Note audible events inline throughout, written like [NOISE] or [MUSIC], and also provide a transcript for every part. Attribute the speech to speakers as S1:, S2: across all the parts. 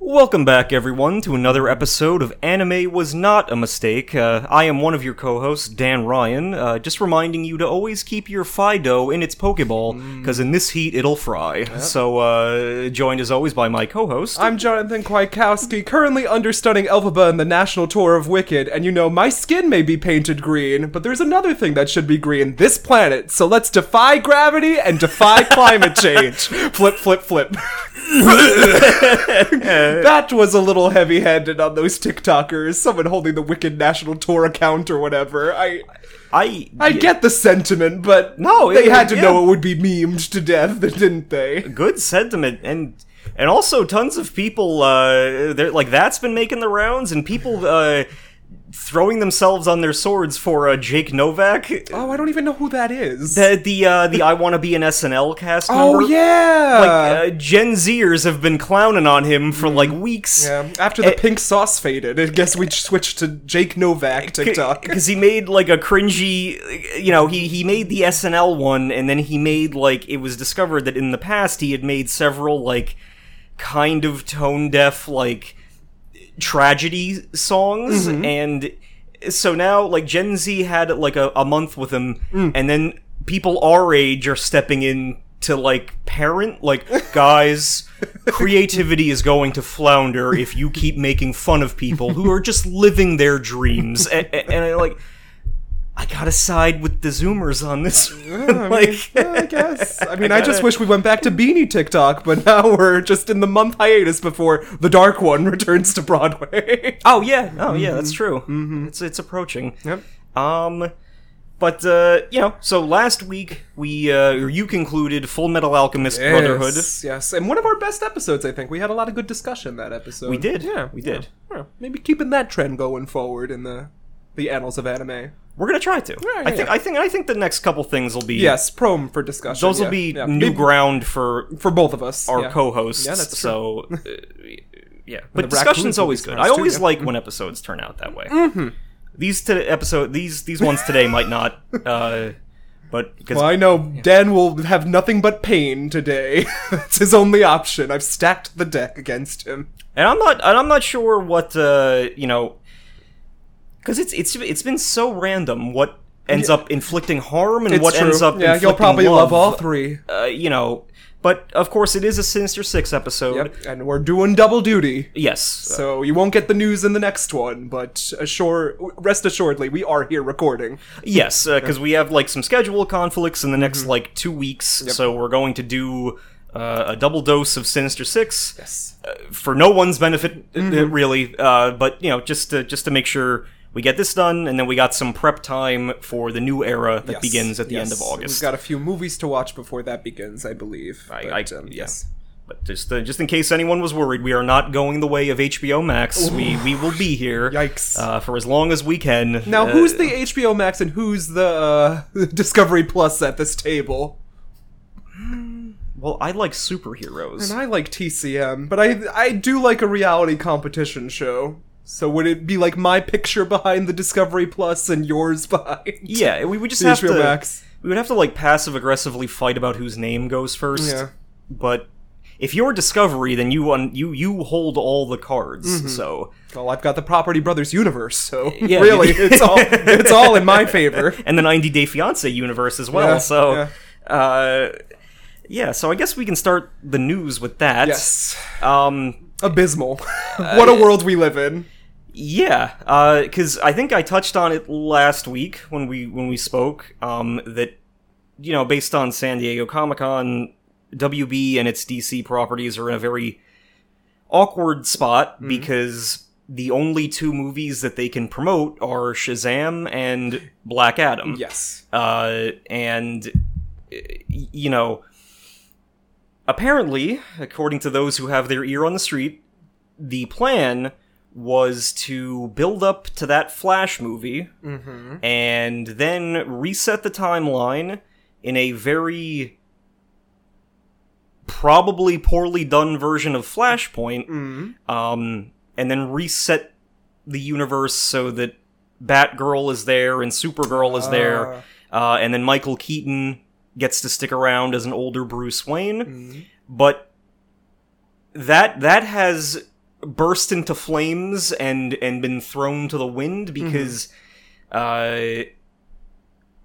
S1: Welcome back, everyone, to another episode of Anime Was Not a Mistake. Uh, I am one of your co hosts, Dan Ryan, uh, just reminding you to always keep your Fido in its Pokeball,
S2: Mm.
S1: because in this heat it'll fry. So, uh, joined as always by my co host.
S2: I'm Jonathan Kwiatkowski, currently understudying Elphaba in the national tour of Wicked, and you know, my skin may be painted green, but there's another thing that should be green this planet, so let's defy gravity and defy [LAUGHS] climate change. Flip, flip, [LAUGHS] flip. that was a little heavy handed on those TikTokers, someone holding the Wicked national tour account or whatever. I.
S1: I,
S2: I get the sentiment, but
S1: No,
S2: they
S1: it-
S2: had to
S1: yeah.
S2: know it would be memed to death, [LAUGHS] didn't they?
S1: good sentiment and and also tons of people uh they're like that's been making the rounds and people uh throwing themselves on their swords for uh, Jake Novak
S2: Oh, I don't even know who that is.
S1: the the, uh, the I want to be an SNL cast
S2: oh
S1: member
S2: yeah,
S1: like, uh, Gen Zers have been clowning on him for like weeks
S2: Yeah, after the pink sauce faded, I guess we switched to Jake
S1: [LAUGHS]
S2: Novak TikTok.
S1: because he made like a cringy you know he he made the SNL one and then he made like it was discovered that in the past he had made several like kind of tone deaf like tragedy songs
S2: Mm-hmm.
S1: and so now like Gen Z had like a, a month with him
S2: Mm.
S1: and then people our age are stepping in to like parent
S2: [LAUGHS]
S1: like guys creativity is going to flounder if you keep making fun of people who are just living their dreams and, and I like I gotta side with the zoomers on this [LAUGHS] one. like
S2: Yeah,
S1: [LAUGHS]
S2: I guess. I mean, I, just wish we went back to Beanie TikTok, but [LAUGHS] now we're just in the month hiatus before the Dark One [LAUGHS] returns
S1: [LAUGHS]
S2: to Broadway.
S1: Oh yeah, oh yeah, that's
S2: Mm-hmm.
S1: true. It's it's approaching. Um, but uh, you know, so last week we uh, or you concluded Full Metal Alchemist Brotherhood.
S2: Yes, yes, and one of our best episodes. I think we had a lot of good discussion that episode.
S1: We did,
S2: yeah,
S1: we
S2: yeah.
S1: did.
S2: Yeah, Maybe keeping that trend going forward in the the annals of anime.
S1: We're gonna try to. I
S2: yeah,
S1: think
S2: yeah.
S1: I think I think the next couple things will be
S2: Yes, prom for discussion.
S1: Those will
S2: yeah,
S1: be
S2: yeah.
S1: new
S2: Maybe
S1: ground for
S2: for both of us.
S1: our
S2: yeah.
S1: co-hosts.
S2: Yeah, that's
S1: so. uh, yeah, but
S2: the
S1: discussion's
S2: raccoons will
S1: always
S2: be
S1: good.
S2: nice
S1: I
S2: too,
S1: always
S2: yeah. Mm-hmm.
S1: like when episodes turn out that way. Mm-hmm. These t- episode these these ones today might not, uh, but because
S2: Well, I know Dan will have nothing but pain today. [LAUGHS] That's his only option. I've stacked the deck against him.
S1: and I'm not and I'm not sure what uh you know because it's it's it's been so random what ends up inflicting harm and
S2: It's
S1: what
S2: true.
S1: ends up
S2: yeah,
S1: inflicting
S2: you'll probably
S1: love,
S2: love all three.
S1: uh, you know but of course it is a Sinister Six episode
S2: Yep, and we're doing double duty.
S1: yes
S2: So you won't get the news in the next one, but assure, rest assuredly, we are here recording.
S1: yes because we have like some schedule conflicts in the next
S2: Mm-hmm.
S1: like two weeks so we're going to do uh, a double dose of Sinister Six
S2: Yes.
S1: for no one's benefit uh,
S2: Mm-hmm.
S1: really uh, but you know just to just to make sure we get this done and then we got some prep time for the new era that begins at the end of august
S2: We've got a few movies to watch before that begins, I believe.
S1: I-
S2: But, um,
S1: I- yeah. but just uh, just in case anyone was worried we are not going the way of hbo max we we will be here
S2: Yikes.
S1: uh, for as long as we can
S2: Now,
S1: Uh,
S2: who's the HBO Max and who's the uh, [LAUGHS] Discovery Plus at this table?
S1: well i like superheroes
S2: And I like TCM, but I I do like a reality competition show. So would it be like my picture behind the Discovery Plus and yours behind?
S1: yeah we would just
S2: The
S1: have
S2: HBO
S1: to
S2: Max.
S1: we would have to like passive aggressively fight about whose name goes first
S2: Yeah.
S1: but if you're Discovery, then you un- you you hold all the cards.
S2: Mm-hmm.
S1: So
S2: Well, I've got the Property Brothers universe, so
S1: Yeah,
S2: [LAUGHS]
S1: [LAUGHS]
S2: really,
S1: you-
S2: it's all it's all in my favor.
S1: and the 90 Day Fiance universe as well.
S2: Yeah,
S1: so.
S2: yeah.
S1: Uh, yeah, so I guess we can start the news with that.
S2: Yes,
S1: Um,
S2: abysmal.
S1: Uh,
S2: what a world we live in.
S1: yeah, because I think I touched on it last week when we when we spoke um, that you know based on San Diego Comic Con, WB and its DC properties are in a very awkward spot
S2: Mm-hmm.
S1: because the only two movies that they can promote are Shazam and Black Adam.
S2: Yes,
S1: uh, and uh, y- you know apparently according to those who have their ear on the street the plan was to build up to that flash movie Mm-hmm. and then reset the timeline in a very probably poorly done version of flashpoint
S2: Mm.
S1: um, and then reset the universe so that Batgirl is there and Supergirl
S2: Oh,
S1: is there, uh, and then Michael Keaton gets to stick around as an older Bruce Wayne.
S2: Mm.
S1: But that that has burst into flames and and been thrown to the wind because. Uh,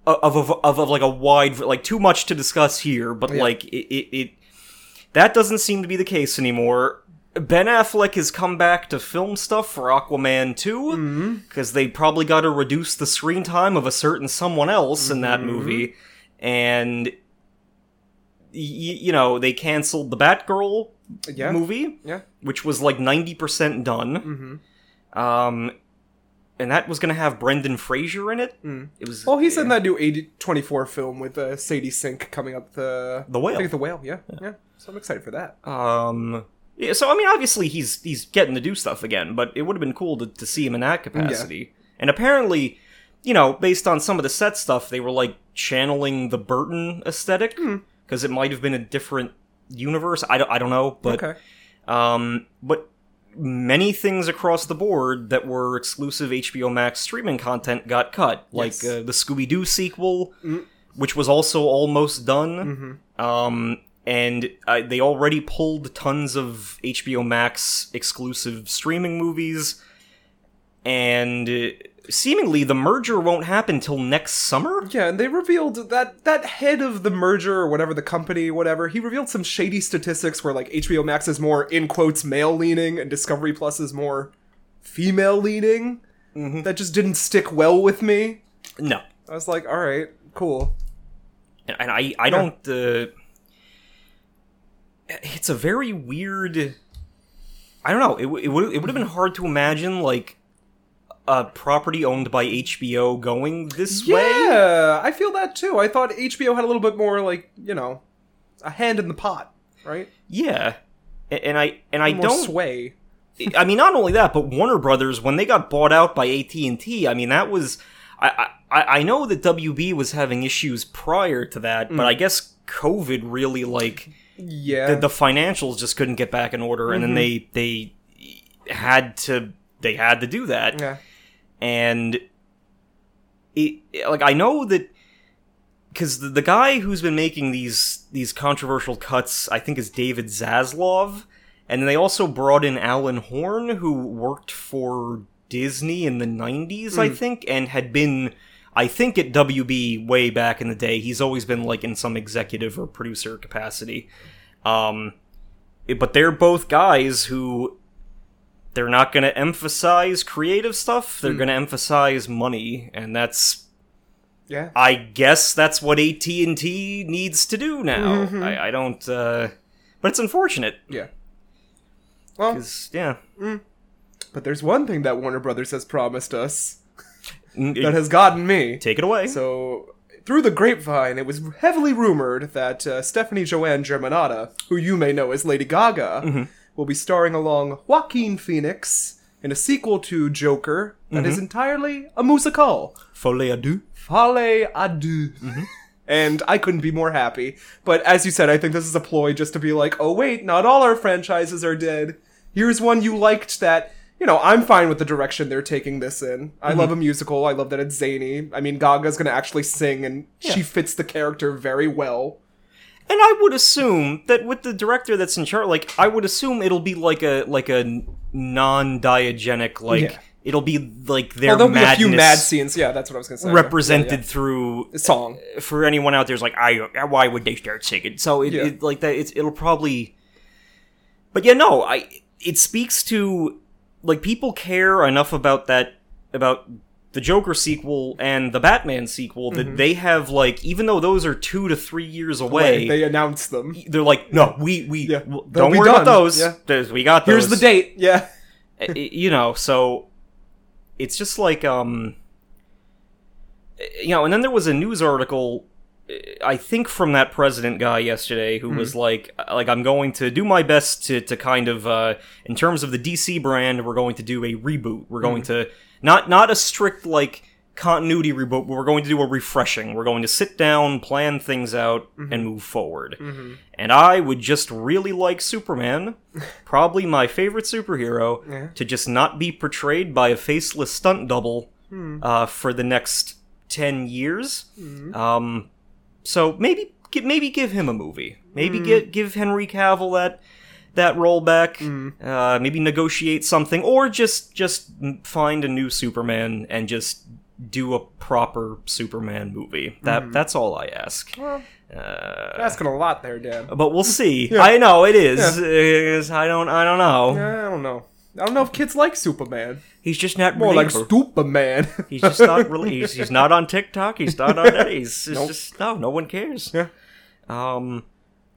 S1: of, of, of of like a wide like too much to discuss here but
S2: Yeah.
S1: like it, it, it that doesn't seem to be the case anymore. Ben Affleck has come back to film stuff for Aquaman
S2: Mm-hmm. Mm.
S1: 2 because they probably got to reduce the screen time of a certain someone else in
S2: Mm-hmm.
S1: that movie. And, y- y- you know, they canceled the Batgirl
S2: Yeah.
S1: movie,
S2: Yeah.
S1: which was like 90% done.
S2: Mm-hmm.
S1: Um, and that was going to have Brendan Fraser in it.
S2: Mm.
S1: It was.
S2: Well, he's in
S1: yeah.
S2: that new 80, 24 film with uh, Sadie Sink coming up the
S1: The Whale.
S2: I think the whale, yeah, yeah, So I'm excited for that.
S1: Um, yeah, so I mean, obviously he's he's getting to do stuff again, but it would have been cool to, to see him in that capacity. And apparently, you know, based on some of the set stuff, they were like channeling the Burton aesthetic because it might have been a different universe. I don't, I don't know, but
S2: okay.
S1: um, but many things across the board that were exclusive HBO Max streaming content got cut, like
S2: Yes.
S1: uh, the Scooby Doo sequel,
S2: Mm.
S1: which was also almost done.
S2: Mm-hmm.
S1: Um, and uh, they already pulled tons of HBO Max exclusive streaming movies, and uh, seemingly the merger won't happen till next summer.
S2: Yeah, and they revealed that that head of the merger or whatever the company, whatever, he revealed some shady statistics where like HBO Max is more in quotes male leaning and Discovery Plus is more female leaning.
S1: Mhm.
S2: That just didn't stick well with me.
S1: No,
S2: I was like, all right, cool.
S1: and, and I I don't. Uh, it's a very weird. I don't know. It w- it would it would have been hard to imagine like a property owned by HBO going this way.
S2: Yeah, I feel that too. I thought HBO had a little bit more like you know, a hand in the pot, right?
S1: Yeah, A- and I and I
S2: more
S1: don't
S2: sway.
S1: I mean, not only that, but Warner Brothers when they got bought out by AT and T, I mean that was I, I I know that WB was having issues prior to that, but I guess COVID really like
S2: Yeah,
S1: the, the financials just couldn't get back in order, and then they they had to they had to do that
S2: yeah,
S1: and it like I know that because the, the guy who's been making these these controversial cuts, I think, is David Zaslav, and they also brought in Alan Horn, who worked for Disney in the '90s, I think, and had been. I think at WB way back in the day, he's always been like in some executive or producer capacity. Um, it- but they're both guys who they're not going to emphasize creative stuff.
S2: Hmm.
S1: They're going to emphasize money, and that's
S2: yeah.
S1: I guess that's what AT and T needs to do now.
S2: Mhm.
S1: I, I don't, uh, but it's unfortunate
S2: Yeah. Well,
S1: 'cause, yeah,
S2: but there's one thing that Warner Brothers has promised us
S1: Mm,
S2: that has gotten me.
S1: take it away.
S2: So, through the grapevine, it was heavily rumored that uh, Stephanie Joanne Germanata, who you may know as Lady Gaga, will be starring along Joaquin Phoenix in a sequel to Joker that is entirely a musical.
S1: Folie à deux.
S2: Fale adieu. Mm-hmm. And I couldn't be more happy. But as you said, I think this is a ploy just to be like, oh wait, not all our franchises are dead. Here's one you liked that, you know, I'm fine with the direction they're taking this in. I love a musical. I love that it's zany. I mean, Gaga's gonna actually sing and she fits the character very well.
S1: And I would assume that with the director that's in charge, like I would assume it'll be like a like a non-diagenic, like
S2: Yeah.
S1: it'll be like their
S2: Oh, there'll be a
S1: madness
S2: few mad scenes. Yeah, that's what I was gonna say.
S1: represented Uh,
S2: Yeah,
S1: through
S2: yeah. song.
S1: for anyone out there's like I why would they start singing? So it,
S2: Yeah.
S1: it like that it's it'll probably But yeah, no, I it speaks to like people care enough about that about the Joker sequel and the Batman sequel
S2: Mm-hmm.
S1: that they have like even though those are 2 to 3 years away,
S2: They announce them.
S1: they're like no, we we
S2: Yeah.
S1: w-
S2: They'll
S1: don't
S2: be
S1: worry about
S2: done.
S1: those.
S2: Yeah.
S1: There's, we got those.
S2: Here's the date. Yeah.
S1: I- I- you know, so it's just like um eh, you know, and then there was a news article uh, I think from that president guy yesterday who was like uh, like I'm going to do my best to to kind of uh in terms of the DC brand, we're going to do a reboot. We're going to not not a strict like continuity reboot, but we're going to do a refreshing. We're going to sit down, plan things out and move forward. And I would just really like
S2: [LAUGHS]
S1: Superman, probably my favorite superhero,
S2: Yeah.
S1: to just not be portrayed by a faceless stunt double
S2: Hmm.
S1: uh, for the next 10 years. Um, so maybe gi- maybe give him a movie. Maybe
S2: Hmm.
S1: get, give Henry Cavill that that roll back.
S2: Hmm.
S1: Uh, maybe negotiate something or just just m- find a new Superman and just do a proper Superman movie. That that's all I ask.
S2: Hmm. Well,
S1: Uh,
S2: asking a lot there, Dan.
S1: but we'll see. I know it is.
S2: Mm. Yeah.
S1: It is. I don't. I don't know.
S2: I don't know. I don't know if kids like Superman.
S1: He's just not
S2: More like
S1: relatable.
S2: Superman. [LAUGHS]
S1: he's just not really. He's, he's not on TikTok. He's not on that. He's, it's
S2: Nope.
S1: just no. No one cares.
S2: Yeah.
S1: Um.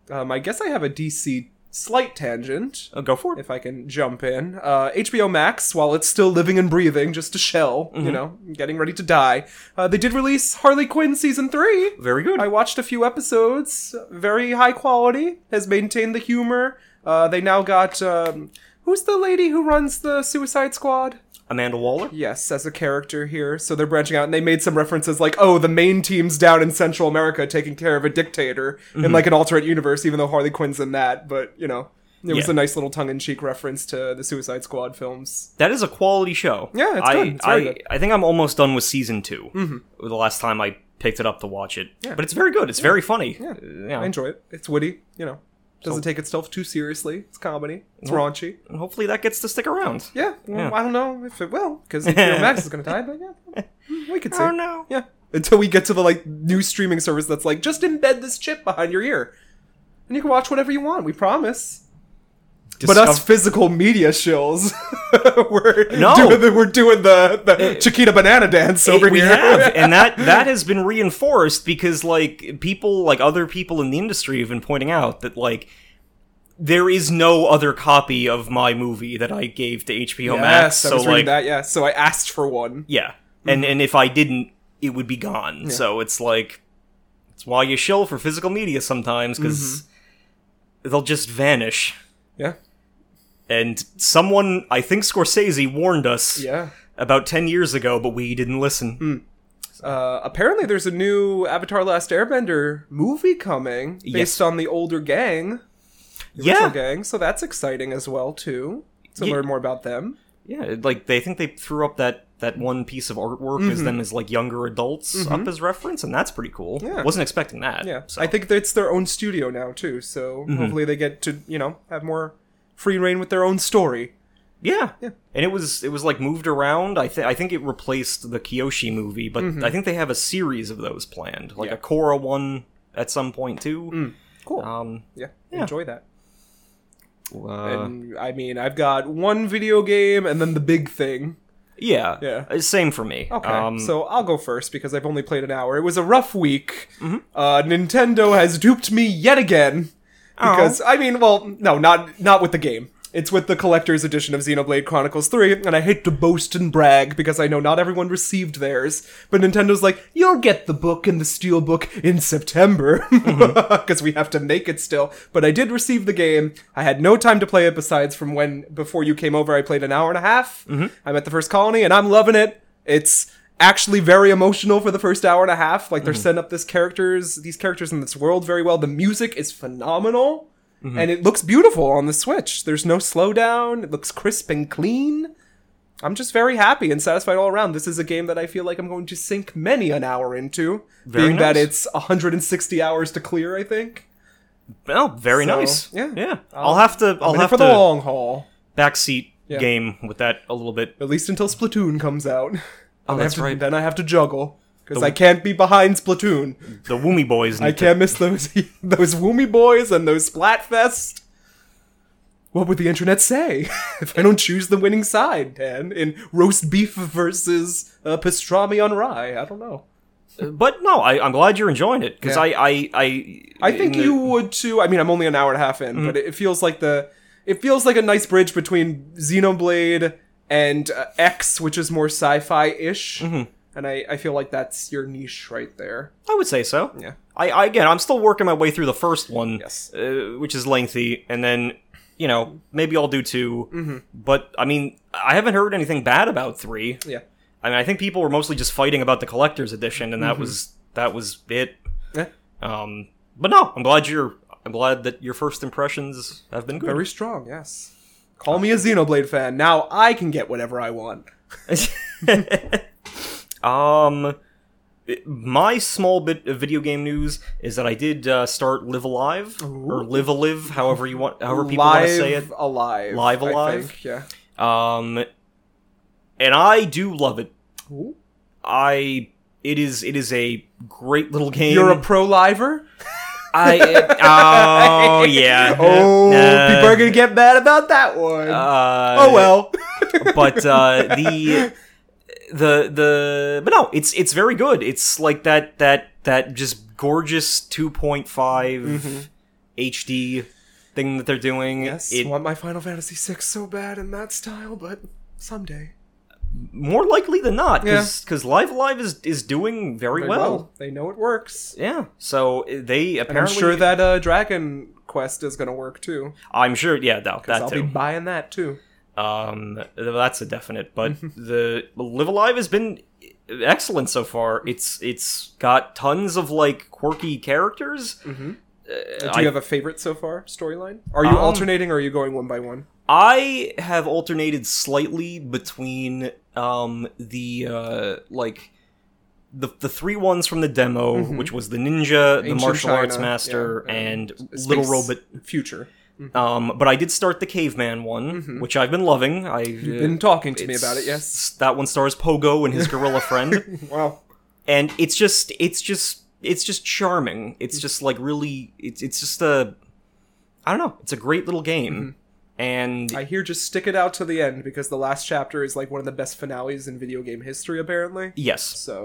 S2: um, I guess I have a DC slight tangent.
S1: uh, Go for it.
S2: if I can jump in. Uh, HBO Max, while it's still living and breathing, just a shell, you know, getting ready to die, uh, they did release Harley Quinn season three.
S1: Very good.
S2: I watched a few episodes. Very high quality. Has maintained the humor. Uh, they now got um, who's the lady who runs the Suicide Squad?
S1: Amanda Waller.
S2: Yes, as a character here. So they're branching out, and they made some references like, "Oh, the main team's down in Central America taking care of a dictator in
S1: Mhm.
S2: like an alternate universe," even though Harley Quinn's in that. But you know, it was
S1: Yeah.
S2: a nice little tongue-in-cheek reference to the Suicide Squad films.
S1: That is a quality show.
S2: Yeah, it's
S1: I,
S2: good. It's
S1: I,
S2: very good.
S1: I think I'm almost done with season 2 Mm-hmm. The last time I picked it up to watch it,
S2: Yeah.
S1: but it's very good. It's very funny. Uh, Yeah.
S2: I enjoy it. It's witty. You know, doesn't
S1: So-
S2: take itself too seriously. It's comedy. It's
S1: Nope.
S2: raunchy.
S1: And hopefully that gets to stick around.
S2: Yeah. Well,
S1: Yeah.
S2: I don't know if it will
S1: [LAUGHS]
S2: because Max is gonna die, but yeah, we could see.
S1: Oh no.
S2: Yeah. Until we get to the like new streaming service that's like, just embed this chip behind your ear. And you can watch whatever you want, we promise. But us
S1: Discov-
S2: physical media shills, [LAUGHS] we're,
S1: No.
S2: doing the, we're doing the, the Chiquita banana dance over
S1: we
S2: here.
S1: have and
S2: [LAUGHS]
S1: that that has been reinforced because like people like other people in the industry have been pointing out that like there is no other copy of my movie that I gave to HBO Max
S2: yes, I
S1: so
S2: was reading
S1: like
S2: that. Mm-hmm. Yeah, so I asked for one.
S1: yeah and and if I didn't it would be gone so it's like it's why you shill for physical media sometimes because
S2: Mm-hmm.
S1: they'll just vanish
S2: Yeah,
S1: and someone I think Scorsese warned us
S2: yeah. Mm.
S1: about 10 years ago but we didn't listen
S2: Uh, apparently, there's a new Avatar: Last Airbender movie coming based
S1: Yes.
S2: on the older gang, the
S1: yeah
S2: original gang. So that's exciting as well too. To
S1: Ye-
S2: learn more about them.
S1: Yeah, it- like they think they threw up that that one piece of artwork
S2: Mm-hmm.
S1: as them as like younger adults up as reference, and that's pretty cool.
S2: Yeah.
S1: wasn't expecting that.
S2: Yeah,
S1: so.
S2: I think that it's their own studio now too. So hopefully they get to you know have more free reign with their own story.
S1: yeah, And it was it was like moved around. I think I think it replaced the Kyoshi movie, but I think they have a series of those planned, like
S2: Mm-hmm. Yeah. Mm.
S1: a Korra one at some point too.
S2: Cool.
S1: Um,
S2: yeah,
S1: yeah.
S2: enjoy that.
S1: uh,
S2: and I mean, I've got one video game and then the big thing.
S1: yeah,
S2: Yeah.
S1: Uh, Same for me.
S2: Okay,
S1: Um,
S2: so I'll go first because I've only played an hour. It was a rough week. Uh, Nintendo has duped me yet again. Because I mean, well, no, not not with the game. It's with the collector's edition of Xenoblade Chronicles 3, and I hate to boast and brag because I know not everyone received theirs, but Nintendo's like, you'll get the book and the steel book in September, [LAUGHS] because we have to make it still. But I did receive the game. I had no time to play it besides from when, before you came over, I played an hour and a half. I'm at the first colony, and I'm loving it. It's actually very emotional for the first hour and a half. Like
S1: Mm-hmm.
S2: they're setting up this characters, these characters in this world very well. The music is phenomenal,
S1: Mm-hmm.
S2: and it looks beautiful on the Switch. There's no slowdown. It looks crisp and clean. I'm just very happy and satisfied all around. This is a game that I feel like I'm going to sink many an hour into,
S1: Very
S2: being that
S1: nice.
S2: it's 160 hours to clear. I think.
S1: Oh, very
S2: So,
S1: nice.
S2: yeah. Um,
S1: yeah. I'll have to. I'll
S2: In it
S1: have
S2: for the
S1: to
S2: long haul.
S1: backseat
S2: Yeah.
S1: game with that a little bit.
S2: At least until Splatoon comes out.
S1: Oh,
S2: [LAUGHS] Then I have
S1: that's
S2: to-
S1: right.
S2: Then I have to juggle because
S1: The-
S2: I can't be behind Splatoon.
S1: The Woomy boys. Need
S2: I can't miss those [LAUGHS] those Woomy boys and those Splatfest. What would the internet say [LAUGHS] if I don't choose the winning side, Dan, in roast beef versus uh, pastrami on rye? I don't know.
S1: To, but no, I, I'm glad you're enjoying it because
S2: Yeah.
S1: I, I, I,
S2: I think
S1: in the- Mm-hmm.
S2: you would too. I mean, I'm only an hour and a half in, but it feels like the it feels like a nice bridge between Xenoblade and uh, X, which is more sci-fi ish,
S1: Mm-hmm.
S2: and I, I feel like that's your niche right there.
S1: I would say so.
S2: Yeah.
S1: I, I again, I'm still working my way through the first one,
S2: Yes.
S1: uh, which is lengthy, and then you know maybe I'll do 2
S2: Mm-hmm.
S1: But I mean, I haven't heard anything bad about three.
S2: Yeah,
S1: I mean, I think people were mostly just fighting about the collector's edition, and that
S2: Mm-hmm.
S1: was that was it.
S2: Yeah.
S1: Um, but no, I'm glad you're. I'm glad that your first impressions have been good.
S2: very strong. Yes. Call me a Xenoblade fan. Now I can get whatever I want.
S1: [LAUGHS] um, it- my small bit of video game news is that I did uh, start Live Alive or
S2: Ooh.
S1: Live a Live, however you want, however people want to say it.
S2: alive,
S1: Live
S2: I
S1: alive?
S2: think, Yeah.
S1: Um, and I do love it.
S2: Ooh.
S1: I it is it is a great little game.
S2: You're a [LAUGHS] pro liver.
S1: I oh yeah.
S2: [LAUGHS] Oh,
S1: Uh,
S2: people are gonna get mad about that one.
S1: uh,
S2: oh well.
S1: but
S2: [LAUGHS]
S1: uh, the the the but no, it's it's very good. It's like that that that just gorgeous 2.5 HD thing that they're doing.
S2: Mm-hmm. Yes,
S1: It-
S2: want my Final Fantasy VI so bad in that style, but someday.
S1: more likely than not, because
S2: Yeah.
S1: Live Live is is doing very,
S2: They
S1: well.
S2: will. They know it works.
S1: Yeah, so they apparently.
S2: And I'm sure that uh, Dragon Quest is gonna work too.
S1: I'm sure, yeah, no,
S2: 'cause
S1: that
S2: I'll
S1: too.
S2: be buying that too.
S1: Um, that's a definite.
S2: [LAUGHS]
S1: But the Live Alive has been excellent so far. It's it's got tons of like quirky characters.
S2: Mhm.
S1: Uh,
S2: Do
S1: I,
S2: you have a favorite so far storyline? Are you
S1: Um,
S2: alternating or are you going one by one?
S1: I have alternated slightly between um the uh like the the three ones from the demo,
S2: Mhm.
S1: which was the ninja, the
S2: Ancient
S1: martial arts
S2: China,
S1: master,
S2: yeah,
S1: and
S2: Space
S1: little robot.
S2: future. Mm-hmm.
S1: Um, but I did start the caveman one,
S2: Mhm.
S1: which I've been loving. I
S2: You've been talking to me about it, yes.
S1: That one stars Pogo and his gorilla friend.
S2: [LAUGHS] Wow.
S1: and it's just it's just it's just charming it's just like really it's it's just a i don't know it's a great little game and
S2: Mm-hmm. I hear just stick it out to the end because the last chapter is like one of the best finales in video game history, apparently.
S1: yes
S2: So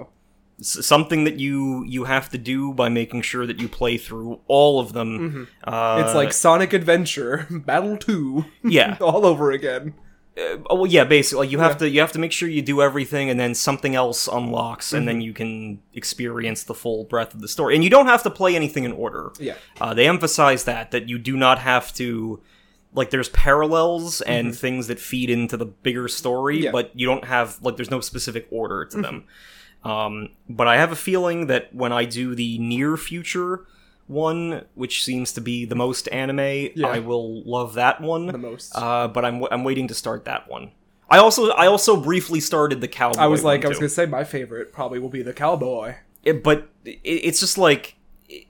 S1: s- something that you you have to do by making sure that you play through all of them uh,
S2: Mm-hmm. it's like Sonic Adventure [LAUGHS] Battle Two,
S1: [LAUGHS] yeah
S2: [LAUGHS] all over again.
S1: uh, well yeah basically you have to you have to make sure you do everything and then something else unlocks and
S2: Mm-hmm.
S1: then you can experience the full breadth of the story and you don't have to play anything in order
S2: Yeah.
S1: Uh, they emphasize that that you do not have to like there's parallels and things that feed into the bigger story,
S2: Mm-hmm. Yeah.
S1: but you don't have like there's no specific order to them.
S2: Mm-hmm.
S1: Um, but I have a feeling that when I do the near future one, which seems to be the most anime,
S2: Yeah.
S1: I will love that
S2: The
S1: one.
S2: most.
S1: Uh, but I'm I'm waiting to start that one. I also I also briefly started the cowboy.
S2: I was like,
S1: one,
S2: I was
S1: too.
S2: gonna say my favorite probably will be the cowboy.
S1: It- but it, it's just like it-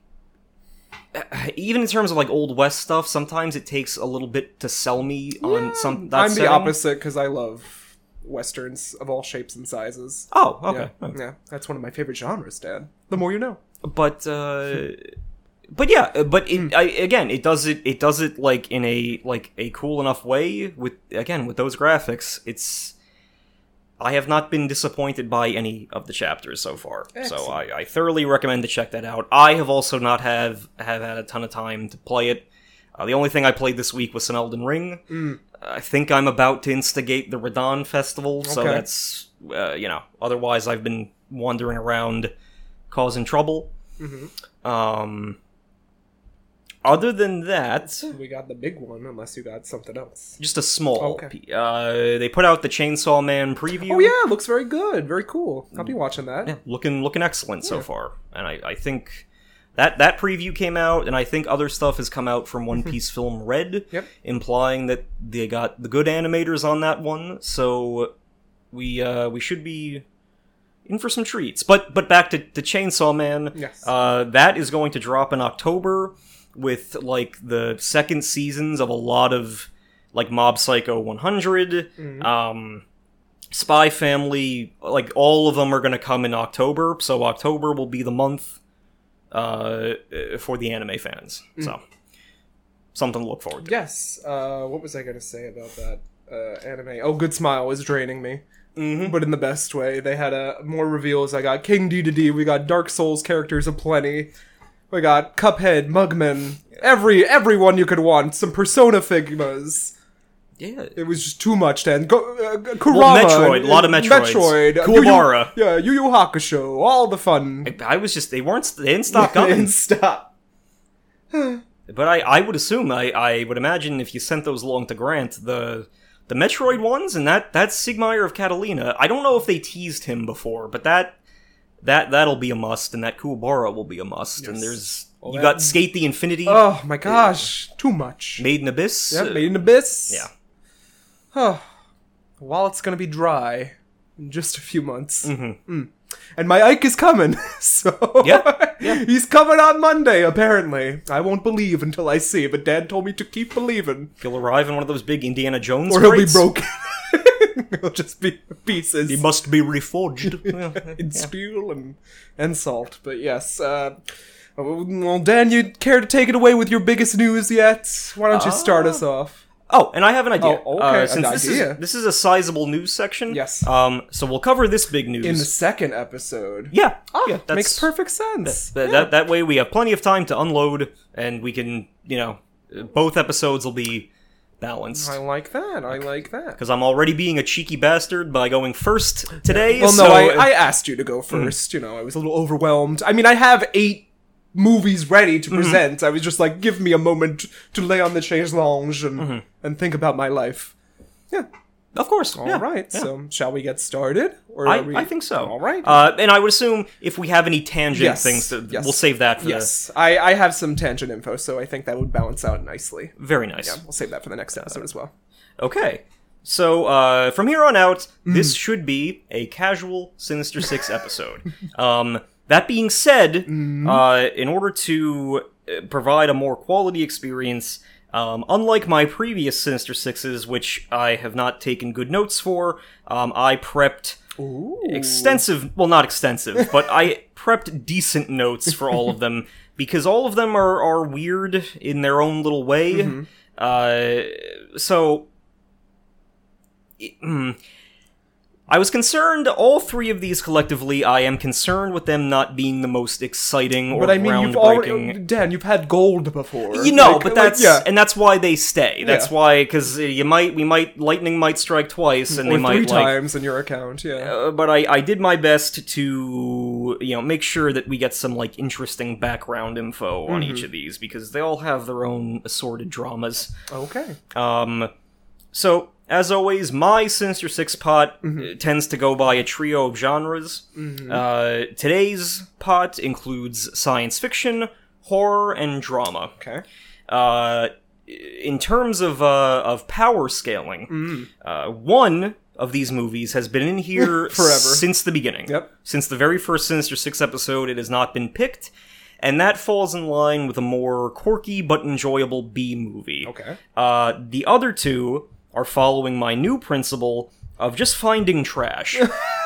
S1: even in terms of like old west stuff sometimes it takes a little bit to sell me on some that
S2: I'm
S1: setting.
S2: the opposite because I love westerns of all shapes and sizes.
S1: oh okay
S2: Yeah, yeah, that's one of my favorite genres, Dad. The more you know.
S1: but uh but yeah uh, but it, I, again it does it it does it like in a like a cool enough way with again with those graphics it's I have not been disappointed by any of the chapters so far, so
S2: Excellent.
S1: I, I thoroughly recommend to check that out. I have also not have have had a ton of time to play it. Uh, the only thing I played this week was some Elden Ring.
S2: Mm.
S1: I think I'm about to instigate the Radon Festival, so
S2: Okay.
S1: that's uh, you know. Otherwise, I've been wandering around causing trouble.
S2: Mm-hmm.
S1: Um, other than that,
S2: We got the big one, unless you got something else.
S1: just a small.
S2: Okay.
S1: p- Uh, they put out the Chainsaw Man preview.
S2: Oh yeah, looks very good, very cool. I'll be watching that.
S1: Mm. Yeah, looking looking excellent so
S2: Yeah.
S1: far, and I, I think that that preview came out, and I think other stuff has come out from One Piece film Red,
S2: Mm-hmm. Yep.
S1: implying that they got the good animators on that one. So we uh, we should be in for some treats. But but back to, to Chainsaw Man.
S2: Yes.
S1: Uh, that is going to drop in October with like the second seasons of a lot of like Mob Psycho 100, um, Spy Family. Like all of them are going to come in October, so October will be the month uh, for the anime fans. So something to look forward to.
S2: Yes. Uh, what was I gonna say about that uh, anime? Oh, Good Smile was draining me, mm-hmm. but in the best way. They had uh, more reveals. I got King D to D. We got Dark Souls characters aplenty. We got Cuphead, Mugman, every everyone you could want. Some Persona figmas.
S1: Yeah.
S2: It was just too much. Then go, uh, Kurama,
S1: Metroid, a lot of Metroids.
S2: Metroid, uh,
S1: Kuwabara.
S2: Yu Yu, yeah, Yu Yu Hakusho, all the fun.
S1: I- I was just they weren't they didn't stop
S2: [LAUGHS]
S1: coming.
S2: And stop.
S1: But I, I would assume I, I would imagine if you sent those along to Grant the the Metroid ones and that that's Sigmire of Catalina. I don't know if they teased him before, but that that that'll be a must and that Kuwabara will be a must. And
S2: Yes.
S1: there's
S2: Well,
S1: you
S2: that-
S1: got Skate the Infinity,
S2: Oh my gosh, too much.
S1: Made in Abyss.
S2: Yeah,
S1: uh,
S2: Made in Abyss.
S1: yeah.
S2: Oh, while it's gonna be dry in just a few months. Mm. And my Ike is coming, [LAUGHS] so
S1: Mm-hmm. Yeah, yeah.
S2: [LAUGHS] he's coming on Monday. Apparently, I won't believe until I see. But Dad told me to keep believing,
S1: He'll arrive in one of those big Indiana Jones
S2: or he'll be
S1: crates.
S2: broken. [LAUGHS] he'll just be pieces. [LAUGHS]
S1: He must be reforged. Yeah.
S2: in steel and and salt. But yes, uh, well, Dan, you care to take it away with your biggest news yet? Why don't you start
S1: Uh,
S2: us off?
S1: Oh, and I have an idea.
S2: Oh, okay,
S1: Uh,
S2: an
S1: since this
S2: idea.
S1: is this is a sizable news section.
S2: Yes.
S1: Um. So we'll cover this big news.
S2: In the second episode.
S1: yeah. yeah. That's,
S2: Oh, makes perfect sense.
S1: Th- that, that way we have plenty of time to unload and we can you know uh, both episodes will be balanced
S2: I like that. I like that.
S1: because i'm already being a cheeky bastard by going first today
S2: Well, no,
S1: so Hmm.
S2: I, I asked you to go first. You know, I was a little overwhelmed. I mean, I have eight movies ready
S1: Mm-hmm.
S2: to present. I was just like, give me a moment to lay on the chaise lounge and,
S1: Mm-hmm.
S2: and think about my life. Yeah.
S1: of course
S2: All right. So, shall we get started? Or
S1: I,
S2: are we-
S1: I think so.
S2: All right.
S1: Uh, and I would assume if we have any tangent
S2: Yes,
S1: things, to,
S2: yes.
S1: we'll save that for
S2: yes, I, I have some tangent info, so I think that would balance out nicely.
S1: the. Very nice.
S2: We'll save that for the next episode as well.
S1: Okay. So uh, from here on out, this should be a casual Sinister Six episode. um, that being said, uh, in order to uh, provide a more quality experience, um, unlike my previous Sinister Sixes, which I have not taken good notes for, um, I prepped
S2: Ooh.
S1: extensive well not extensive but i prepped decent notes for all of
S2: [LAUGHS]
S1: them because all of them are are weird in their own little way
S2: Mm-hmm.
S1: uh so it- hmm. i was concerned all three of these collectively i am concerned with them not being the most exciting or
S2: But I mean, you've already
S1: groundbreaking
S2: Dan, you've had gold before.
S1: you know,
S2: Like-
S1: but
S2: like,
S1: that's
S2: yeah.
S1: and that's why they stay. That's
S2: Yeah.
S1: why because you might we might lightning might strike twice and
S2: Hmm. or
S1: they might
S2: three
S1: like
S2: times in your account. Yeah.
S1: uh, but I, I did my best to you know make sure that we get some like interesting background info on each of these because they all have their own assorted dramas.
S2: okay.
S1: Um, so as always, my Sinister Six pot uh, tends to go by a trio of genres. Uh, today's pot includes science fiction, horror, and drama.
S2: Okay.
S1: Uh, in terms of uh, of power scaling,
S2: Mm.
S1: uh, one of these movies has been in here
S2: [LAUGHS] Forever.
S1: since the beginning.
S2: Yep.
S1: Since the very first Sinister Six episode, it has not been picked, and that falls in line with a more quirky but enjoyable B movie.
S2: Okay.
S1: Uh, the other two are following my new principle of just finding
S2: [LAUGHS]
S1: trash.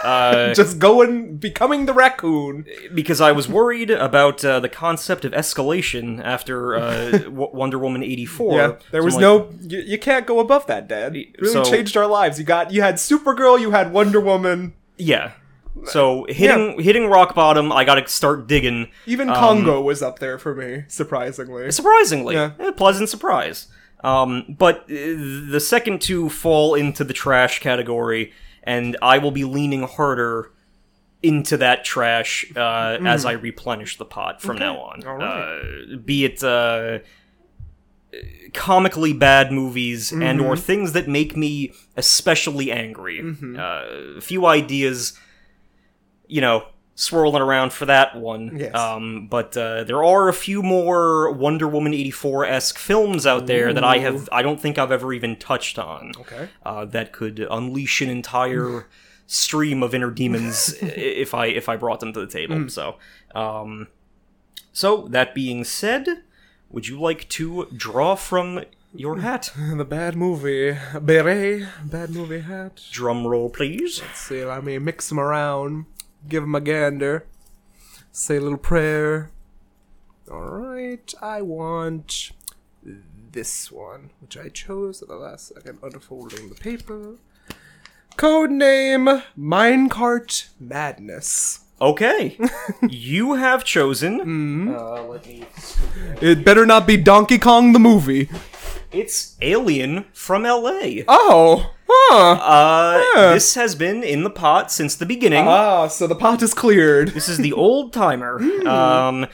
S1: uh,
S2: Just going, becoming the raccoon.
S1: because I was worried about uh, the concept of escalation after
S2: [LAUGHS]
S1: uh, w- Wonder Woman 84.
S2: Yeah. There
S1: So
S2: was
S1: I'm like,
S2: no. You, you can't go above that, Dad. Really
S1: so-
S2: changed our lives. You got. You had Supergirl. You had Wonder Woman.
S1: Yeah. So hitting hitting rock bottom, I got to start digging.
S2: Even Congo was up there for me, surprisingly.
S1: Surprisingly,
S2: Yeah.
S1: a pleasant surprise. Um, but uh, the second two fall into the trash category, and I will be leaning harder into that trash uh, as I replenish the pot from now on.
S2: Mm. All right.
S1: Uh, be it uh, comically bad movies
S2: Mm-hmm.
S1: and or things that make me especially angry.
S2: Mm-hmm.
S1: Uh, a few ideas, you know, swirling around for that one.
S2: Yes.
S1: Um, but uh, there are a few more Wonder Woman eighty four esque films out there that I have I don't think I've ever even touched on.
S2: Okay. [LAUGHS]
S1: Uh, that could unleash an entire stream of inner demons i- if I if I brought them to the table. So, um, so that being said, Would you like to draw from your hat?
S2: The bad movie. Beret, bad movie hat.
S1: Drum roll, please.
S2: See, let me mix them around, give them a gander, say a little prayer. All right, I want this one, which I chose at the last second, unfolding the paper. Codename Minecart Madness.
S1: Okay. you have chosen. Uh, let me.
S2: It better not be Donkey Kong the movie.
S1: It's Alien from LA.
S2: Oh, huh.
S1: Uh,
S2: Yeah.
S1: This has been in the pot since the beginning.
S2: Ah, so the pot is cleared.
S1: This is the old timer. Um,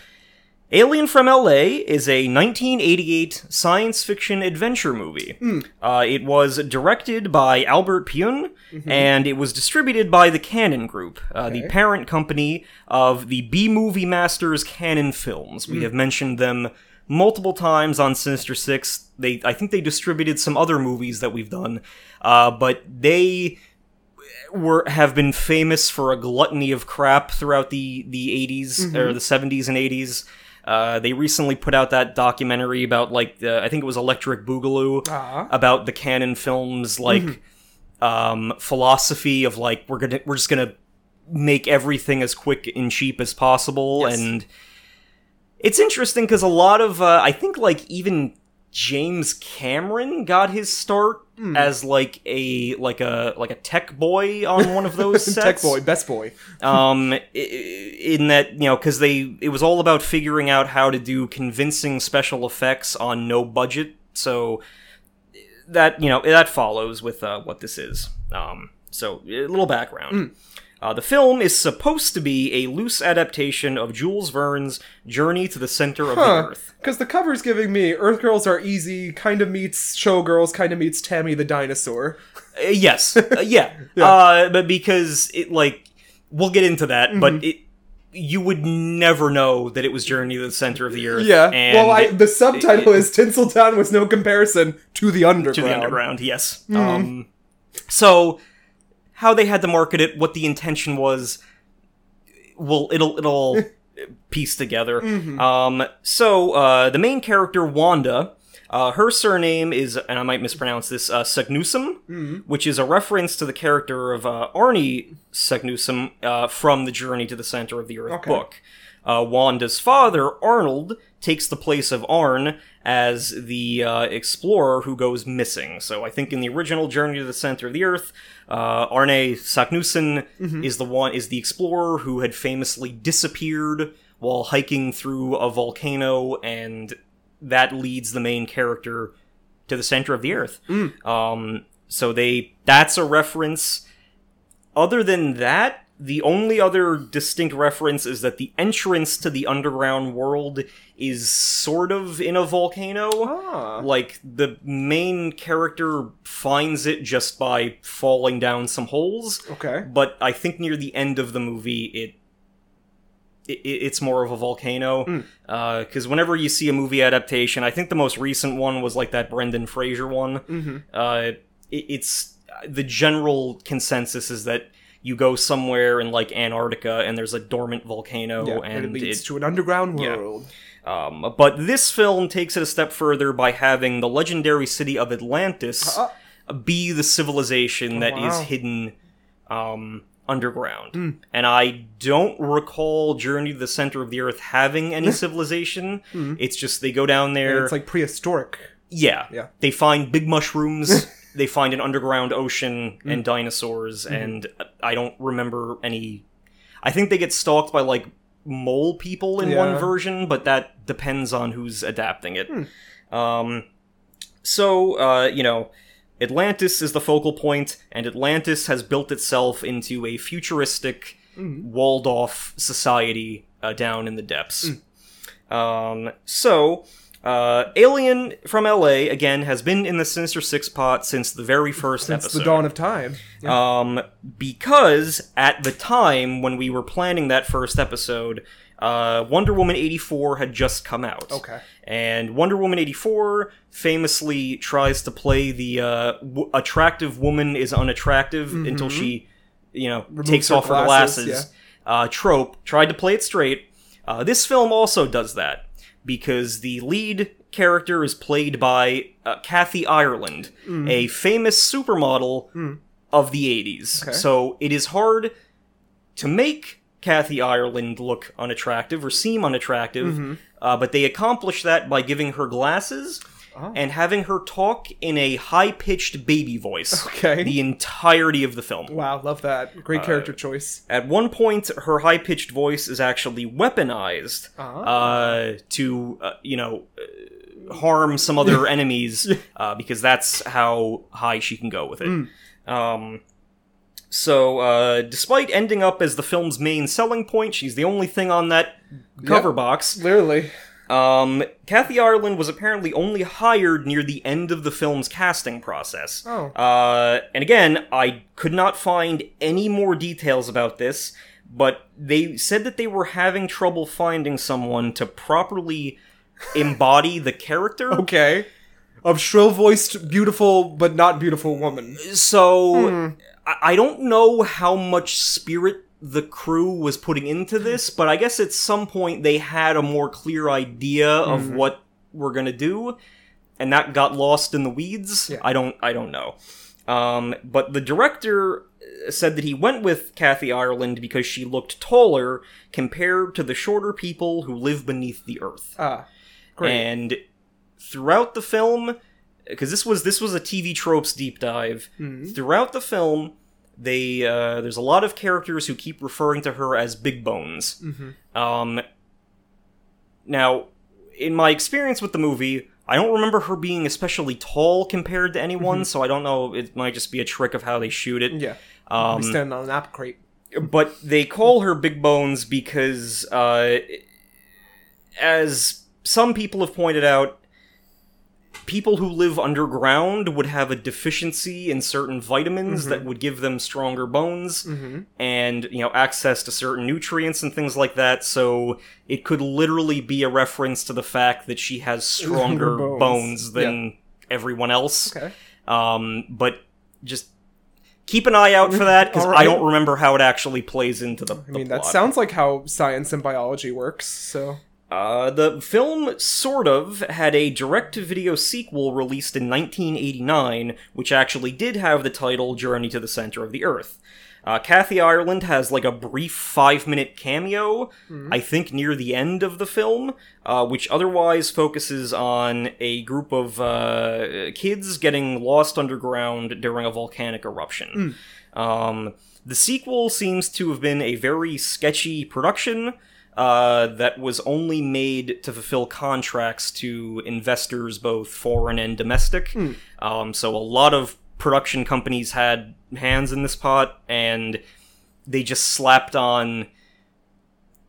S1: Alien from LA is a 1988 science fiction adventure movie. Uh, it was directed by Albert Pyun, and it was distributed by the Canon Group, uh, the parent company of the B Movie Masters Canon Films. We have mentioned them multiple times on Sinister Six. They, I think, they distributed some other movies that we've done, uh, but they were have been famous for a gluttony of crap throughout the the 80s or the 70s and 80s. Uh, they recently put out that documentary about like the, I think it was Electric Boogaloo
S2: Ah.
S1: about the Canon films like um, philosophy of like we're gonna we're just gonna make everything as quick and cheap as possible
S2: Yes.
S1: and it's interesting because a lot of uh, I think like even James Cameron got his start
S2: Hmm.
S1: as like a like a like a tech boy on one of those sets.
S2: [LAUGHS] Tech boy, best boy.
S1: um, i- i- in that you know because they it was all about figuring out how to do convincing special effects on no budget. So that you know that follows with uh, what this is. Um, so a little background.
S2: Hmm.
S1: Uh, the film is supposed to be a loose adaptation of Jules Verne's Journey to the Center of the Earth.
S2: Because the cover's giving me Earth Girls Are Easy, kind of meets Showgirls, kind of meets Tammy the Dinosaur.
S1: Uh, yes,
S2: [LAUGHS]
S1: Uh, yeah. Uh, but because it like we'll get into that,
S2: Mm-hmm.
S1: but it you would never know that it was Journey to the Center of the Earth.
S2: Yeah.
S1: and
S2: well, I,
S1: it-
S2: the subtitle
S1: it-
S2: is Tinseltown was no comparison to the underground.
S1: to the underground. Yes. Um, so how they had to market it, what the intention was, well, it'll it'll piece together. Um, so uh, the main character Wanda. Uh, her surname is, and I might mispronounce this, uh, Segnusum, which is a reference to the character of uh, Arnie Segnusum uh, from the Journey to the Center of the Earth
S2: Okay.
S1: book. Uh, Wanda's father, Arnold, takes the place of Arn as the uh, explorer who goes missing. So I think in the original Journey to the Center of the Earth, uh, Arne Saknussen is the one is the explorer who had famously disappeared while hiking through a volcano, and that leads the main character to the center of the Earth. Um, so they that's a reference other than that, the only other distinct reference is that the entrance to the underground world is sort of in a volcano.
S2: Ah.
S1: Like, the main character finds it just by falling down some holes.
S2: Okay.
S1: But I think near the end of the movie, it. it- It's more of a volcano
S2: Mm.
S1: because whenever you see a movie adaptation, I think the most recent one was like that Brendan Fraser one
S2: Mm-hmm.
S1: uh, it, it's the general consensus is that you go somewhere in like Antarctica and there's a dormant volcano
S2: Yeah, and it
S1: Oh, and
S2: leads
S1: it,
S2: to an underground
S1: yeah.
S2: world.
S1: um, but this film takes it a step further by having the legendary city of Atlantis
S2: Uh,
S1: be the civilization that is
S2: Oh, wow. Hmm.
S1: hidden um, underground. And I don't recall Journey to the Center of the Earth having
S2: [LAUGHS]
S1: any civilization. It's just they go down there.
S2: Hmm. It's like prehistoric.
S1: Yeah.
S2: Yeah.
S1: They find big mushrooms,
S2: [LAUGHS]
S1: they find an underground ocean
S2: Hmm.
S1: and dinosaurs, and I don't remember any. I think they get stalked by, like, mole people in one
S2: Yeah.
S1: version, but that depends on who's adapting it.
S2: Hmm.
S1: Um, so, uh, you know. Atlantis is the focal point, and Atlantis has built itself into a futuristic,
S2: Mm.
S1: walled off society uh, down in the depths.
S2: Mm.
S1: Um, so, uh, Alien from LA, again, has been in the Sinister Six pot since the very first
S2: Since
S1: episode.
S2: the dawn of time. Yeah.
S1: Um, because at the time when we were planning that first episode, uh, Wonder Woman 84 had just come out.
S2: Okay.
S1: And Wonder Woman 84 famously tries to play the uh, w- attractive woman is unattractive until she, you know, takes
S2: Mm-hmm. her
S1: off her
S2: glasses,
S1: glasses uh, trope, tried to play it straight. Uh, this film also does that. because the lead character is played by uh, Kathy Ireland,
S2: Mm.
S1: a famous supermodel of the 80s.
S2: Okay.
S1: So it is hard to make Kathy Ireland look unattractive or seem unattractive,
S2: Mm-hmm.
S1: uh, but they accomplish that by giving her glasses
S2: Oh.
S1: and having her talk in a high pitched baby voice
S2: Okay.
S1: the entirety of the film.
S2: Wow, love that.
S1: Uh,
S2: Great character choice.
S1: At one point, her high pitched voice is actually weaponized uh, to, uh, you know, uh, harm some other enemies uh, because that's how high she can go with it. Um, so, uh, despite ending up as the film's main selling point, she's the only thing on that cover box.
S2: Literally.
S1: Um, Kathy Ireland was apparently only hired near the end of the film's casting process.
S2: Oh.
S1: Uh, and again, I could not find any more details about this, but they said that they were having trouble finding someone to properly embody the character.
S2: [LAUGHS] Okay. Of shrill voiced, beautiful, but not beautiful woman.
S1: So
S2: Hmm.
S1: I-, I don't know how much spirit the crew was putting into this, but I guess at some point they had a more clear idea
S2: Mm-hmm.
S1: of what we're gonna do, and that got lost in the weeds.
S2: Yeah.
S1: I don't I don't know. Um, but the director uh, said that he went with Kathy Ireland because she looked taller compared to the shorter people who live beneath the earth.
S2: Ah. Great.
S1: And throughout the film, because this was this was a TV tropes deep dive. Hmm? Throughout the film, they uh, there's a lot of characters who keep referring to her as Big Bones.
S2: Mm-hmm.
S1: Um, now, in my experience with the movie, I don't remember her being especially tall compared to anyone, so I don't know. It might just be a trick of how they shoot it.
S2: yeah.
S1: Um,
S2: we standing on an apple crate.
S1: but they call her Big Bones because, uh, as some people have pointed out, people who live underground would have a deficiency in certain vitamins that would give them stronger bones
S2: Mm-hmm.
S1: and you know access to certain nutrients and things like that so it could literally be a reference to the fact that she has stronger
S2: Bones.
S1: bones. than everyone else
S2: Okay.
S1: um, but just keep an eye out for that because
S2: All right.
S1: I don't remember how it actually plays into the.
S2: I mean, that sounds like how science and biology works, so.
S1: Uh, the film sort of had a direct-to-video sequel released in 1989, which actually did have the title "Journey to the Center of the Earth." Uh, Kathy Ireland has like a brief five-minute cameo,
S2: Mm-hmm.
S1: I think, near the end of the film, uh, which otherwise focuses on a group of uh, kids getting lost underground during a volcanic eruption.
S2: Hmm.
S1: Um, the sequel seems to have been a very sketchy production uh, that was only made to fulfill contracts to investors, both foreign and domestic.
S2: Hmm.
S1: Um, so a lot of production companies had hands in this pot, and they just slapped on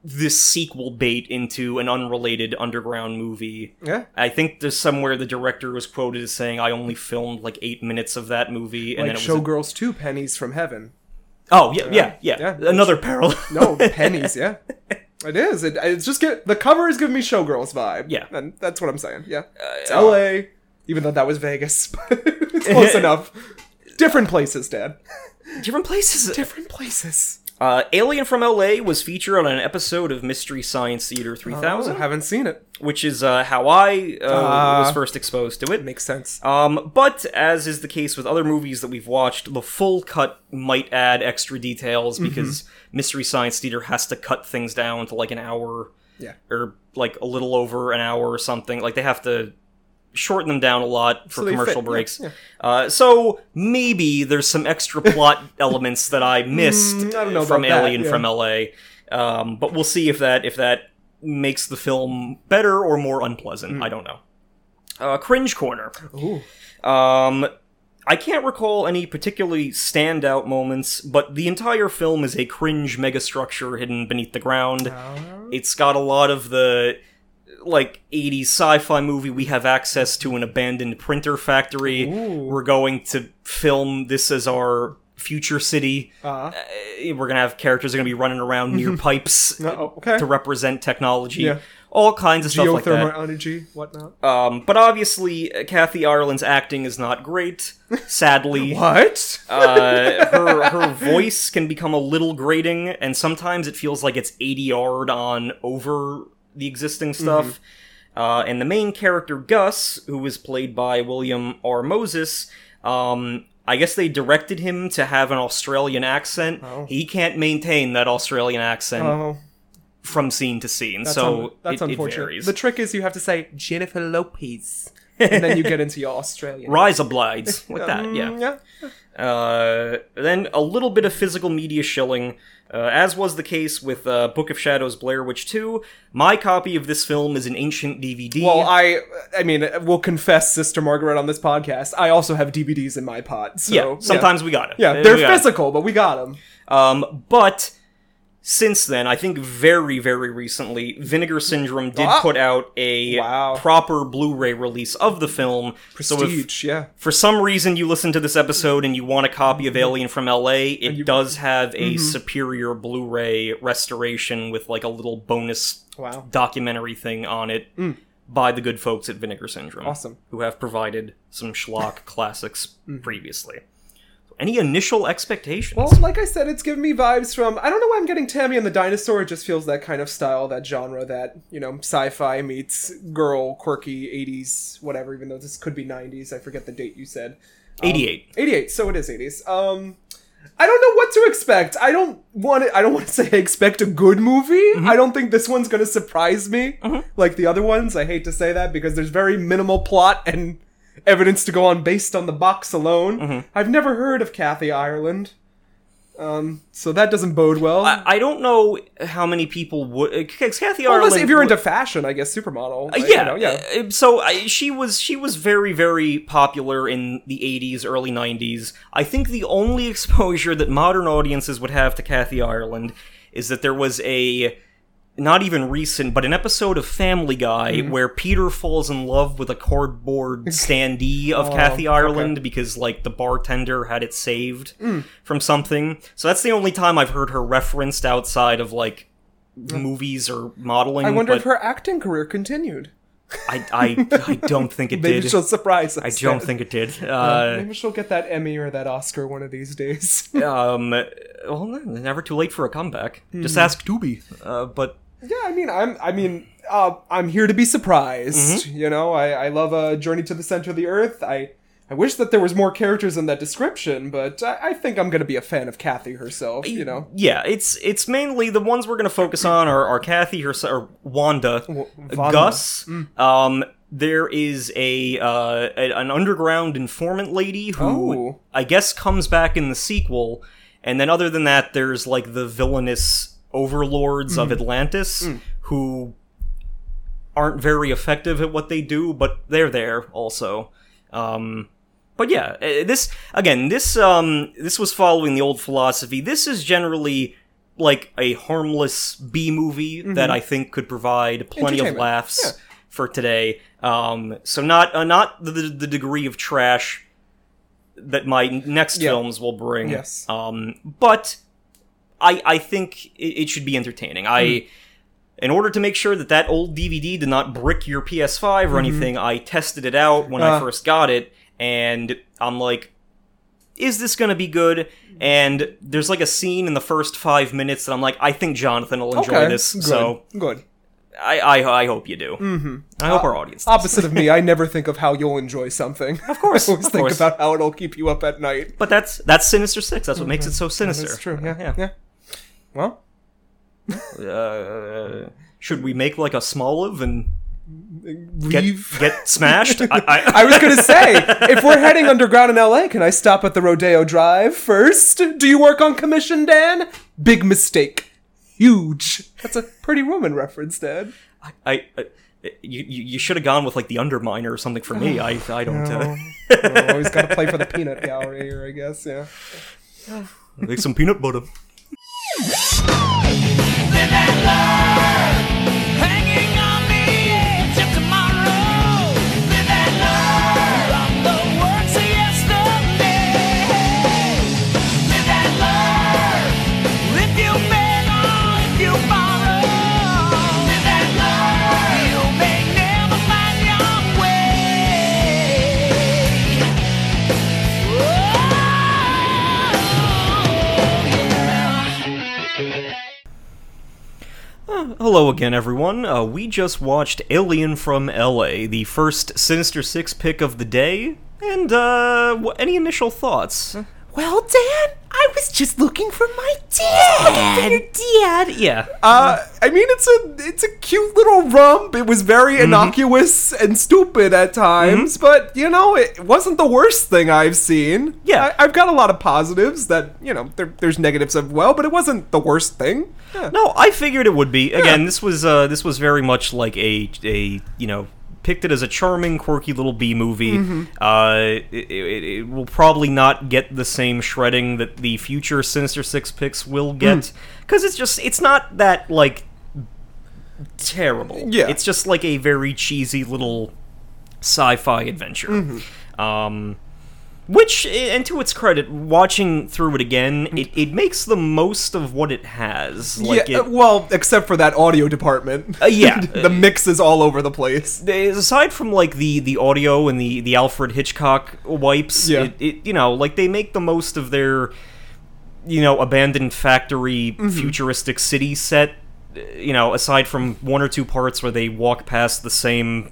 S1: this sequel bait into an unrelated underground movie.
S2: Yeah.
S1: I think there's somewhere the director was quoted as saying, "I only filmed like eight minutes of that movie, and
S2: Like
S1: then it was a
S2: Showgirls 2 Pennies from Heaven.
S1: Oh yeah, yeah, yeah.
S2: yeah.
S1: Another [LAUGHS] parallel.
S2: No,
S1: [LAUGHS]
S2: pennies, yeah. It is. It, it's just get the cover is giving me showgirls vibe.
S1: Yeah. Uh,
S2: and that's what I'm saying. Yeah, it's L.A. Even though that was Vegas, [LAUGHS] but
S1: [LAUGHS]
S2: it's close enough. Different places, Dad.
S1: different places.
S2: Different places.
S1: Uh, Alien from L.A. was featured on an episode of Mystery Science Theater
S2: Thousand
S1: 3000,
S2: haven't seen it.
S1: which is uh, how I uh,
S2: Ah.
S1: was first exposed to it.
S2: Makes sense.
S1: Um, but as is the case with other movies that we've watched, the full cut might add extra details because Mystery Science Theater has to cut things down to like an hour
S2: Yeah,
S1: or like a little over an hour or something. Like they have to shorten them down a lot for
S2: So they
S1: commercial
S2: fit, yeah,
S1: breaks.
S2: yeah.
S1: Uh, so maybe there's some extra
S2: [LAUGHS]
S1: plot elements that I missed
S2: Mm, I don't know
S1: from
S2: about that,
S1: Alien
S2: yeah.
S1: from LA. Um, but we'll see if that if that makes the film better or more unpleasant.
S2: Hmm.
S1: I don't know. Uh, cringe corner.
S2: Ooh.
S1: Um, I can't recall any particularly standout moments, but the entire film is a cringe megastructure hidden beneath the ground. It's got a lot of the like 80s sci-fi movie we have access to an abandoned printer factory.
S2: Ooh.
S1: We're going to film this as our future city.
S2: Uh,
S1: Uh, We're going to have characters that are going to be running around
S2: [LAUGHS]
S1: near pipes
S2: no, okay.
S1: to represent technology.
S2: Yeah.
S1: All kinds of stuff like that.
S2: Geothermal energy, whatnot.
S1: Um, but obviously, uh, Kathy Ireland's acting is not great.
S2: [LAUGHS]
S1: Sadly,
S2: What?
S1: uh, her her voice can become a little grating,
S2: Mm-hmm.
S1: and sometimes it feels like it's ADR'd on over the existing stuff. Uh, and the main character, Gus, who was played by William R. Moses, um, I guess they directed him to have an Australian accent.
S2: Oh.
S1: He can't maintain that Australian accent
S2: Oh,
S1: from scene to scene,
S2: that's
S1: so
S2: un- that's
S1: it, it
S2: unfortunate.
S1: varies.
S2: The trick is you have to say Jennifer Lopez, and then you get into your Australian.
S1: Rise obliges
S2: [LAUGHS]
S1: with that,
S2: Mm,
S1: yeah.
S2: yeah.
S1: Uh, then a little bit of physical media shilling, uh, as was the case with uh, Book of Shadows Blair Witch 2. My copy of this film is an ancient DVD.
S2: Well, I, I mean, we'll confess, Sister Margaret, on this podcast. I also have DVDs in my pot. So,
S1: yeah, sometimes we got it.
S2: yeah,
S1: We
S2: they're
S1: got it.
S2: physical, but we got them.
S1: Um, but since then, I think very, very recently, Vinegar Syndrome did
S2: Ah.
S1: put out a
S2: Wow.
S1: proper Blu-ray release of the film. So if
S2: Prestige, yeah.
S1: for some reason you listen to this episode and you want a copy
S2: Mm-hmm.
S1: of Alien from LA, it does have a superior Blu-ray restoration with like a little bonus
S2: Wow.
S1: documentary thing on it by the good folks at Vinegar Syndrome.
S2: Mm. Awesome. Mm-hmm.
S1: Who have provided some
S2: [LAUGHS]
S1: schlock classics previously. Any initial expectations?
S2: Well, um, like I said, it's giving me vibes from. I don't know why I'm getting Tammy and the Dinosaur. It just feels that kind of style, that genre, that, you know, sci fi meets girl, quirky 80s, whatever, even though this could be 90s. I forget the date you said.
S1: 88.
S2: 88 so it is 80s um i don't know what to expect i don't want to i don't want to [LAUGHS] say I expect a good movie
S1: Mm-hmm.
S2: i don't think this one's gonna surprise me like the other ones i hate to say that because there's very minimal plot and evidence to go on based on the box alone
S1: Mm-hmm.
S2: i've never heard of kathy ireland um so that doesn't bode well
S1: I, I don't know how many people would. Because Kathy
S2: Well,
S1: Ireland.
S2: Unless if you're
S1: w-
S2: into fashion, I guess supermodel. like, you
S1: yeah,
S2: know, yeah.
S1: uh, So I, she was she was very very popular in the 80s, early 90s. I think the only exposure that modern audiences would have to Kathy Ireland is that there was a not even recent, but an episode of Family Guy
S2: Mm-hmm.
S1: where Peter falls in love with a
S2: [LAUGHS]
S1: cardboard standee
S2: Oh,
S1: of Kathy Ireland because like the bartender had it saved
S2: Mm.
S1: from something. So that's the only time I've heard her referenced outside of like movies or modeling.
S2: I wonder
S1: mm, but-
S2: if her acting career continued.
S1: I, I, I don't think it
S2: [LAUGHS] Maybe
S1: did.
S2: she'll surprise us.
S1: I don't think it did. Uh,
S2: Maybe she'll get that Emmy or that Oscar one of these days.
S1: um, well, no, never too late for a comeback. Just ask Doobie. Uh, but
S2: yeah, I mean, I'm, I mean, uh, I'm here to be surprised.
S1: Mm-hmm.
S2: You know, I, I love a journey to the center of the earth. I, I wish that there was more characters in that description, but I, I think I'm gonna be a fan of Kathy herself. You know,
S1: yeah, it's it's mainly the ones we're gonna focus on are, are Kathy her or Wanda,
S2: Wanda. Mm.
S1: Gus. Um, there is a, uh, a- an underground informant lady who
S2: Oh.
S1: I guess comes back in the sequel, and then other than that, there's like the villainous overlords
S2: Mm.
S1: of Atlantis who aren't very effective at what they do, but they're there also. Um, but yeah, eh, this again, this um, this was following the old philosophy. This is generally like a harmless B movie that I think could provide plenty of
S2: Mm-hmm. Entertainment,
S1: laughs
S2: yeah.
S1: for today. Um, so not uh, not the, the degree of trash that my next
S2: Yeah.
S1: films will bring.
S2: Yes.
S1: Um, but I I think it, it should be entertaining. I
S2: Mm-hmm.
S1: in order to make sure that that old DVD did not brick your PS5 or anything, I tested it out when I
S2: Mm-hmm. Uh.
S1: first got it, and I'm like, is this gonna be good? And there's like a scene in the first five minutes that I'm like, I think Jonathan will enjoy this,
S2: good,
S1: so
S2: good.
S1: I, I I hope you do. Mm-hmm. I
S2: Uh,
S1: hope our audience. does.
S2: Opposite of me, I never think of how you'll enjoy something. Of
S1: course,
S2: [LAUGHS] I always
S1: of
S2: think
S1: course.
S2: about how it'll keep you up at night.
S1: but that's that's Sinister Six. That's what makes it so sinister.
S2: That's Mm-hmm. true. Yeah, yeah.
S1: yeah.
S2: Well,
S1: Uh, should we make like a small live and get
S2: leave. [LAUGHS]
S1: get smashed? I, I,
S2: I was
S1: [LAUGHS]
S2: gonna say, if we're heading underground in LA, can I stop at the Rodeo Drive first? Do you work on commission, Dan? Big mistake. Huge. That's a pretty woman reference, Dan.
S1: I, I you you, you should have gone with like the underminer or something for me. I I don't. Uh,
S2: No. No, Oh, always gotta play for the peanut gallery here, I guess, yeah.
S1: [LAUGHS] make some peanut butter.
S3: Live and learn. Hanging on the edge of tomorrow. Live and learn from the works of yesterday. Live and learn. If you beg or if you borrow. Live and learn. You may never find your way. Oh, yeah.
S1: Uh, Hello again, everyone. Uh, we just watched Alien from LA, the first Sinister Six pick of the day. And, uh, wh- any initial thoughts?
S4: Well, Dan, I was just looking for my dad.
S1: Your dad? Yeah.
S2: Uh, I mean, it's a it's a cute little rump. It was very
S1: Mm-hmm.
S2: innocuous and stupid at times, but you know, it wasn't the worst thing I've seen.
S1: Yeah.
S2: I, I've got a lot of positives that you know there, there's negatives as well, but it wasn't the worst thing. Yeah.
S1: No, I figured it would be. Again, this was uh, this was very much like a a you know picked it as a charming, quirky little B movie.
S2: Mm-hmm.
S1: Uh, it, it, it will probably not get the same shredding that the future Sinister Six picks will
S2: Mm.
S1: get because it's just it's not that like terrible.
S2: Yeah.
S1: it's just like a very cheesy little sci-fi adventure.
S2: Mm-hmm.
S1: Um, which, and to its credit, watching through it again, it, it makes the most of what it has. Like
S2: yeah,
S1: it,
S2: uh, well, except for that audio department.
S1: Uh, yeah.
S2: [LAUGHS] the mix is all over the place.
S1: aside from like the the audio and the the Alfred Hitchcock wipes,
S2: Yeah.
S1: it, it you know like they make the most of their you know abandoned factory
S2: Mm-hmm.
S1: futuristic city set. uh, You know, aside from one or two parts where they walk past the same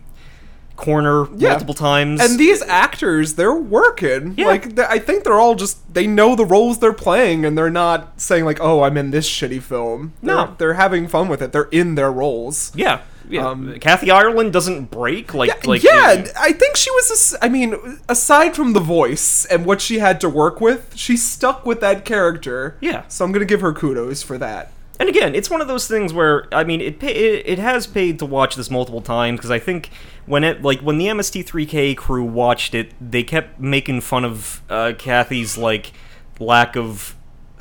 S1: corner
S2: Yeah.
S1: multiple times,
S2: And these actors, they're working.
S1: Yeah.
S2: Like th- I think they're all just they know the roles they're playing, and they're not saying like, "Oh, I'm in this shitty film." They're-
S1: No.
S2: they're having fun with it. They're in their roles.
S1: yeah, yeah.
S2: Um,
S1: Kathy Ireland doesn't break like like
S2: yeah, and I think she was. as- I mean, aside from the voice and what she had to work with, she stuck with that character.
S1: Yeah.
S2: So I'm gonna give her kudos for that.
S1: And again, it's one of those things where I mean, it pa- it, it has paid to watch this multiple times because I think when it like when the MST3K crew watched it, they kept making fun of uh, Kathy's like lack of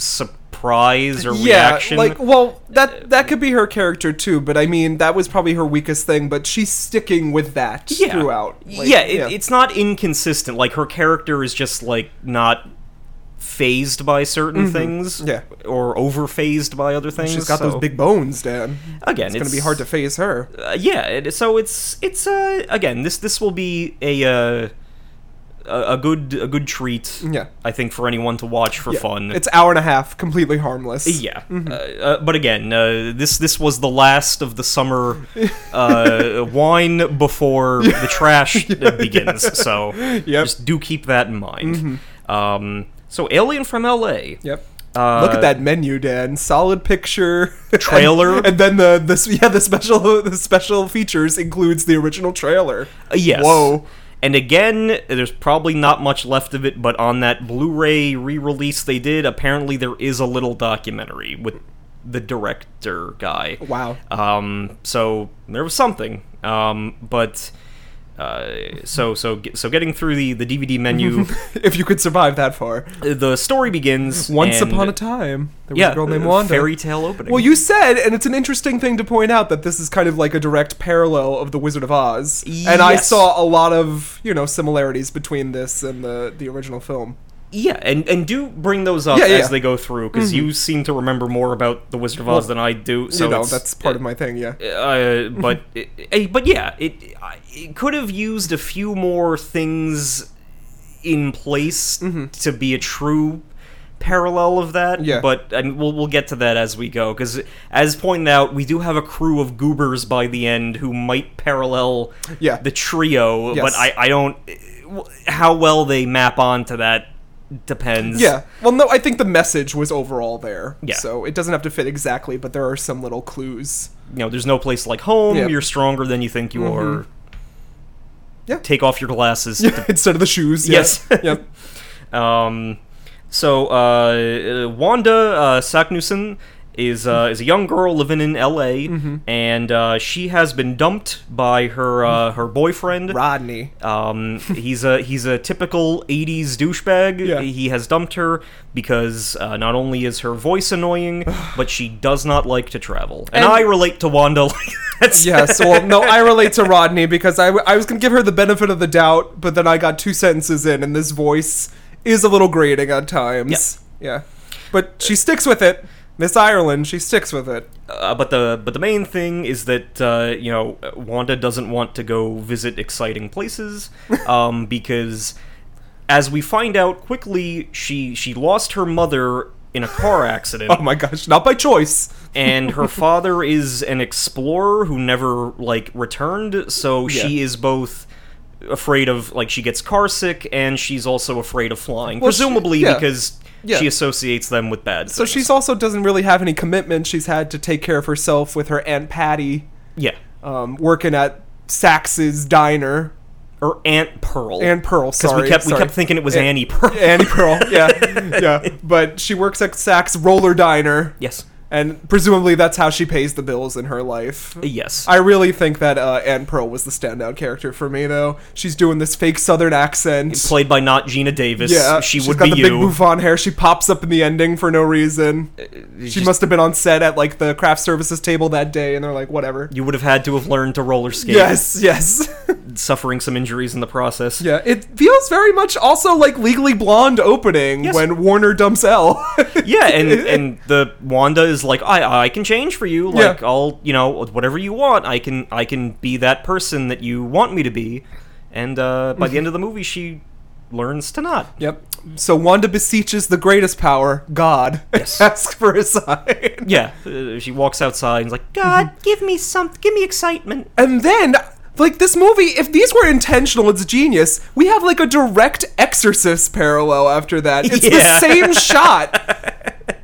S1: surprise or reaction. Uh,
S2: like well, that that could be her character too. But I mean, that was probably her weakest thing. But she's sticking with that
S1: yeah.
S2: throughout. Like,
S1: yeah, it, it's not inconsistent. Like her character is just like not phased by certain things
S2: Mm-hmm. Yeah.
S1: or over phased by other things
S2: she's got
S1: so-
S2: those big bones, Dan.
S1: again
S2: It's, gonna be hard to phase her.
S1: uh, yeah, it, so it's it's uh again this this will be a uh, a a good a good treat.
S2: Yeah.
S1: I think for anyone to watch for
S2: Yeah.
S1: fun.
S2: It's mm-hmm. hour and a half, completely harmless.
S1: [LAUGHS] yeah, uh, uh, but again, uh, this this was the last of the
S2: [LAUGHS]
S1: summer uh, wine before the
S2: [LAUGHS]
S1: trash uh [LAUGHS] begins. So just do keep that in mind.
S2: Mm-hmm.
S1: Um, so Alien from L.A.
S2: Yep.
S1: Uh,
S2: Look at that menu, Dan. Solid picture, [LAUGHS]
S1: Trailer.
S2: and, and then the this yeah the special [LAUGHS] the special features includes the original trailer.
S1: Uh, Yes.
S2: Whoa.
S1: And again, there's probably not much left of it, but on that Blu-ray re-release they did, apparently there is a little documentary with the director guy.
S2: Wow. [LAUGHS]
S1: Um, so there was something. Um, but uh, so so ge- so getting through the the DVD menu,
S2: [LAUGHS] If you could survive that far.
S1: the story begins.
S2: Once
S1: and-
S2: upon a time, there was
S1: yeah,
S2: a girl named
S1: uh,
S2: Wanda.
S1: fairy tale opening.
S2: well, you said, and it's an interesting thing to point out that this is kind of like a direct parallel of the Wizard of Oz. And I
S1: Yes.
S2: saw a lot of you know similarities between this and the the original film.
S1: yeah, and and do bring those up
S2: Yeah, yeah. Mm-hmm.
S1: as they go through because you seem to remember more about the Wizard of Oz than I do. So
S2: you know,
S1: it's-
S2: that's part of my thing. Yeah.
S1: uh, but [LAUGHS] eh, but yeah, it I- it could have used a few more things in place to be a true parallel of that.
S2: Mm-hmm. Yeah.
S1: but I mean, we'll we'll get to that as we go because as pointed out, we do have a crew of goobers by the end who might parallel
S2: Yeah.
S1: the trio,
S2: Yes.
S1: but I I don't eh, wh- how well they map onto that depends.
S2: Yeah. Well, no, I think the message was overall there.
S1: Yeah.
S2: So it doesn't have to fit exactly, but there are some little clues.
S1: you know, there's no place like home.
S2: Yeah. Mm-hmm.
S1: You're stronger than you think you are.
S2: Yeah.
S1: Take off your glasses.
S2: [LAUGHS] Instead of the shoes.
S1: Yes.
S2: [LAUGHS] yeah. yep.
S1: Um, so uh, uh, Wanda uh, Saknussen is uh, is a young girl living in L.A.
S2: Mm-hmm.
S1: and uh, she has been dumped by her
S2: Mm.
S1: uh, her boyfriend.
S2: Rodney. [LAUGHS]
S1: Um, he's a he's a typical '80s douchebag.
S2: Yeah.
S1: He has dumped her because uh, not only is her voice
S2: [SIGHS]
S1: annoying, but she does not like to travel. And,
S2: And-
S1: I relate to Wanda. Like [LAUGHS] that's
S2: Yes. Well, no, I relate to Rodney because I, w- I was going to give her the benefit of the doubt, but then I got two sentences in, and this voice is a little grating at times. Yeah. But she sticks with it. Miss Ireland, she sticks with it.
S1: uh, but the but the main thing is that uh, you know Wanda doesn't want to go visit exciting
S2: [LAUGHS]
S1: places um, because as we find out quickly she she lost her mother in a
S2: [LAUGHS]
S1: car accident.
S2: Oh my gosh, not by choice.
S1: and her father is an explorer who never like returned so she
S2: Yeah.
S1: is both afraid of like she gets car sick and she's also afraid of flying
S2: Well, she-
S1: presumably
S2: yeah.
S1: because
S2: Yeah.
S1: she associates them with bad
S2: So
S1: things.
S2: she's also doesn't really have any commitment. She's had to take care of herself with her aunt Patty,
S1: yeah
S2: um, working at Sax's diner.
S1: or aunt pearl
S2: Aunt Pearl,
S1: because
S2: sorry,
S1: we kept
S2: sorry. Eh,
S1: we kept thinking it was annie pearl
S2: Annie Pearl, yeah, yeah. But she works at Sax Roller Diner.
S1: [LAUGHS] yes
S2: and presumably that's how she pays the bills in her life.
S1: yes
S2: I really think that uh, Anne Pearl was the standout character for me, though. She's doing this fake Southern accent.
S1: played by not gina davis
S2: yeah,
S1: she
S2: she's
S1: would
S2: got
S1: be
S2: the big
S1: you Uh,
S2: bouffant hair. She pops up in the ending for no reason. she
S1: just-
S2: must have been on set at like the craft services table that day, and they're like, whatever.
S1: you would have had to have learned to roller skate
S2: Yes, yes, [LAUGHS]
S1: suffering some injuries in the process
S2: yeah. It feels very much also like Legally Blonde opening
S1: Yes.
S2: when Warner dumps L. [LAUGHS]
S1: Yeah, and and the Wanda is like, I I can change for you. Like
S2: Yeah.
S1: I'll you know whatever you want. I can I can be that person that you want me to be. And uh, by the end of the movie, she learns to not.
S2: Mm-hmm. Yep. So Wanda beseeches the greatest power, God,
S1: Yes.
S2: [LAUGHS] asks for a sign.
S1: Yeah, uh, she walks outside and's like, God,
S2: Mm-hmm.
S1: give me some, give me excitement.
S2: And then, like, this movie, if these were intentional, it's genius. We have, like, a direct Exorcist parallel after that. It's
S1: Yeah.
S2: the
S1: [LAUGHS]
S2: same shot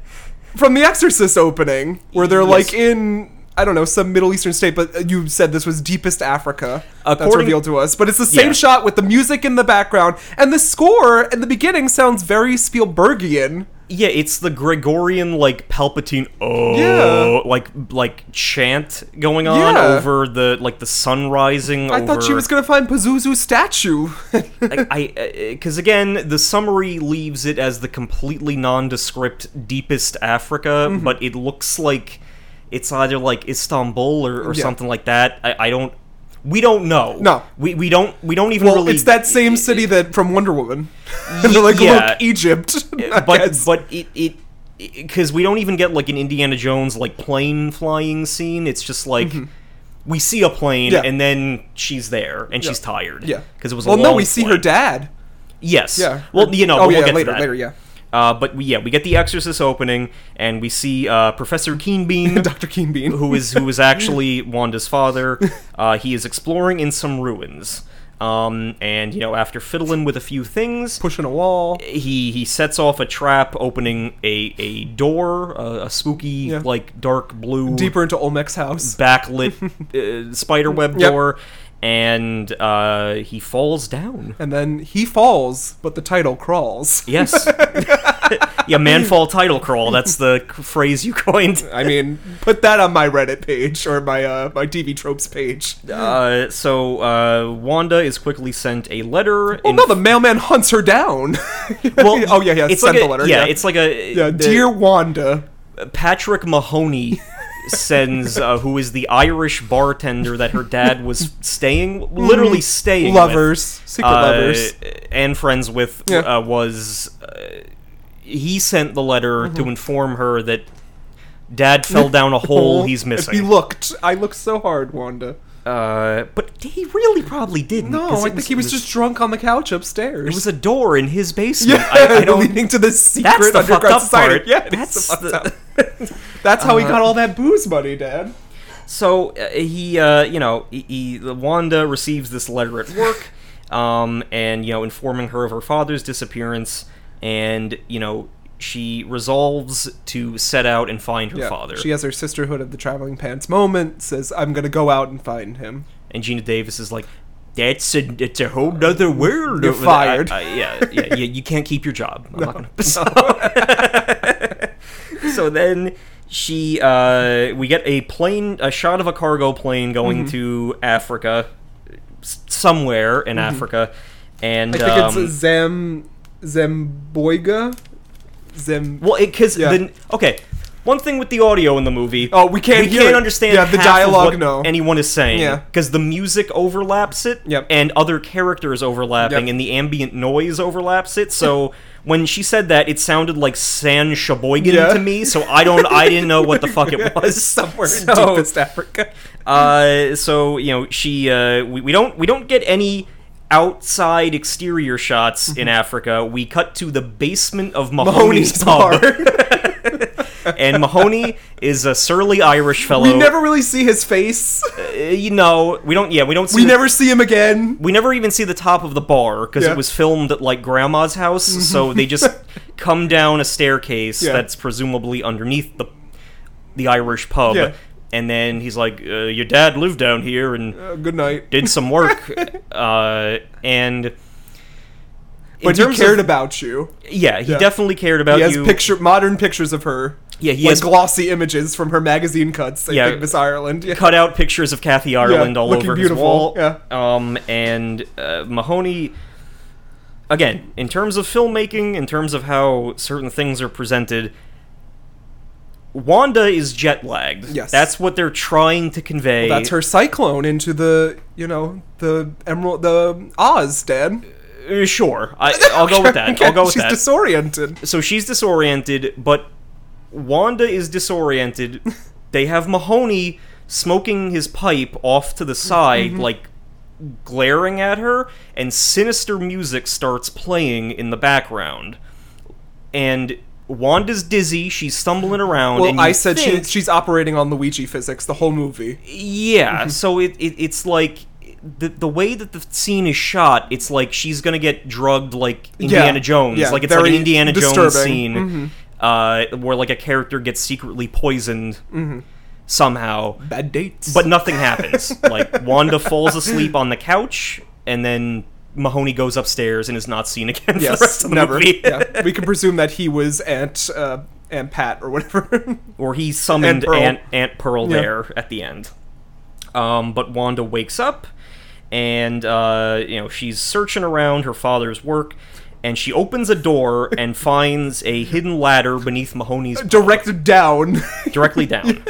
S2: from the Exorcist opening, where they're, like,
S1: Yes.
S2: in. I don't know, some Middle Eastern state, but you said this was deepest Africa. That's
S1: According-
S2: revealed to us. But it's the same
S1: Yeah.
S2: shot with the music in the background. And the score in the beginning sounds very Spielbergian.
S1: Yeah, it's the Gregorian like Palpatine oh
S2: Yeah.
S1: like like chant going on
S2: Yeah.
S1: over the like the sun rising.
S2: I thought she
S1: over-
S2: was gonna find Pazuzu's statue. [LAUGHS]
S1: I because again the summary leaves it as the completely nondescript deepest Africa,
S2: Mm-hmm.
S1: but it looks like it's either like Istanbul or, or
S2: Yeah.
S1: something like that. I, I don't. We don't know.
S2: No.
S1: we we don't we don't even
S2: well,
S1: really.
S2: it's that same city that from Wonder Woman. [LAUGHS] They're like,
S1: yeah.
S2: look, Egypt. [LAUGHS]
S1: [LAUGHS]
S2: I
S1: but
S2: guess.
S1: but it it because we don't even get like an Indiana Jones like plane flying scene. It's just like. We see a plane,
S2: Mm-hmm. Yeah.
S1: and then she's there, and she's tired.
S2: yeah,
S1: because it was. A
S2: well, no,
S1: long
S2: we see her
S1: flight.
S2: dad.
S1: Yes.
S2: Yeah.
S1: Well, you know,
S2: oh
S1: but we'll
S2: yeah,
S1: get to
S2: later,
S1: that.
S2: later, yeah. [LAUGHS]
S1: Uh, but we, yeah, we get the Exorcist opening, and we see uh, Professor Keenbeam,
S2: [LAUGHS] Doctor Keenbean.
S1: who is who is actually Wanda's
S2: [LAUGHS]
S1: father. Uh, he is exploring in some ruins, um, and you know, after fiddling with a few things,
S2: pushing a wall?
S1: he he sets off a trap, opening a a door, a, a spooky like dark blue,
S2: Deeper into Olmec's house.
S1: backlit uh, spider web
S2: [LAUGHS] Yep.
S1: door, and uh, he falls down.
S2: and then he falls, but the title crawls.
S1: Yes. [LAUGHS] yeah, man fall title crawl. That's the c- phrase you coined.
S2: I mean, put that on my Reddit page or my uh, my TV tropes page.
S1: Uh, so uh, Wanda is quickly sent a letter.
S2: Well, Oh, no, the mailman hunts her down.
S1: well,
S2: [LAUGHS] oh yeah, yeah.
S1: It's
S2: sent
S1: like a,
S2: the letter.
S1: Yeah, it's like a
S2: yeah,
S1: the-
S2: dear Wanda.
S1: Patrick Mahoney sends uh, who is the Irish bartender that her dad was staying, literally staying
S2: Mm-hmm. lovers,
S1: with,
S2: secret
S1: uh,
S2: lovers.
S1: and friends with
S2: Yeah.
S1: uh, was. Uh, he sent the letter
S2: Mm-hmm.
S1: to inform her that dad
S2: [LAUGHS]
S1: fell down a hole he's missing.
S2: He looked. I looked so hard, Wanda.
S1: Uh, but he really probably didn't.
S2: No,
S1: 'cause
S2: I
S1: it
S2: think he was, just drunk on the couch upstairs.
S1: It was a door in his basement.
S2: [LAUGHS] yeah,
S1: I, I don't.
S2: leading to the secret
S1: That's the fucked
S2: underground
S1: up
S2: society.
S1: part.
S2: Yeah, it is
S1: That's
S2: the fucked
S1: the- Uh-huh.
S2: up. [LAUGHS] That's how he got all that booze money, Dad.
S1: So uh, he, uh, you know, he, he, Wanda receives this letter at
S2: [LAUGHS]
S1: work, um, and you know, informing her of her father's disappearance, and you know, she resolves to set out and find her father.
S2: She has her sisterhood of the traveling pants moment. Says, "I'm gonna go out and find him."
S1: and Gina Davis is like. That's a it's a whole nother world.
S2: You're
S1: over there." I-
S2: fired.
S1: I-
S2: [LAUGHS]
S1: yeah, yeah, you, you can't keep your job. I'm not gonna. [LAUGHS] so then she uh we get a plane a shot of a cargo plane going
S2: Mm-hmm.
S1: to africa s- somewhere in africa and
S2: Mm-hmm. I think
S1: um,
S2: it's Zam Zamboiga. Zam. [LAUGHS]
S1: well because
S2: Yeah.
S1: then okay one thing with the audio in the movie
S2: Oh, we can't
S1: we
S2: hear
S1: can't
S2: it.
S1: understand
S2: Yeah, the
S1: half of
S2: dialogue,
S1: what
S2: no.
S1: anyone is saying
S2: Yeah.
S1: because the music overlaps it
S2: Yep.
S1: and other characters overlapping
S2: Yep.
S1: and the ambient noise overlaps it
S2: [LAUGHS]
S1: so when she said that it sounded like san sheboygan
S2: Yeah.
S1: to me so i don't i didn't know what the
S2: [LAUGHS]
S1: fuck it was [LAUGHS]
S2: somewhere
S1: So-
S2: in deepest Africa.
S1: Uh, so you know she uh, we, we don't we don't get any outside exterior shots in Africa. We cut to the basement of Mahoney's,
S2: Mm-hmm. Mahoney's
S1: pub.
S2: bar.
S1: [LAUGHS] and Mahoney is a surly Irish fellow.
S2: We never really see his face.
S1: uh, you know, we don't. Yeah, we don't. See
S2: We
S1: the-
S2: never see him again.
S1: we never even see the top of the bar because
S2: Yeah. Mm-hmm.
S1: it was filmed at like grandma's house so they
S2: [LAUGHS]
S1: just come down a staircase
S2: Yeah.
S1: that's presumably underneath the the irish pub
S2: Yeah.
S1: and then he's like uh, your dad lived down here and
S2: Uh, good night.
S1: did some work uh, and in
S2: but he
S1: terms
S2: cared
S1: of-
S2: about you.
S1: yeah he
S2: yeah.
S1: definitely cared about
S2: He has
S1: you
S2: picture modern pictures of her.
S1: yeah he
S2: like
S1: has
S2: glossy images from her magazine cuts. I
S1: Yeah.
S2: think Miss Ireland. Yeah.
S1: cut out pictures of Kathy Ireland all
S2: looking
S1: over
S2: beautiful,
S1: his wall. Um, and uh, Mahoney, again, in terms of filmmaking, in terms of how certain things are presented, Wanda is jet lagged.
S2: Yes.
S1: that's what they're trying to convey.
S2: That's her cyclone into the you know the emerald the Oz. Dad.
S1: Uh, sure,
S2: [LAUGHS]
S1: I, I'll go with that. I'll go with
S2: She's
S1: that.
S2: disoriented.
S1: so she's disoriented, but Wanda is disoriented.
S2: [LAUGHS]
S1: they have Mahoney smoking his pipe off to the side,
S2: Mm-hmm.
S1: like glaring at her, and sinister music starts playing in the background. And Wanda's dizzy, she's stumbling around.
S2: Well,
S1: and you
S2: I said
S1: think,
S2: she, she's operating on Luigi physics the whole movie. Mm-hmm.
S1: yeah, so it, it it's like the the way that the scene is shot, it's like she's gonna get drugged like Indiana Jones,
S2: yeah,
S1: like it's like an
S2: very
S1: Indiana Jones
S2: disturbing. Mm-hmm.
S1: scene uh, where like a character gets secretly poisoned
S2: Mm-hmm.
S1: somehow,
S2: Bad dates.
S1: but nothing
S2: [LAUGHS]
S1: happens. like Wanda falls asleep on the couch, and then Mahoney goes upstairs and is not seen again for the rest of the [LAUGHS]
S2: never.
S1: movie,
S2: yeah. We can presume that he was Aunt uh, Aunt Pat or whatever. [LAUGHS]
S1: or he summoned
S2: Aunt Pearl.
S1: Aunt Aunt Pearl
S2: Yeah.
S1: there at the end. Um, but Wanda wakes up, and uh, you know she's searching around her father's work, and she opens a
S2: [LAUGHS]
S1: door and finds a hidden ladder beneath Mahoney's
S2: Directed down. [LAUGHS]
S1: directly down.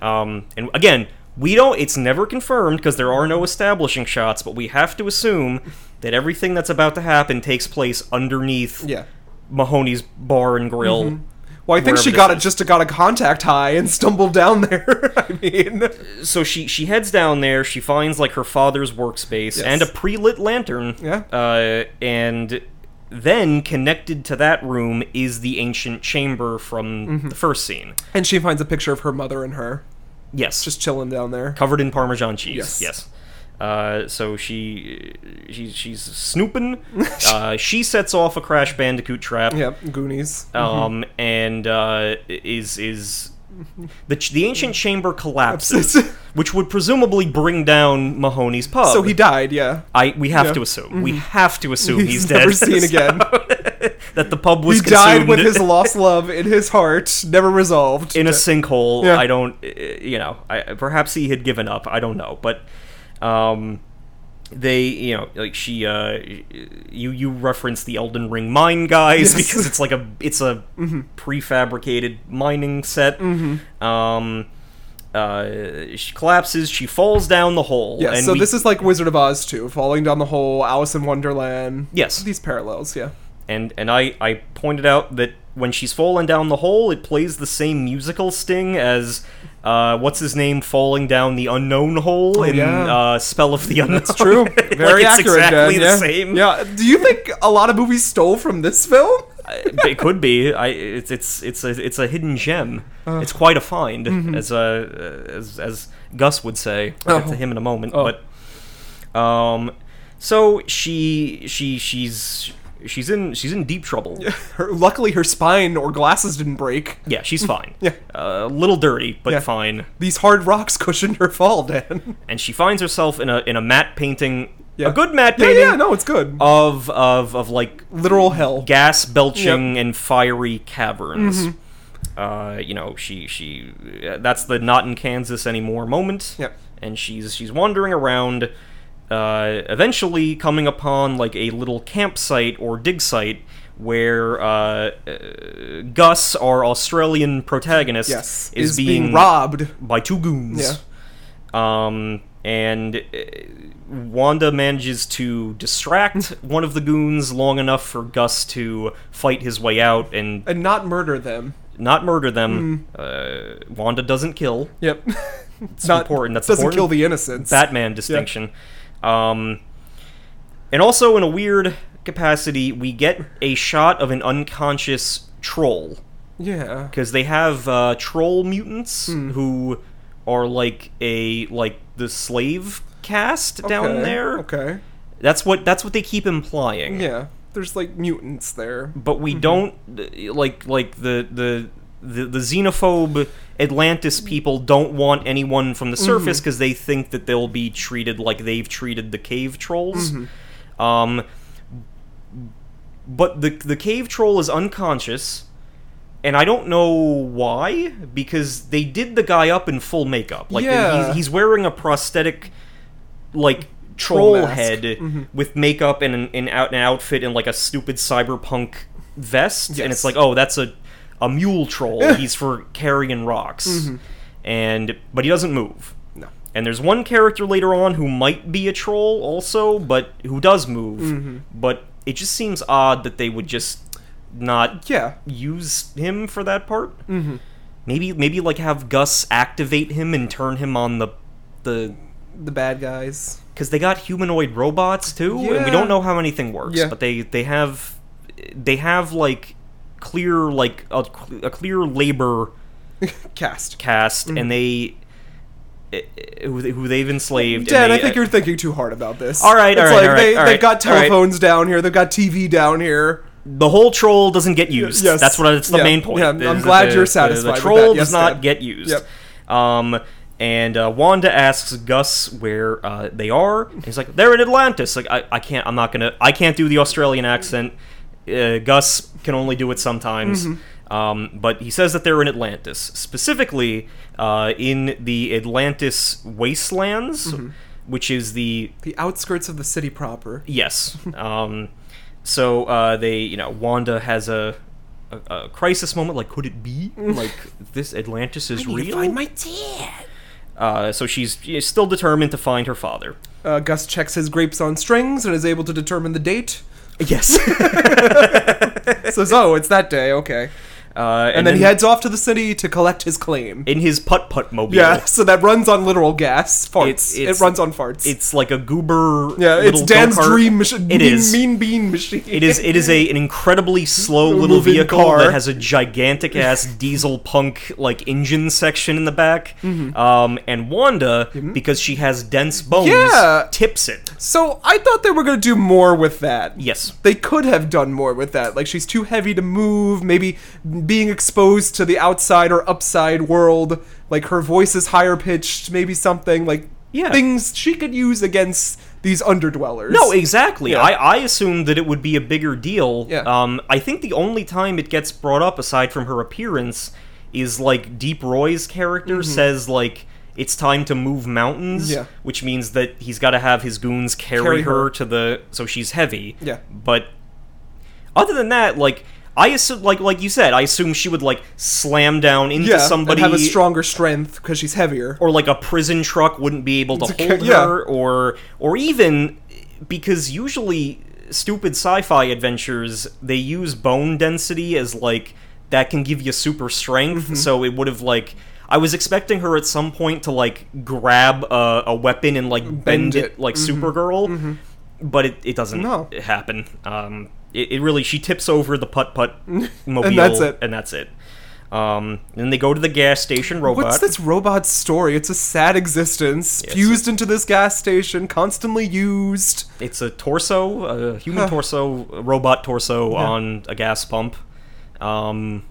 S1: Um, and again, we don't. It's never confirmed because there are no establishing shots, but we have to assume that everything that's about to happen takes place underneath
S2: yeah. Mm-hmm.
S1: Mahoney's bar and grill.
S2: Well, I think
S1: Wherever
S2: she
S1: this
S2: got it
S1: is.
S2: just to got a contact high and [LAUGHS] stumbled down there. [LAUGHS] I mean,
S1: so she she heads down there. She finds like her father's workspace and a pre lit lantern.
S2: Yeah.
S1: Uh, and then connected to that room is the ancient chamber from
S2: Mm-hmm.
S1: the first scene.
S2: and she finds a picture of her mother and her
S1: Yes.
S2: just chilling down there.
S1: covered in Parmesan cheese.
S2: Yes.
S1: Yes. Uh, so she, she she's snooping.
S2: [LAUGHS]
S1: uh, she sets off a Crash Bandicoot trap.
S2: Yep, Mm-hmm. Goonies.
S1: Um, and uh, is is the ch- the
S2: Mm-hmm.
S1: ancient chamber collapses,
S2: [LAUGHS] Collapses.
S1: which would presumably bring down Mahoney's pub.
S2: So he died. Yeah,
S1: I we have
S2: Yeah. Mm-hmm.
S1: to assume we have to assume he's,
S2: he's
S1: dead.
S2: never
S1: [LAUGHS]
S2: seen
S1: So-
S2: again.
S1: that the pub was
S2: He died with
S1: consumed [LAUGHS]
S2: his lost love in his heart, never resolved.
S1: in a sinkhole.
S2: Yeah.
S1: I don't, uh, you know, I, perhaps he had given up. I don't know, but um, they, you know, like she, uh, you, you reference the Elden Ring mine guys
S2: Yes. Mm-hmm.
S1: because it's like a, it's a prefabricated mining set. Um, uh, she collapses. She falls down the hole.
S2: yeah,
S1: and
S2: so
S1: we-
S2: this is like Wizard of Oz too, falling down the hole, Alice in Wonderland.
S1: Yes.
S2: these parallels. Yeah,
S1: and and I I pointed out that when she's falling down the hole, it plays the same musical sting as uh, what's his name falling down the unknown hole in
S2: Oh, yeah.
S1: uh, Spell of the Unknown.
S2: it's [LAUGHS] true.
S1: [LAUGHS] Like,
S2: Very
S1: it's
S2: accurate.
S1: exactly
S2: Dan,
S1: the
S2: yeah.
S1: same.
S2: Yeah. Do you think a lot of movies stole from this film?
S1: [LAUGHS]
S2: [LAUGHS]
S1: it could be. I it's it's it's a it's a hidden gem.
S2: Uh.
S1: it's quite a find,
S2: Mm-hmm.
S1: as uh, as as Gus would say. I'll get
S2: Oh.
S1: to him in a moment, but um, so she she she's she's in she's in deep trouble.
S2: Her, luckily, her spine or glasses didn't break.
S1: Yeah, she's fine.
S2: Mm. Yeah.
S1: Uh, a little dirty, but
S2: Yeah.
S1: fine.
S2: These hard rocks [LAUGHS] cushioned her fall, Dan.
S1: And she finds herself in a in a matte painting,
S2: Yeah.
S1: a good matte
S2: Yeah,
S1: painting
S2: yeah, no, it's good.
S1: of of of like
S2: Uh, Literal hell.
S1: gas belching and fiery caverns.
S2: Mm-hmm.
S1: Uh, you know, she she uh, that's the not in Kansas anymore moment.
S2: Yep.
S1: And she's she's wandering around, uh, eventually coming upon like a little campsite or dig site where uh, uh, Gus, our Australian protagonist,
S2: yes,
S1: is,
S2: being, robbed.
S1: by two goons. Um, and uh, Wanda manages to
S2: [LAUGHS]
S1: distract one of the goons long enough for Gus to fight his way out and
S2: and not murder them.
S1: not murder them.
S2: mm.
S1: Uh, Wanda doesn't kill.
S2: [LAUGHS] Yep. It's not
S1: important, that's
S2: doesn't
S1: important.
S2: kill the innocents.
S1: Batman distinction. Um, and also, in a weird capacity, we get a shot of an unconscious troll
S2: Yeah.
S1: because they have uh, troll mutants
S2: Hmm.
S1: who are like a like the slave caste down
S2: Okay,
S1: there.
S2: Okay.
S1: That's what that's what they keep implying.
S2: Yeah. There's like mutants there.
S1: But we don't th- like like the the. The, the xenophobe Atlantis
S2: Mm-hmm.
S1: people don't want anyone from the surface because they think that they'll be treated like they've treated the cave trolls.
S2: Mm-hmm.
S1: Um, but the the cave troll is unconscious, and I don't know why because they did the guy up in full makeup. Like
S2: Yeah.
S1: he's, he's wearing a prosthetic, like
S2: Troll
S1: troll,
S2: mask.
S1: head
S2: Mm-hmm.
S1: with makeup and an, an out an outfit and like a stupid cyberpunk vest, and
S2: Yes.
S1: it's like oh that's a a mule
S2: [LAUGHS]
S1: troll. he's for carrying rocks, and but he doesn't move.
S2: Mm-hmm. No.
S1: And there's one character later on who might be a troll also, but who does move.
S2: Mm-hmm.
S1: But it just seems odd that they would just not
S2: Yeah.
S1: use him for that part. Mm-hmm. Maybe maybe like have Gus activate him and turn him on the the
S2: The bad guys.
S1: because they got humanoid robots too, and we
S2: Yeah.
S1: don't know how anything works.
S2: Yeah.
S1: But they they have they have like clear like a, a clear labor
S2: [LAUGHS] Cast.
S1: cast,
S2: Mm-hmm.
S1: and they. eh, Who, who they've enslaved. and
S2: Dan,
S1: they- eh,
S2: I think you're thinking too hard about this.
S1: All right,
S2: it's
S1: all right,
S2: like
S1: all right,
S2: they,
S1: all
S2: They've
S1: right,
S2: got
S1: all right.
S2: telephones down here. They've got TV down here.
S1: the whole troll doesn't get used.
S2: yes.
S1: That's what it's the
S2: Yeah,
S1: main point.
S2: yeah, I'm-
S1: is
S2: I'm
S1: that
S2: glad
S1: the-
S2: you're
S1: the-
S2: satisfied
S1: The,
S2: with
S1: troll
S2: that. Yes,
S1: does not
S2: Dad.
S1: get used.
S2: Yep.
S1: Um, and uh, Wanda asks Gus where uh, they are. And he's like, "They're in Atlantis." Like, I, I can't. I'm not gonna. I can't do the Australian accent. Uh, Gus can only do it sometimes.
S2: Mm-hmm.
S1: Um, but he says that they're in Atlantis, specifically uh, in the Atlantis wastelands,
S2: Mm-hmm.
S1: which is the
S2: The outskirts of the city proper.
S1: Yes. Um, so uh, they, you know, Wanda has a, a, a crisis moment. Like, could it
S2: [LAUGHS]
S1: be like this Atlantis is
S4: need to
S1: real?
S4: find my dad.
S1: uh, so she's, she's still determined to find her father.
S2: Uh, Gus checks his grapes on strings and is able to determine the date. [LAUGHS]
S1: Yes.
S2: Says, "Oh, it's that day. Okay."
S1: uh, and,
S2: And, then, he heads off to the city to collect his claim.
S1: in his putt putt mobile.
S2: yeah, so that runs on literal gas farts.
S1: It's- it's-
S2: it runs on farts.
S1: It's like a goober.
S2: yeah, it's
S1: little
S2: Dan's
S1: go-kart.
S2: dream machine.
S1: It
S2: mean,
S1: is.
S2: Mean bean machine.
S1: It is. It is a an incredibly slow little
S2: moving
S1: vehicle
S2: car.
S1: that has a gigantic
S2: [LAUGHS]
S1: ass diesel punk like engine section in the back.
S2: Mm-hmm.
S1: Um, and Wanda, because she has dense bones,
S2: Yeah.
S1: tips it.
S2: So I thought they were gonna do more with that.
S1: Yes.
S2: They could have done more with that. Like she's too heavy to move, maybe being exposed to the outside or upside world, like her voice is higher pitched, maybe something like
S1: Yeah.
S2: things she could use against these underdwellers.
S1: No, exactly. I, I assumed that it would be a bigger deal.
S2: Yeah.
S1: Um, I think the only time it gets brought up, aside from her appearance, is like Deep Roy's character says like it's time to move mountains,
S2: Mm-hmm. Yeah.
S1: which means that he's got to have his goons carry,
S2: Carry
S1: her.
S2: her.
S1: to the so she's heavy.
S2: Yeah.
S1: But other than that, like. I assume, like like you said, I assume she would like slam down into
S2: yeah, and
S1: somebody,
S2: have a stronger strength because she's heavier.
S1: or like a prison truck wouldn't be able to
S2: It's a
S1: hold
S2: ca- yeah.
S1: her or or even because usually stupid sci-fi adventures they use bone density as like that can give you super strength
S2: Mm-hmm.
S1: so it would have like I was expecting her at some point to like grab a, a weapon and like bend, it.
S2: it. Mm-hmm.
S1: like Supergirl, but it, it doesn't
S2: No.
S1: happen. Um, it, it really she tips over the putt
S2: [LAUGHS]
S1: putt mobile
S2: that's it.
S1: and that's it. Um, then they go to the gas station robot.
S2: What's this robot story? It's a sad existence,
S1: it's
S2: fused into this gas station, constantly used.
S1: It's a torso, a human torso, a robot torso on a gas pump. Um,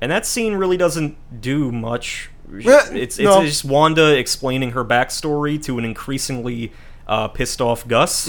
S1: and that scene really doesn't do much. It's, it's,
S2: no.
S1: just Wanda explaining her backstory to an increasingly uh, pissed off Gus.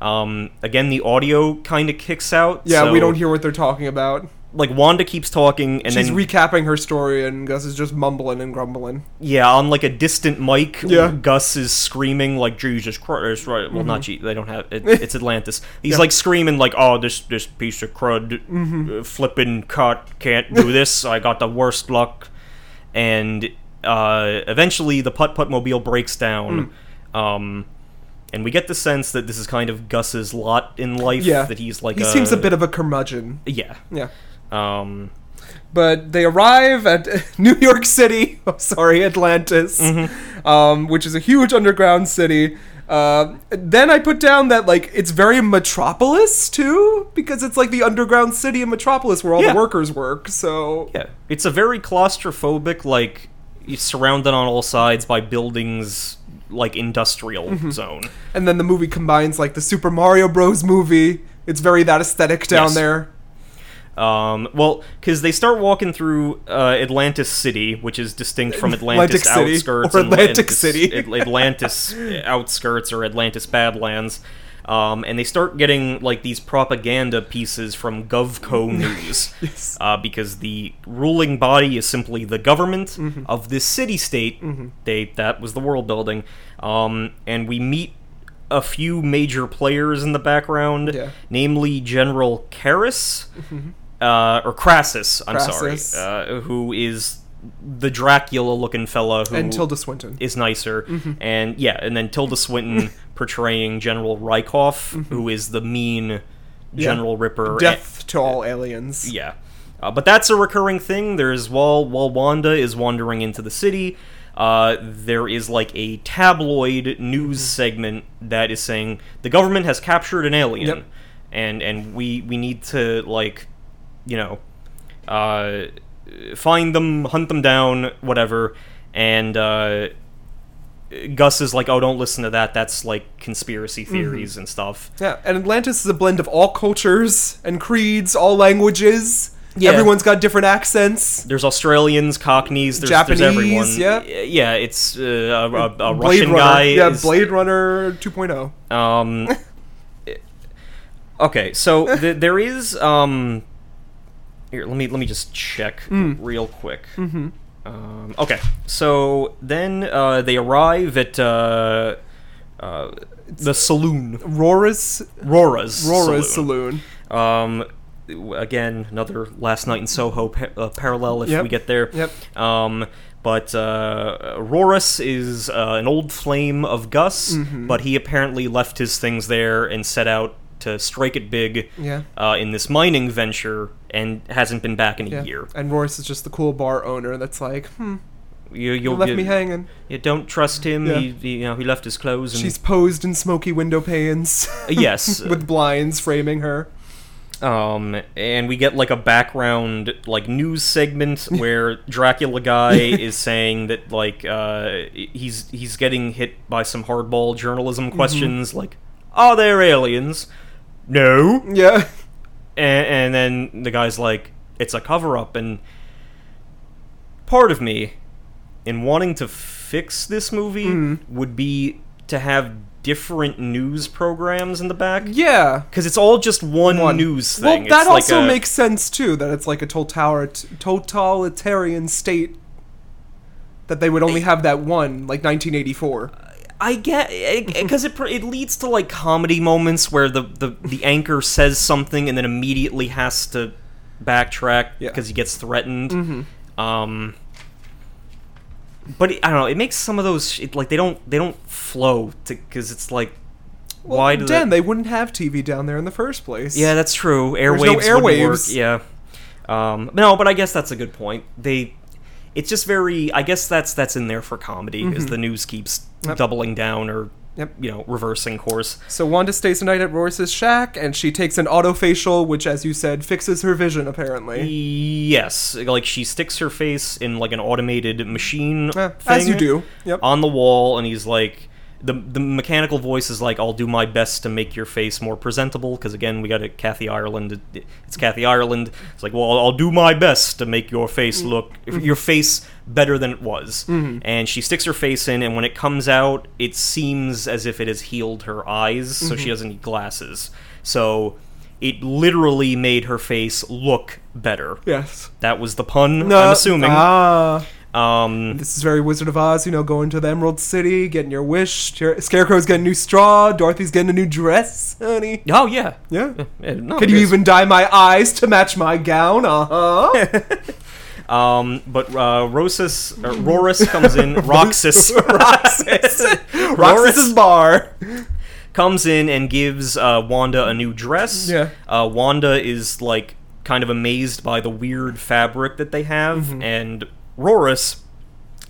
S1: Um, again, the audio kind of kicks out.
S2: Mm-hmm. Yeah, we
S1: so,
S2: don't hear what they're talking about.
S1: Like Wanda keeps talking, and
S2: She's
S1: then
S2: recapping her story, and Gus is just mumbling and grumbling.
S1: Yeah, on like a distant mic,
S2: Yeah.
S1: Gus is screaming like Jesus Christ. Right? Well, not
S2: Mm-hmm.
S1: G. They don't have
S2: [LAUGHS]
S1: it, it's Atlantis. He's like screaming like, "Oh, this this piece of crud,
S2: Mm-hmm.
S1: uh, flipping cut can't do this. I got the worst luck." And uh, eventually, the putt putt mobile breaks down.
S2: Mm.
S1: Um, and we get the sense that this is kind of Gus's lot in life.
S2: Yeah,
S1: that he's like
S2: he
S1: a,
S2: seems a bit of a curmudgeon.
S1: yeah.
S2: Yeah,
S1: Um,
S2: But they arrive at [LAUGHS] New York City, [LAUGHS] oh, sorry, Atlantis,
S1: Mm-hmm.
S2: um, which is a huge underground city. Uh, then I put down that like it's very metropolis too, because it's like the underground city in metropolis where all
S1: Yeah.
S2: the workers work. So
S1: Yeah, it's a very claustrophobic, like you're surrounded on all sides by buildings, like industrial
S2: Mm-hmm.
S1: zone.
S2: And then the movie combines like the Super Mario Bros. movie. It's very that aesthetic down
S1: Yes.
S2: there.
S1: Um, well, because they start walking through uh, Atlantis City, which is distinct from Atlantis
S2: Atlantic City,
S1: outskirts,
S2: or
S1: and
S2: Atlantic
S1: Atlantis-
S2: City.
S1: At- Atlantis outskirts or Atlantis Badlands. Um, and they start getting like these propaganda pieces from
S2: [LAUGHS]
S1: GovCo News, uh, because the ruling body is simply the government
S2: Mm-hmm.
S1: of this city-state. They that was the world building, um, and we meet a few major players in the background,
S2: Yeah. Mm-hmm.
S1: namely General Karras, uh, or Crassus. I'm
S2: Crassus.
S1: sorry, uh, who is the Dracula-looking fella who
S2: And Tilda Swinton.
S1: is nicer. And yeah, and then Tilda Swinton portraying General Rykoff, who is the mean General Ripper.
S2: Death to all aliens.
S1: And- yeah. Uh, but that's a recurring thing. There's while while Wanda is wandering into the city, uh, there is like a tabloid news segment that is saying the government has captured an alien,
S2: Yep.
S1: and and we we need to like, you know, uh, find them, hunt them down, whatever. And uh, Gus is like, "Oh, don't listen to that. That's like conspiracy theories and stuff."
S2: Yeah, and Atlantis is a blend of all cultures and creeds, all languages.
S1: Yeah.
S2: Everyone's got different accents.
S1: There's Australians, Cockneys, there's, there's
S2: Japanese,
S1: everyone.
S2: yeah.
S1: yeah. It's uh, a, a, a
S2: Blade
S1: Russian
S2: Runner.
S1: guy.
S2: Yeah,
S1: is-
S2: Blade Runner oh. 2.0.
S1: Um, [LAUGHS] okay, so
S2: [LAUGHS]
S1: th- there is. Um, here, let me let me just check
S2: Hmm.
S1: real quick. Mm-hmm. Um, okay, so then uh, they arrive at uh, uh, the saloon,
S2: Rora's
S1: Rora's
S2: Rora's
S1: saloon.
S2: saloon.
S1: Um, w- again, another last night in Soho pa- uh, parallel if
S2: Yep.
S1: we get there.
S2: Yep.
S1: Um, but uh, Rorus is uh, an old flame of Gus,
S2: Mm-hmm.
S1: but he apparently left his things there and set out to strike it big
S2: Yeah.
S1: uh, in this mining venture and hasn't been back in a year.
S2: And Rora's is just the cool bar owner that's like, hmm,
S1: You, you'll,
S2: left
S1: you-
S2: me hanging.
S1: You don't trust him.
S2: Yeah.
S1: He, he, you know, he left his clothes. And,
S2: She's posed in smoky window panes.
S1: [LAUGHS] yes,
S2: [LAUGHS] with blinds framing her.
S1: Um, and we get like a background like news
S2: [LAUGHS]
S1: segment where Dracula guy is saying that like uh, he's he's getting hit by some hardball journalism
S2: Mm-hmm.
S1: questions like are there aliens? No, and,
S2: Yeah.
S1: and then the guy's like it's a cover up, and part of me in wanting to fix this movie
S2: Mm.
S1: would be to have different news programs in the back.
S2: Yeah.
S1: Because it's all just one,
S2: One.
S1: news thing.
S2: Well, that
S1: It's like
S2: also
S1: a-
S2: makes sense too. That it's like a totalitarian, totalitarian state. That they would only have that one, like 1984.
S1: I get because it, pr- it leads to like comedy moments where the, the the anchor says something and then immediately has to backtrack
S2: Yeah. Mm-hmm.
S1: because he gets threatened. Um, but it- I don't know. It makes some of those it, like they don't they don't flow because it's like why do
S2: Then
S1: that-
S2: they wouldn't have TV down there in the first place.
S1: Yeah, that's true. Airwaves,
S2: no
S1: wouldn't work.
S2: airwaves.
S1: Yeah. Um, no, but I guess that's a good point. They, it's just very. I guess that's that's in there for comedy, is the news keeps doubling down or
S2: Mm-hmm. Yep.
S1: you know reversing course.
S2: So Wanda stays the night at Royce's shack, and she takes an autofacial, which, as you said, fixes her vision. Apparently,
S1: Yes, like she sticks her face in like an automated machine,
S2: Eh,
S1: thing
S2: as you do. Yep.
S1: on the wall, and he's like. The, the mechanical voice is like, I'll do my best to make your face more presentable, because again, we got a Kathy Ireland. it- It's Kathy Ireland. It's like, well, I'll do my best to make your face
S2: Mm-hmm.
S1: look, your face better than it was. And she sticks her face in, and when it comes out, it seems as if it has healed her eyes, so
S2: Mm-hmm.
S1: she doesn't need glasses. So it literally made her face look better.
S2: yes.
S1: That was the pun, I'm assuming.
S2: Ah,
S1: um,
S2: this is very Wizard of Oz. You know, going to the Emerald City, getting your wish. Scar- Scarecrow's getting a new straw. Dorothy's getting a new dress, honey.
S1: oh, yeah.
S2: Yeah.
S1: Yeah, no,
S2: Can
S1: it
S2: you
S1: is.
S2: even dye my eyes to match my gown? Uh huh.
S1: Um, but uh, Rosas, uh, Rorus comes in. Roxas, [LAUGHS] Roxas,
S2: Roxas's
S1: Rorus
S2: bar.
S1: comes in and gives uh, Wanda a new dress.
S2: Yeah.
S1: Uh, Wanda is like kind of amazed by the weird fabric that they have,
S2: Mm-hmm.
S1: and Rorus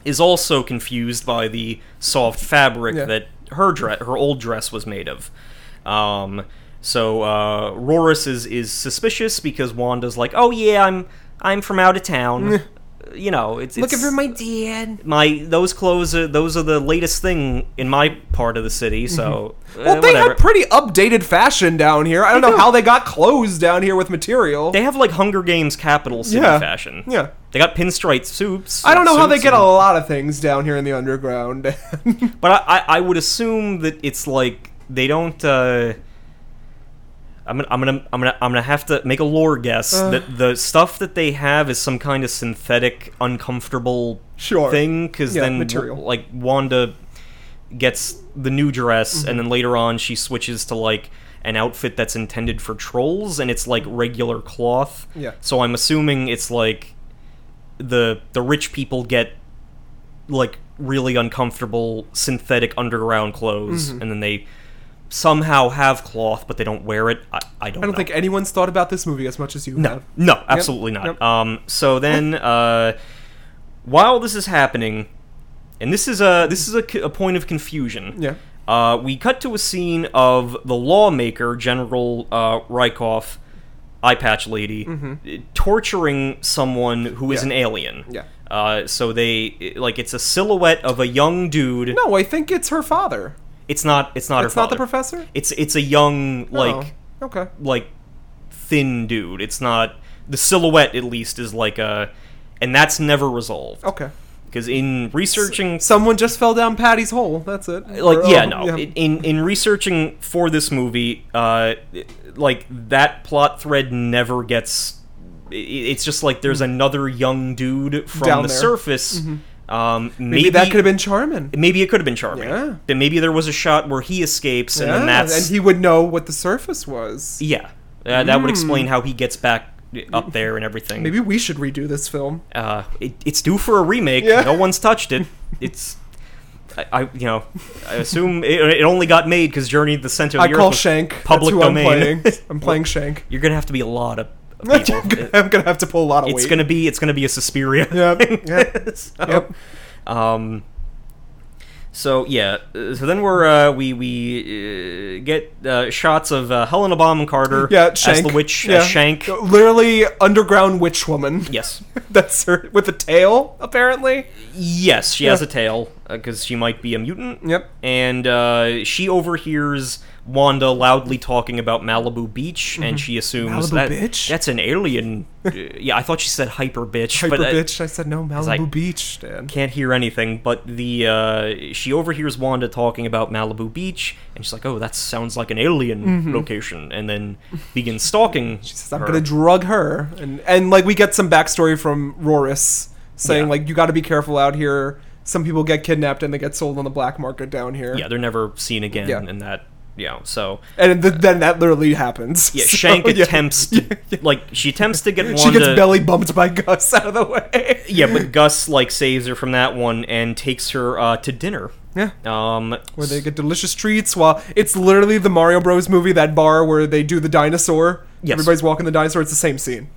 S1: is also confused by the soft fabric
S2: Yeah.
S1: that her dress, her old dress, was made of. Um, so uh, Rorus is is suspicious because Wanda's like, "Oh yeah, I'm I'm from out of town." You know, it's
S4: Looking
S1: it's,
S4: for my dad.
S1: my those clothes are those are the latest thing in my part of the city. So uh,
S2: Mm-hmm. Well, they
S1: whatever.
S2: have pretty updated fashion down here. I don't know
S1: do.
S2: how they got clothes down here with material.
S1: They have like Hunger Games capital city
S2: Yeah.
S1: fashion.
S2: Yeah.
S1: They got pinstripe suits.
S2: I don't know how they
S1: suits
S2: get a
S1: and-
S2: lot of things down here in the underground. [LAUGHS]
S1: But I, I, I would assume that it's like they don't. Uh, I'm gonna, I'm gonna, I'm gonna, I'm gonna have to make a lore guess that the stuff that they have is some kind of synthetic, uncomfortable
S2: Sure.
S1: thing. Because
S2: Yeah,
S1: then,
S2: material.
S1: like Wanda gets the new dress,
S2: Mm-hmm.
S1: and then later on she switches to like an outfit that's intended for trolls, and it's like regular cloth.
S2: Yeah.
S1: So I'm assuming it's like the the rich people get like really uncomfortable synthetic underground clothes,
S2: Mm-hmm.
S1: and then they somehow have cloth, but they don't wear it. I, I don't.
S2: I don't
S1: know.
S2: think anyone's thought about this movie as much as you have.
S1: No, absolutely not.
S2: Yep.
S1: Um, so then, uh, while this is happening, and this is a this is a, c- a point of confusion.
S2: Yeah.
S1: Uh, we cut to a scene of the lawmaker General uh, Rykoff, eye patch lady, eh, torturing someone who is
S2: Mm-hmm. Yeah.
S1: an alien.
S2: Yeah.
S1: Uh, so they eh, like it's a silhouette of a young dude.
S2: No, I think it's her father.
S1: it's not. It's not.
S2: it's
S1: her
S2: not the
S1: father.
S2: professor?
S1: It's it's a young like
S2: Oh, okay.
S1: like thin dude. It's not the silhouette at least is like a and that's never resolved.
S2: Okay.
S1: Because in researching
S2: Someone just fell down Patty's hole. That's it.
S1: like
S2: Or,
S1: yeah,
S2: um,
S1: no. In in researching for this movie, uh like that plot thread never gets i- it's just like there's another young dude from
S2: Mm-hmm. Down
S1: the
S2: there. Mm-hmm.
S1: surface. Um, maybe,
S2: Maybe that could have been Charmin.
S1: Maybe it could have been charming.
S2: Yeah.
S1: Then maybe there was a shot where he escapes, and then
S2: Yeah,
S1: that's
S2: and he would know what the surface was.
S1: yeah. Uh, that would explain how he gets back up there and everything.
S2: Mm. Maybe we should redo this film.
S1: uh, it, it's due for a remake.
S2: Yeah.
S1: No one's touched it. It's, I, I you know, I assume it, it only got made because Journey to the Center of
S2: I
S1: the Earth
S2: call
S1: was
S2: Shank.
S1: public
S2: That's who
S1: domain. [LAUGHS]
S2: I'm playing. I'm playing Shank.
S1: You're gonna have to be a lot
S2: [LAUGHS]
S1: of
S2: I'm
S1: people. It-
S2: gonna have to pull a lot of
S1: it's
S2: weight.
S1: gonna be it's gonna be a Suspiria.
S2: Yep. Yep.
S1: [LAUGHS] So,
S2: Yep.
S1: Um. So yeah, uh, so then we're uh, we we uh, get uh, shots of uh, Helena Bonham Carter
S2: Yeah,
S1: as
S2: Shank.
S1: the witch
S2: yeah.
S1: as Shank.
S2: Literally underground witch woman.
S1: Yes,
S2: [LAUGHS] That's her with a tail, apparently.
S1: yes, she has
S2: Yeah.
S1: a tail because she might be a mutant.
S2: Yep.
S1: and uh, she overhears Wanda loudly talking about Malibu Beach, and she assumes
S2: Mm-hmm. Malibu
S1: that
S2: bitch?
S1: that's an
S2: [LAUGHS]
S1: alien. uh, yeah, I thought she said hyper bitch,
S2: Hyper
S1: but uh, I
S2: bitch. I said no Malibu
S1: like-
S2: Beach, Dan.
S1: can't hear anything. But the uh, she overhears Wanda talking about Malibu Beach, and she's like, "Oh, that sounds like an alien location," and then begins stalking.
S2: Mm-hmm. [LAUGHS] She says I'm
S1: her.
S2: gonna drug her, and and like we get some backstory from Rorus saying
S1: Yeah.
S2: like you got to be careful out here. Some people get kidnapped and they get sold on the black market down here.
S1: yeah, they're never seen again,
S2: Yeah.
S1: and that yeah, so.
S2: and th- then that literally happens.
S1: Yeah,
S2: [LAUGHS] So,
S1: Shank
S2: yeah.
S1: attempts
S2: [LAUGHS]
S1: to, like she attempts to get Wanda.
S2: She gets belly bumped by Gus [LAUGHS] out of the way.
S1: Yeah, but Gus like saves her from that one and takes her uh, to dinner.
S2: Yeah.
S1: Um,
S2: Where they get delicious treats while it's literally the Mario Bros movie that bar where they do the dinosaur.
S1: Yes.
S2: Everybody's walking the dinosaur. It's the same scene.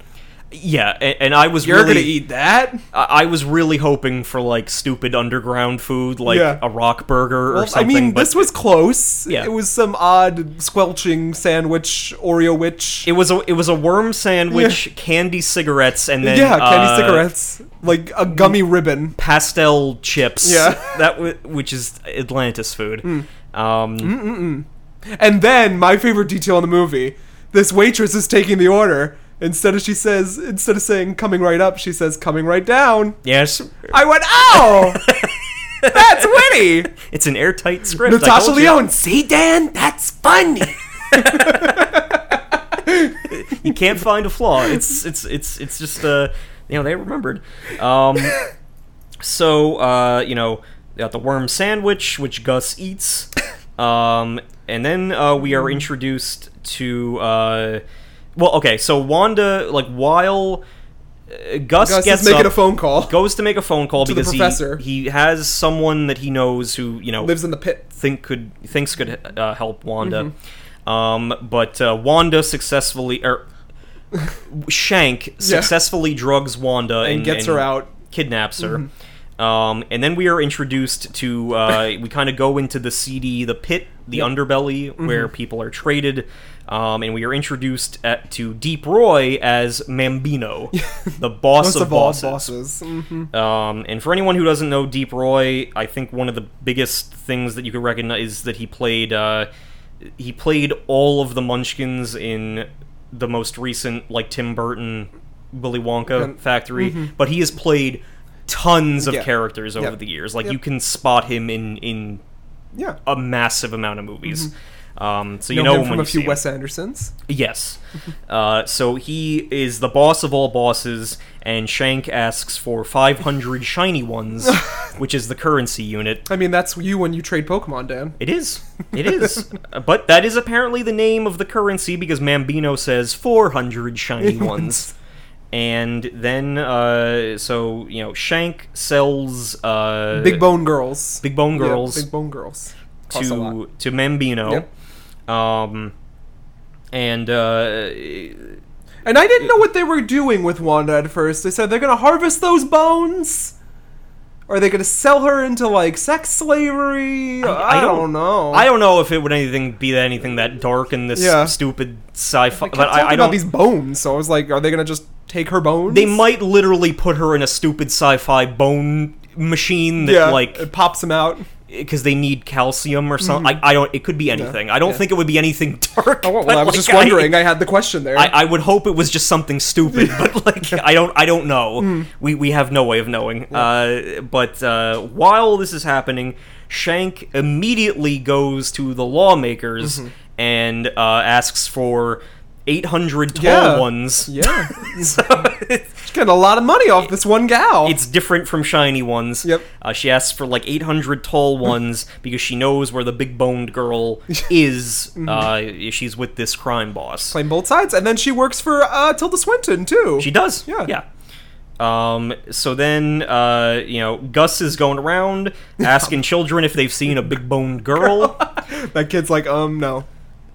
S1: yeah, and, and I was really,
S2: that?
S1: I, I was really hoping for like stupid underground food, like
S2: Yeah.
S1: a rock burger or
S2: Well, I
S1: something.
S2: mean,
S1: but
S2: this was close.
S1: Yeah.
S2: It was some odd squelching sandwich, Oreo witch.
S1: it was a it was a worm sandwich, candy cigarettes, and then
S2: yeah, candy
S1: uh,
S2: cigarettes, like a gummy ribbon.
S1: pastel chips. [LAUGHS]
S2: Yeah. Hmm.
S1: that w- which is Atlantis food. Um,
S2: And then my favorite detail in the movie: this waitress is taking the order. Instead of she says, instead of saying coming right up, she says coming right down.
S1: yes,
S2: I went,
S1: [LAUGHS]
S2: oh, that's witty.
S1: it's an airtight script. I
S2: Natasha
S1: told you.
S2: Leone, see Dan, that's funny.
S1: you can't find a flaw. It's it's it's it's just uh you know they remembered. Um, so uh, you know they got the worm sandwich which Gus eats, um, and then uh, we
S2: Mm-hmm.
S1: are introduced to uh, well okay so Wanda like while uh, Gus,
S2: Gus
S1: gets
S2: is making
S1: up,
S2: a phone call.
S1: goes to make a phone call
S2: to the
S1: because
S2: professor.
S1: he he has someone that he knows who you know
S2: Lives in the pit.
S1: think could thinks
S2: Mm-hmm.
S1: could uh, help Wanda. Um, but uh, Wanda successfully or Shank successfully drugs Wanda and,
S2: and gets her out. Mm-hmm.
S1: kidnaps her. Um, and then we are introduced to uh, we kind of go into the seedy, the pit, the underbelly
S2: Mm-hmm.
S1: where people are traded. Um, and we are introduced at, to Deep Roy as
S2: [LAUGHS]
S1: Mambino, the boss
S2: Most
S1: of,
S2: of all,
S1: bosses.
S2: bosses. Mhm.
S1: Um, and for anyone who doesn't know Deep Roy, I think one of the biggest things that you could recognize is that he played uh, he played all of the Munchkins in the most recent like Tim Burton Willy Wonka Factory, but he has played tons of
S2: Mm-hmm. Yeah.
S1: characters over
S2: Yep.
S1: the years. Like
S2: Yep.
S1: you can spot him in in
S2: Yeah.
S1: a massive amount of movies. Um, so Uh, you
S2: Mm-hmm. know
S1: know
S2: him
S1: him when
S2: from a
S1: you
S2: few
S1: see him.
S2: Wes Andersons.
S1: Yes. Uh, so he is the boss of all bosses, and Shank asks for 500 shiny ones, which is the currency unit.
S2: I mean, that's you when you trade Pokemon, Dan.
S1: It is. It is. Uh, but that is apparently the name of the currency because Mambino says 400 shiny ones. And then, uh, so, you know, Shank sells uh,
S2: Big Bone Girls.
S1: Big Bone
S2: Yeah,
S1: Girls
S2: Big Bone Girls. Costs a lot.
S1: to to Mambino. Um, and uh,
S2: And I didn't know what they were doing with Wanda at first. They said they're gonna harvest those bones. Are they gonna sell her into like sex slavery? I,
S1: I
S2: don't,
S1: don't-
S2: know.
S1: I don't know if it would anything be that anything that dark in this
S2: Yeah.
S1: stupid sci-fi.
S2: They kept
S1: But
S2: talking
S1: I, I
S2: about
S1: don't.
S2: these bones, so I was like, are they gonna just take her bones?
S1: They might literally put her in a stupid sci-fi bone machine that
S2: yeah,
S1: like
S2: it pops them out.
S1: because they need calcium or something. I, I don't. It could be anything. I don't
S2: Mm-hmm. yeah.
S1: think it would be anything [LAUGHS] dark.
S2: Oh, well,
S1: [LAUGHS] but,
S2: I was
S1: like,
S2: just wondering. I, had the question there.
S1: I, I would hope it was just something stupid,
S2: [LAUGHS]
S1: but like I don't I don't know.
S2: Hmm.
S1: We we have no way of knowing. Uh, but uh, while this is happening, Shank immediately goes to the
S2: Mm-hmm.
S1: lawmakers and uh, asks for 800 tall
S2: Yeah.
S1: ones.
S2: yeah,
S1: [LAUGHS] So
S2: she's getting a lot of money off this one gal.
S1: [LAUGHS] it's different from shiny ones.
S2: Yep.
S1: Uh, she asks for like 800 tall
S2: [LAUGHS]
S1: ones because she knows where the big boned girl is.
S2: Mm-hmm.
S1: uh, if she's with this crime boss.
S2: playing both sides, and then she works for uh, Tilda Swinton too.
S1: She does.
S2: Yeah.
S1: Yeah. Um, so then, uh, you know, Gus is going
S2: [LAUGHS]
S1: around asking children if they've seen a big boned girl.
S2: [LAUGHS] That kid's like, um, no.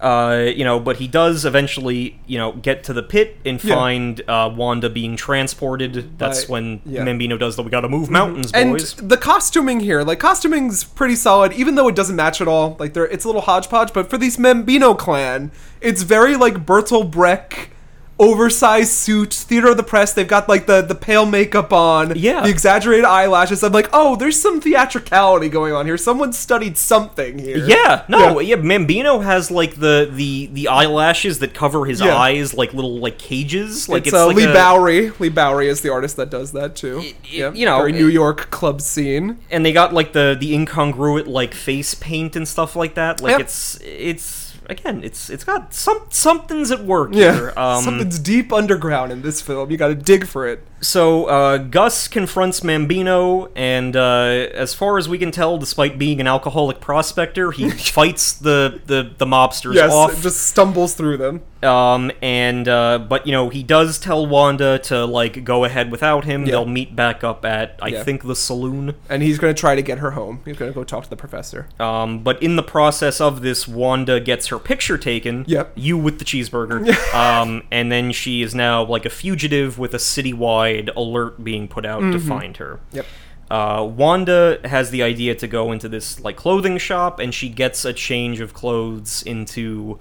S1: Uh, you know, but he does eventually, you know, get to the pit and
S2: Yeah.
S1: find uh, Wanda being transported. That's
S2: By-
S1: when
S2: yeah. Mm-hmm.
S1: Mambino does the "We Gotta Move Mountains"
S2: And
S1: boys.
S2: the costuming here, like costuming's pretty solid, even though it doesn't match at all. Like there, it's a little hodgepodge. But for these Membino clan, it's very like Bertolt Brecht, oversized suit, theater of the press. They've got like the the pale makeup on,
S1: Yeah.
S2: the exaggerated eyelashes. I'm like, oh, there's some theatricality going on here. Someone studied something here.
S1: Yeah, no, yeah. Mambino has like the the the eyelashes that cover his
S2: Yeah.
S1: eyes, like little like cages. Like
S2: it's,
S1: it's,
S2: uh,
S1: like
S2: Lee
S1: a-
S2: Bowery. Lee Bowery is the artist that does that too. yeah,
S1: you know,
S2: very New York club scene.
S1: and they got like the the incongruent like face paint and stuff like that. Like
S2: Yep.
S1: it's it's again it's it's got some something's at work
S2: Yeah,
S1: here. Um,
S2: something's deep underground in this film. You got to dig for it.
S1: So uh, Gus confronts Mambino, and uh, as far as we can tell, despite being an alcoholic prospector,
S2: [LAUGHS]
S1: he fights the the the mobsters
S2: yes,
S1: off.
S2: it just stumbles through them.
S1: Um, and uh, but you know he does tell Wanda to like go ahead without him. They'll meet back up at I
S2: Yeah.
S1: think the saloon.
S2: And he's going to try to get her home. He's going to go talk to the professor.
S1: Um, but in the process of this, Wanda gets her picture taken.
S2: Yep.
S1: You with the
S2: [LAUGHS]
S1: cheeseburger. um, and then she is now like a fugitive with a citywide alert being put out to find her.
S2: Mm-hmm. Yep.
S1: Uh, Wanda has the idea to go into this like clothing shop, and she gets a change of clothes into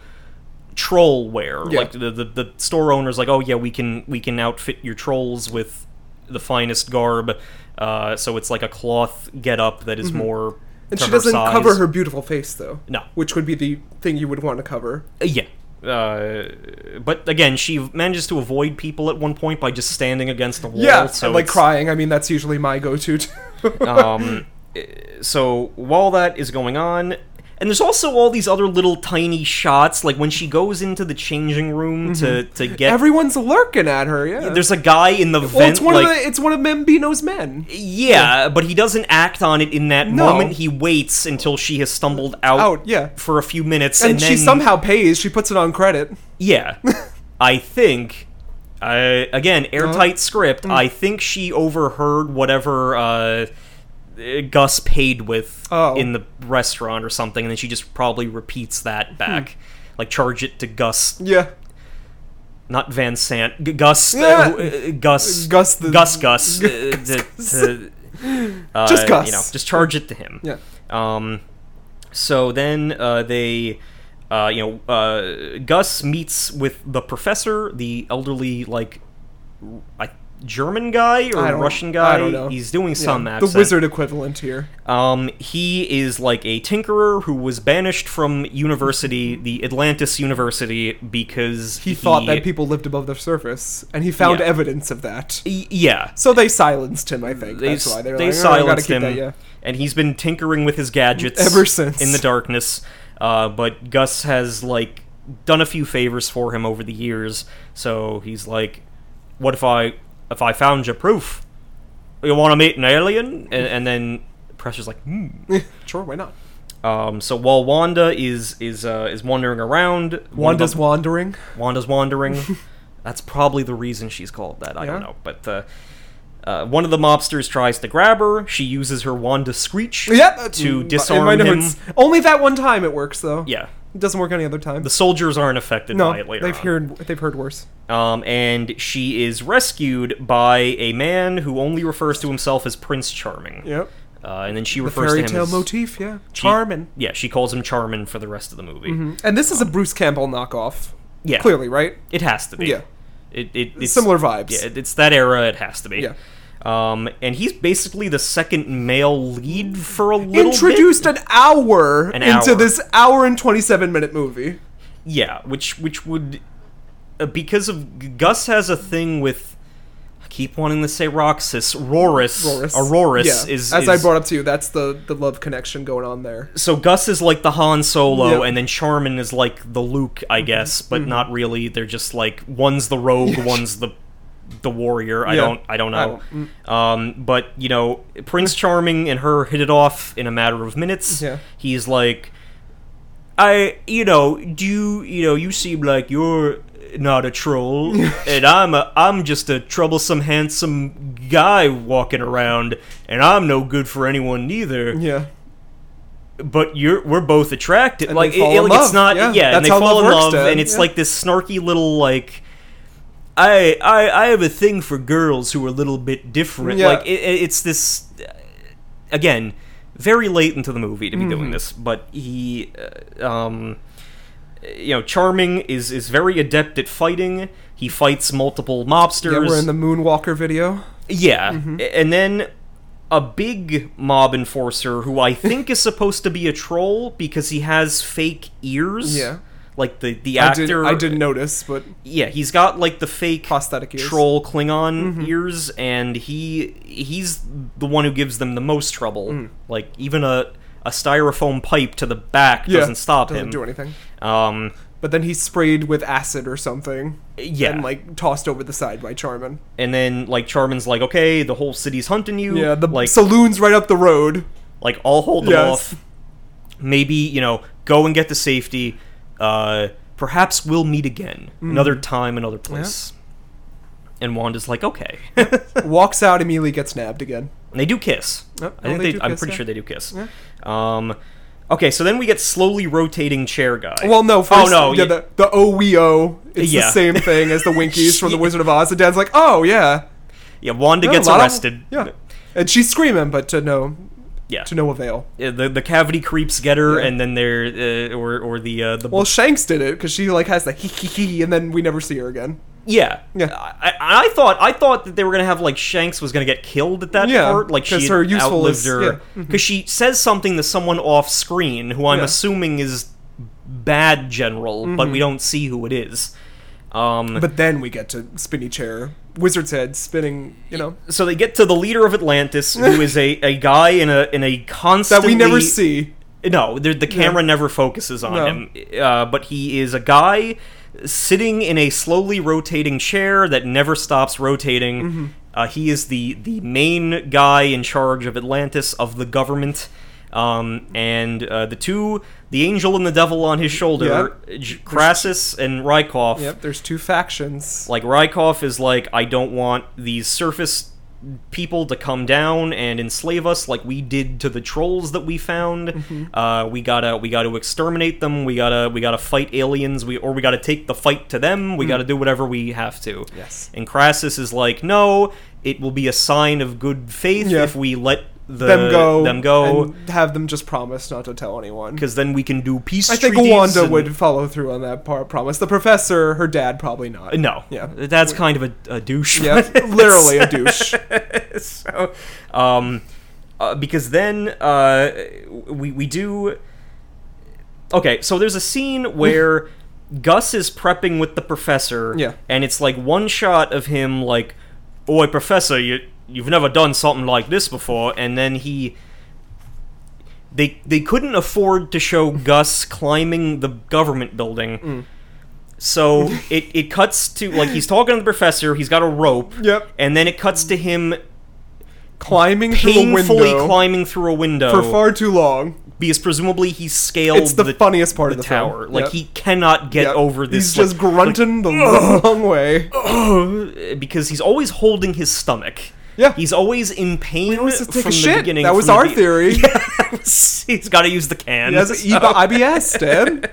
S1: troll wear.
S2: Yeah.
S1: Like the, the the store owner's like, oh yeah, we can we can outfit your trolls with the finest garb. Uh, so it's like a cloth getup that is more.
S2: Mm-hmm. And
S1: to
S2: she doesn't
S1: size.
S2: cover her beautiful face, though.
S1: No.
S2: Which would be the thing you would want to cover.
S1: Uh, Yeah. Uh, but again, she manages to avoid people at one point by just standing against the wall.
S2: Yeah,
S1: so
S2: and, like
S1: it's-
S2: crying. I mean, that's usually my go to, too.
S1: um, so while that is going on, and there's also all these other little tiny shots, like when she goes into the changing room to to get.
S2: [LAUGHS] Everyone's lurking at her, yeah.
S1: there's a guy in the vent.
S2: Mm-hmm. well, it's one,
S1: like,
S2: of the, it's one of Membino's men.
S1: yeah, but he doesn't act on it in that
S2: No.
S1: moment. He waits until she has stumbled out,
S2: Out, yeah.
S1: for a few minutes,
S2: And,
S1: and,
S2: she
S1: then-
S2: somehow pays. She puts it on credit. [LAUGHS]
S1: Yeah, I think. I again
S2: Mm-hmm.
S1: airtight
S2: Mm.
S1: script. I think she overheard whatever uh, uh, Gus paid with
S2: Oh.
S1: in the restaurant or something, and
S2: Hmm.
S1: then she just probably repeats that back, like charge it to Gus.
S2: Yeah.
S1: not Van Sant, G- Gus, uh,
S2: Yeah.
S1: who- uh, Gus,
S2: Gus the-
S1: Gus, Gus, uh, to- to, uh,
S2: Just Gus.
S1: You know, just charge it to him.
S2: Yeah.
S1: Um, so then uh, they, uh, you know, uh, Gus meets with the professor, the elderly, like, I, German guy or
S2: I don't-
S1: Russian guy.
S2: I don't know.
S1: He's doing some
S2: Yeah,
S1: accent.
S2: The wizard equivalent here.
S1: Um, he is like a tinkerer who was banished from university, the Atlantis University, because
S2: He, thought that people lived above the surface, and he found
S1: Yeah.
S2: evidence of that.
S1: Y- E, Yeah,
S2: So they silenced him, I think.
S1: they
S2: That's why
S1: s-
S2: they're
S1: they
S2: like, "Oh, we gotta
S1: silenced
S2: keep
S1: him,
S2: that, yeah."
S1: and he's been tinkering with his gadgets
S2: Ever since.
S1: in the darkness. Uh, but Gus has like done a few favors for him over the years, so he's like, "What if I if I found your proof? You want to meet an alien?" And, and then Pressure's like, "Hmm."
S2: [LAUGHS] Sure, why not?
S1: Um, so while Wanda is is uh, is wandering around, one of
S2: Wanda's
S1: the-
S2: wandering.
S1: Wanda's
S2: [LAUGHS]
S1: wandering. That's probably the reason she's called that. I don't
S2: Yeah.
S1: know, but uh, uh, one of the mobsters tries to grab her. She uses her Wanda Screech
S2: Yep. uh,
S1: to
S2: mm,
S1: disarm
S2: my
S1: him.
S2: notes. Only that one time it works, though.
S1: Yeah,
S2: It doesn't work any other time.
S1: the soldiers aren't affected
S2: no,
S1: by it later.
S2: they've
S1: on.
S2: heard they've heard worse.
S1: Um, and she is rescued by a man who only refers to himself as Prince Charming.
S2: Yep.
S1: Uh, and then she
S2: The
S1: refers
S2: fairy
S1: to him
S2: tale
S1: as
S2: motif, yeah.
S1: she-
S2: Charmin.
S1: yeah, she calls him Charmin for the rest of the movie.
S2: And this is a Bruce Campbell knockoff.
S1: Yeah,
S2: Clearly, right?
S1: It has to be.
S2: Yeah.
S1: It, it, it's,
S2: Similar vibes.
S1: Yeah, it- it's that era. It has to be.
S2: Yeah.
S1: Um, and he's basically the second male lead for a little
S2: Introduced
S1: bit.
S2: an hour
S1: An
S2: into
S1: hour.
S2: this hour and 27 minute movie.
S1: Yeah, which which would uh, because of Gus has a thing with. I keep wanting to say Roxas, Roris,
S2: Roris.
S1: Auroris
S2: Yeah.
S1: is
S2: As
S1: is-
S2: I brought up to you, that's the, the love connection going on there.
S1: So Gus is like the Han Solo,
S2: Yep.
S1: and then Charmin is like the Luke, I
S2: Mm-hmm.
S1: guess, but not really. They're just like one's the rogue, one's the the warrior. I
S2: Yeah.
S1: don't, I don't
S2: I mm.
S1: know. Um, but you know, Prince Charming and her hit it off in a matter of minutes.
S2: Yeah.
S1: He's like, I, you know, do you, you know, you seem like you're not a
S2: [LAUGHS]
S1: troll, and I'm a, I'm just a troublesome, handsome guy walking around, and I'm no good for anyone neither
S2: Yeah.
S1: but you're we're both attracted.
S2: And
S1: like
S2: they fall
S1: it-
S2: in
S1: like, it's not
S2: love. Yeah,
S1: yeah,
S2: that's
S1: and they
S2: how
S1: fall
S2: love
S1: in
S2: works,
S1: love,
S2: Dad.
S1: and it's
S2: Yeah.
S1: like this snarky little like. I, I I have a thing for girls who are a little bit different.
S2: Yeah.
S1: Like it, it- it's this uh, again, very late into the movie to be doing
S2: Mm-hmm.
S1: this, but he uh, um you know, charming is is very adept at fighting. He fights multiple mobsters.
S2: Yeah, we're in the Moonwalker video.
S1: Yeah,
S2: Mm-hmm.
S1: a- and then a big mob enforcer who I think is supposed to be a troll because he has fake ears.
S2: Yeah.
S1: like the the
S2: I, did,
S1: actor.
S2: I didn't notice, but
S1: Yeah, he's got like the fake
S2: prosthetic ears. Mm-hmm.
S1: troll Klingon ears, and he he's the one who gives them the most trouble.
S2: Mm.
S1: Like even a a styrofoam pipe to the back
S2: Yeah,
S1: doesn't stop
S2: doesn't
S1: him.
S2: do anything.
S1: Um,
S2: But then he's sprayed with acid or something.
S1: yeah,
S2: And like tossed over the side by Charmin.
S1: and then like Charmin's like, okay, the whole city's hunting you.
S2: Yeah, the
S1: like
S2: saloon's right up the road.
S1: Like I'll hold them
S2: Yes.
S1: off. Maybe you know, go and get to safety. Uh, perhaps we'll meet again
S2: Mm-hmm.
S1: another time, another place. And Wanda's like,
S2: [LAUGHS]
S1: okay. and
S2: Walks out, immediately gets nabbed again.
S1: they do kiss.
S2: Yep,
S1: I think
S2: no,
S1: they.
S2: they do
S1: I'm
S2: kiss,
S1: pretty
S2: yeah.
S1: sure they do kiss. Um, okay, so then we get slowly rotating chair guy.
S2: Well, no, first,
S1: oh no,
S2: yeah,
S1: yeah,
S2: the, the OEO. It's the
S1: Yeah.
S2: same thing as
S1: [LAUGHS]
S2: the Winkies from The Wizard of Oz. And Dad's like, oh, yeah.
S1: yeah, Wanda
S2: Yeah,
S1: gets
S2: a lot of-
S1: arrested.
S2: yeah. And she's screaming, but to no,
S1: yeah.
S2: to no avail.
S1: Uh, The the cavity creeps get her,
S2: Yeah.
S1: and then they're uh, or or the uh, the
S2: Well, Shanks did it because she like has the hee hee hee, and then we never see her again.
S1: Yeah,
S2: Yeah.
S1: I, I I thought I thought that they were gonna have like Shanks was gonna get killed at that
S2: Yeah,
S1: part, like she
S2: 'cause
S1: had
S2: her useful
S1: outlived
S2: is-
S1: her,
S2: yeah, Mm-hmm.
S1: because she says something to someone off screen who I'm
S2: Yeah. Mm-hmm.
S1: assuming is bad general, but we don't see who it is. Um,
S2: But then we get to spinny chair, wizard's head spinning. You know
S1: so they get to the leader of Atlantis,
S2: [LAUGHS]
S1: who is a, a guy in a in a
S2: that
S1: constantly
S2: we never see.
S1: No, the, the camera never focuses on
S2: No.
S1: him. Uh, but he is a guy sitting in a slowly rotating chair that never stops rotating. Uh, he is the the main guy in charge of Atlantis of the government. Um, and uh, the two, the angel and the devil on his shoulder, J- Crassus and Rykoff.
S2: Yep, there's two factions.
S1: Like Rykoff is like, I don't want these surface people to come down and enslave us like we did to the trolls that we found.
S2: Mm-hmm.
S1: Uh, we gotta we gotta exterminate them. We gotta we gotta fight aliens. We or we gotta take the fight to them. We gotta do whatever we have to.
S2: Mm. Yes.
S1: And Crassus is like, no, it will be a sign of good faith
S2: Yeah.
S1: if we let the,
S2: them go,
S1: them go.
S2: and have them just promise not to tell anyone.
S1: Because then we can do peace.
S2: I think
S1: treaties
S2: Wanda
S1: and-
S2: would follow through on that part promise. The professor, her dad, probably not.
S1: No,
S2: Yeah.
S1: that's kind of a, a douche.
S2: Yeah,
S1: [LAUGHS]
S2: literally a douche.
S1: so, um, uh, because then uh, we we do. Okay, so there's a scene
S2: [LAUGHS]
S1: where Gus is prepping with the professor.
S2: Yeah.
S1: and it's like one shot of him like, "Oi, professor, you you've never done something like this before," and then he. They, they couldn't afford to show Gus climbing the government building,
S2: Mm.
S1: so it, it cuts to like he's talking to the professor. He's got a rope.
S2: Yep.
S1: And then it cuts to him
S2: Climbing through a
S1: painfully Oh.
S2: window
S1: climbing through a window
S2: for far too long.
S1: because presumably he scaled
S2: It's the, funniest part
S1: the
S2: of the film.
S1: tower. Like
S2: Yep.
S1: he cannot get
S2: Yep.
S1: over this.
S2: He's
S1: like-
S2: just grunting the [LAUGHS] long way.
S1: like, [GASPS] because he's always holding his stomach.
S2: Yeah.
S1: He's always in pain
S2: always just take
S1: from
S2: a
S1: the
S2: shit.
S1: beginning.
S2: That
S1: from
S2: was
S1: the
S2: our
S1: be-
S2: theory.
S1: [LAUGHS] he's got to use the can.
S2: He has E-
S1: [LAUGHS]
S2: IBS, Dad.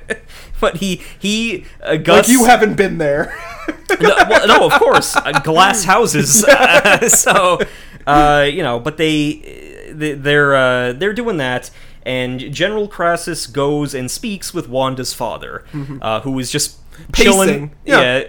S1: but he he uh,
S2: Like
S1: Gus
S2: you haven't been there. [LAUGHS]
S1: no, well, no, of course, uh, glass houses. [LAUGHS] Uh, so, uh, you know, but they they- they're uh, they're doing that, and General Crassus goes and speaks with Wanda's father, uh, who is just
S2: Mm-hmm. Pacing,
S1: chilling.
S2: yeah.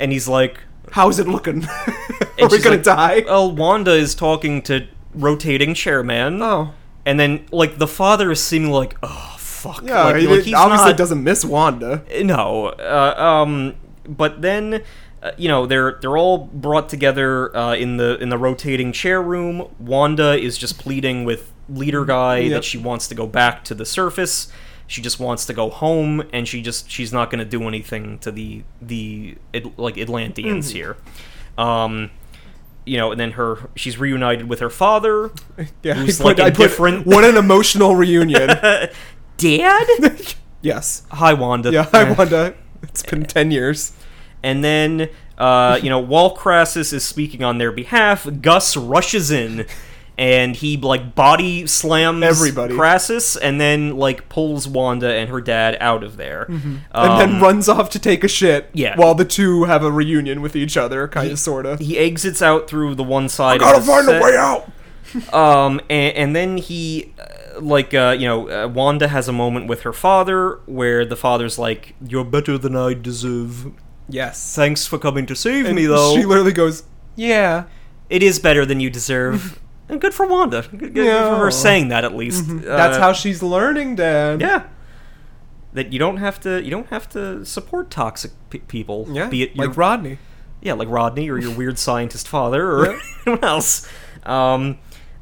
S1: and he's like,
S2: How's it looking? [LAUGHS] Are
S1: and
S2: we
S1: she's
S2: gonna
S1: like, oh,
S2: die?
S1: Well, Wanda is talking to rotating chairman.
S2: Oh.
S1: and then like the father is seeming like, oh fuck,
S2: yeah,
S1: like,
S2: he
S1: like,
S2: did-
S1: he's
S2: obviously
S1: not-
S2: doesn't miss Wanda.
S1: no uh, um but then uh, you know they're they're all brought together uh, in the in the rotating chair room wanda is just pleading with leader guy
S2: Yep.
S1: that she wants to go back to the surface she just wants to go home and she just she's not going to do anything to the the At- like atlanteans
S2: Mm-hmm.
S1: here um you know and then her she's reunited with her
S2: [LAUGHS]
S1: father
S2: Yeah,
S1: who's
S2: I
S1: like
S2: put- I put,
S1: indifferent
S2: [LAUGHS] What
S1: [LAUGHS]
S2: an emotional reunion.
S1: dad
S2: yes.
S1: hi wanda
S2: Yeah, I
S1: Eh.
S2: [LAUGHS] Wanda. It's been ten years.
S1: And then, uh, you know, while Crassus is speaking on their behalf, Gus rushes in and he, like, body slams
S2: Everybody.
S1: Crassus and then, like, pulls Wanda and her dad out of there.
S2: Mm-hmm. and
S1: Um,
S2: then runs off to take a shit.
S1: Yeah.
S2: While the two have a reunion with each other, kind of, sorta.
S1: he exits out through the one side of the set.
S2: out.
S1: Um, and, and then he, uh, like, uh, you know, uh, Wanda has a moment with her father where the father's like, You're better than I deserve.
S2: Yes.
S1: Thanks for coming to save
S2: And
S1: me, though.
S2: she literally goes, "Yeah."
S1: it is better than you deserve. [LAUGHS] and good for Wanda. Good, good
S2: Yeah.
S1: for her saying that at least.
S2: That's
S1: Uh,
S2: how she's learning, Dad.
S1: Yeah. That you don't have to you don't have to support toxic pe- people.
S2: Yeah.
S1: Be it your,
S2: like Rodney. [LAUGHS]
S1: yeah, like Rodney or your weird scientist father or [LAUGHS] anyone else. Um,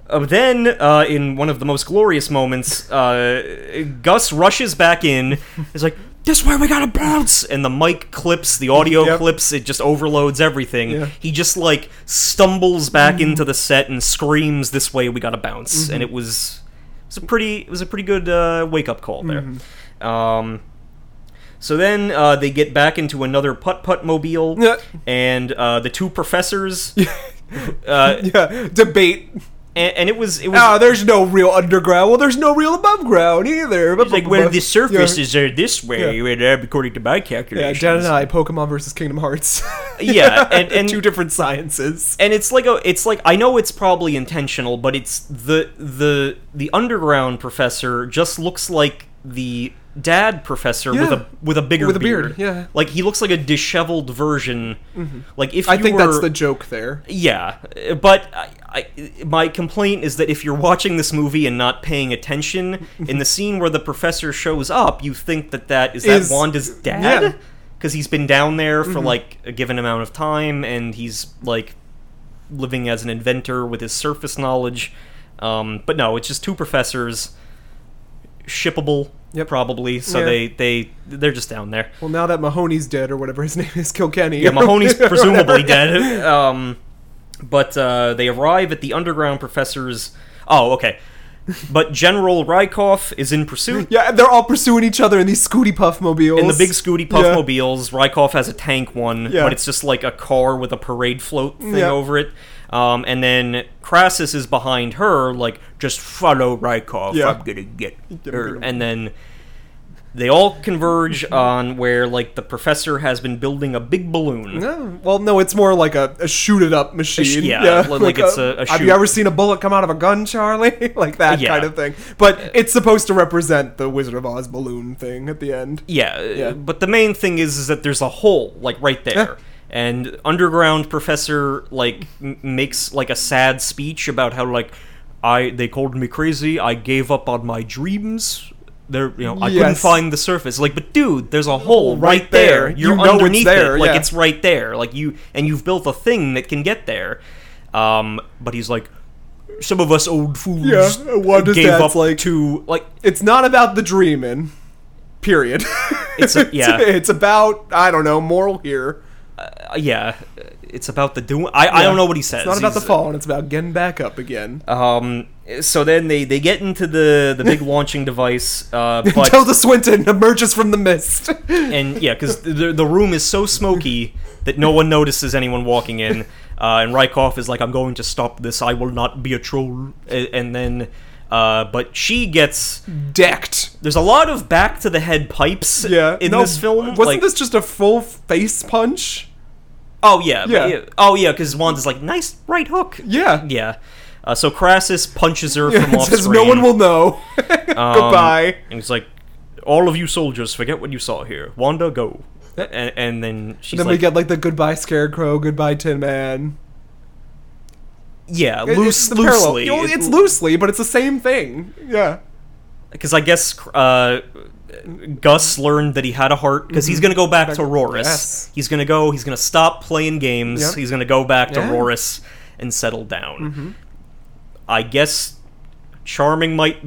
S1: uh, then, uh, in one of the most glorious moments, uh, Gus rushes back in. He's like, "This way, we gotta bounce!" And the mic clips, the audio
S2: Yep.
S1: clips. It just overloads everything.
S2: Yeah. Mm-hmm.
S1: He just like stumbles back into the set and screams, "This way, we gotta bounce!" And it was, it was a pretty, it was a pretty good uh, wake up call there.
S2: Mm-hmm.
S1: Um, so then uh, they get back into another putt putt mobile,
S2: Yeah.
S1: and uh, the two
S2: [LAUGHS]
S1: professors, uh,
S2: Yeah. Debate.
S1: and, and it was it was
S2: Ah, there's no real underground. Well, there's no real above ground either. But
S1: like well the surfaces are this way uh, according to my
S2: Yeah,
S1: calculations.
S2: Dad and I, Pokemon versus Kingdom Hearts.
S1: Yeah,
S2: [LAUGHS]
S1: and- and-
S2: two different sciences.
S1: and it's like a it's like I know it's probably intentional, but it's the the the underground professor just looks like the dad professor with
S2: Yeah.
S1: a with a bigger
S2: With a beard, yeah. Mm-hmm.
S1: like he looks like a disheveled version. Like if
S2: I
S1: you
S2: think that's
S1: were-
S2: the joke there.
S1: Yeah, uh, but I, I, my complaint is that if you're watching this movie and not paying attention, in the scene where the professor shows up, you think that that is that
S2: Is-
S1: Wanda's
S2: yeah. Mm-hmm.
S1: dad because he's been down there for like a given amount of time and he's like living as an inventor with his surface knowledge. Um, but no, it's just two professors, shippable
S2: Yep.
S1: probably. So
S2: Yeah.
S1: they they they're just down there.
S2: Well, now that Mahoney's dead or whatever his [LAUGHS] name is, Kilkenny.
S1: Yeah, Mahoney's presumably dead. Um, but uh, they arrive at the underground professor's. Oh, okay. But General Rykoff is in pursuit.
S2: [LAUGHS] Yeah, and they're all pursuing each other in these Scooty Puff mobiles.
S1: In the big Scooty Puff
S2: Yeah.
S1: mobiles, Rykoff has a tank one,
S2: Yeah.
S1: but it's just like a car with a parade float thing
S2: Yeah.
S1: over it. Um, and then Crassus is behind her, like, just follow Rykov.
S2: Yeah.
S1: I'm gonna get her. And then they all converge on where, like, the professor has been building a big balloon.
S2: Yeah, well, no, it's more like a, a shoot it up machine.
S1: sh-
S2: [LAUGHS]
S1: yeah, li- like it's a- a
S2: Have you
S1: shoot.
S2: ever seen a bullet come out of a gun, Charlie? [LAUGHS] like that
S1: Yeah.
S2: kind of thing. But it's supposed to represent the Wizard of Oz balloon thing at the end.
S1: Yeah,
S2: Yeah.
S1: but the main thing is, is that there's a hole like right there.
S2: Yeah.
S1: And underground professor like m- makes like a sad speech about how like I they called me crazy, I gave up on my dreams. There, you know, I couldn't
S2: Yes.
S1: find the surface. Like, but dude, there's a hole
S2: Right
S1: right, there.
S2: there.
S1: You're
S2: You know it's
S1: underneath
S2: there,
S1: it. Like
S2: yeah.
S1: it's right there. Like you and you've built a thing that can get there. Um, but he's like, some of us old fools
S2: Yeah, what is
S1: gave
S2: that?
S1: up
S2: It's like-
S1: to like
S2: It's not about the dreaming, period.
S1: It's a- yeah.
S2: [LAUGHS] it's about I don't know moral here.
S1: Uh, yeah, it's about the doing. I, I don't know what he says.
S2: It's not about the
S1: He's-
S2: falling. It's about getting back up again.
S1: Um, so then they, they get into the, the
S2: [LAUGHS]
S1: big launching device, uh, but
S2: Tilda Swinton emerges from the mist. [LAUGHS]
S1: and yeah, because the, the room is so smoky that no one notices anyone walking
S2: [LAUGHS]
S1: in. Uh, and Rykoff is like, "I'm going to stop this. I will not be a troll." A- And then, uh, but she gets
S2: Decked.
S1: there's a lot of back to the head pipes.
S2: Yeah.
S1: in
S2: no,
S1: this film,
S2: wasn't
S1: like-
S2: this just a full face punch?
S1: Oh yeah, but
S2: Yeah.
S1: yeah. Oh yeah, because Wanda's like, "Nice right hook."
S2: Yeah.
S1: yeah. Uh, so Crassus punches her from
S2: [LAUGHS] It
S1: off
S2: says
S1: screen.
S2: no one will
S1: [LAUGHS]
S2: know. [LAUGHS]
S1: Um,
S2: Goodbye.
S1: And he's like, all of you soldiers, forget what you saw here. Wanda, go. And, and then she's
S2: Then
S1: like,
S2: we get like the goodbye scarecrow, goodbye tin man.
S1: yeah,
S2: It-
S1: loose,
S2: the parallel.
S1: loosely.
S2: You know, it's loosely, but it's the same thing. Yeah.
S1: Because I guess uh, Gus learned that he had a heart because he's going to go back, to Rorus.
S2: Mm-hmm. Yes.
S1: He's going to go, he's going to stop playing games.
S2: Yep.
S1: He's going to go back to
S2: Yeah. Mm-hmm.
S1: Rorus and settle down. I guess Charming might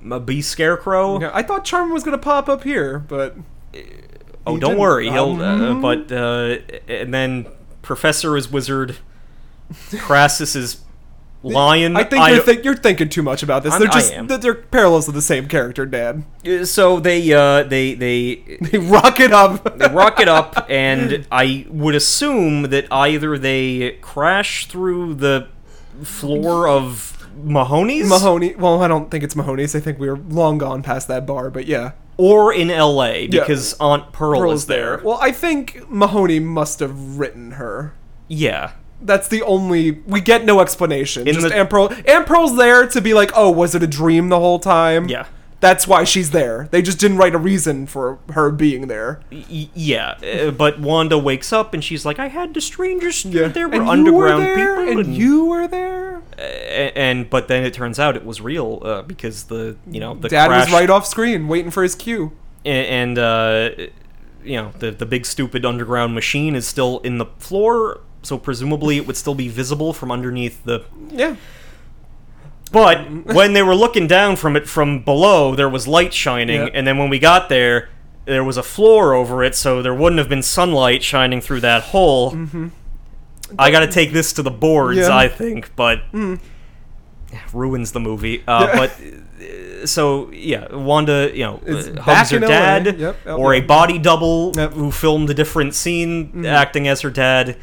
S1: b- be Scarecrow.
S2: Yeah, I thought Charm was gonna pop up here, but
S1: Oh,
S2: He
S1: don't
S2: didn't.
S1: worry. He'll. Uh,
S2: Um,
S1: but uh, and then Professor is wizard. Crassus is lion.
S2: I think you're, think you're thinking too much about this.
S1: I'm-
S2: they're
S1: I
S2: just
S1: am.
S2: they're- they're parallels of the same character, Dad.
S1: so they uh, they they
S2: [LAUGHS] They rock it [LAUGHS] up.
S1: they rock it up, and I would assume that either they crash through the floor of Mahoney's,
S2: Mahoney. Well, I don't think it's Mahoney's. I think we were long gone past that bar, but yeah.
S1: or in L.A. because Aunt Pearl,
S2: Pearl's
S1: is there.
S2: Well, I think Mahoney must have written her.
S1: yeah.
S2: That's the only we get no explanation.
S1: In
S2: Just
S1: the-
S2: Aunt Pearl. Aunt Pearl's there to be like, oh, was it a dream the whole time?
S1: Yeah.
S2: That's why she's there. They just didn't write a reason for her being there.
S1: Y- yeah, uh, but Wanda wakes up and she's like, "I had the strangers. There were
S2: And you
S1: underground
S2: there,
S1: people,
S2: and you were there.
S1: A- and but then it turns out it was real uh, because the you know the
S2: Dad
S1: crash
S2: was right off screen, waiting for his cue.
S1: a- and uh, you know the the big stupid underground machine is still in the floor, so presumably it would still be visible from underneath the.
S2: Yeah.
S1: But
S2: [LAUGHS]
S1: when they were looking down from it from below, there was light shining,
S2: Yeah.
S1: and then when we got there, there was a floor over it, so there wouldn't have been sunlight shining through that hole. Mm-hmm. I got to take this to the boards,
S2: Yeah. Mm.
S1: I think, but ruins the movie. Uh,
S2: Yeah.
S1: But uh, so yeah, Wanda, you know,
S2: It's
S1: uh,
S2: back
S1: hugs her
S2: in LA,
S1: dad,
S2: yep, out
S1: or a
S2: there.
S1: body double
S2: Yep. Mm-hmm.
S1: who filmed a different scene acting as her dad.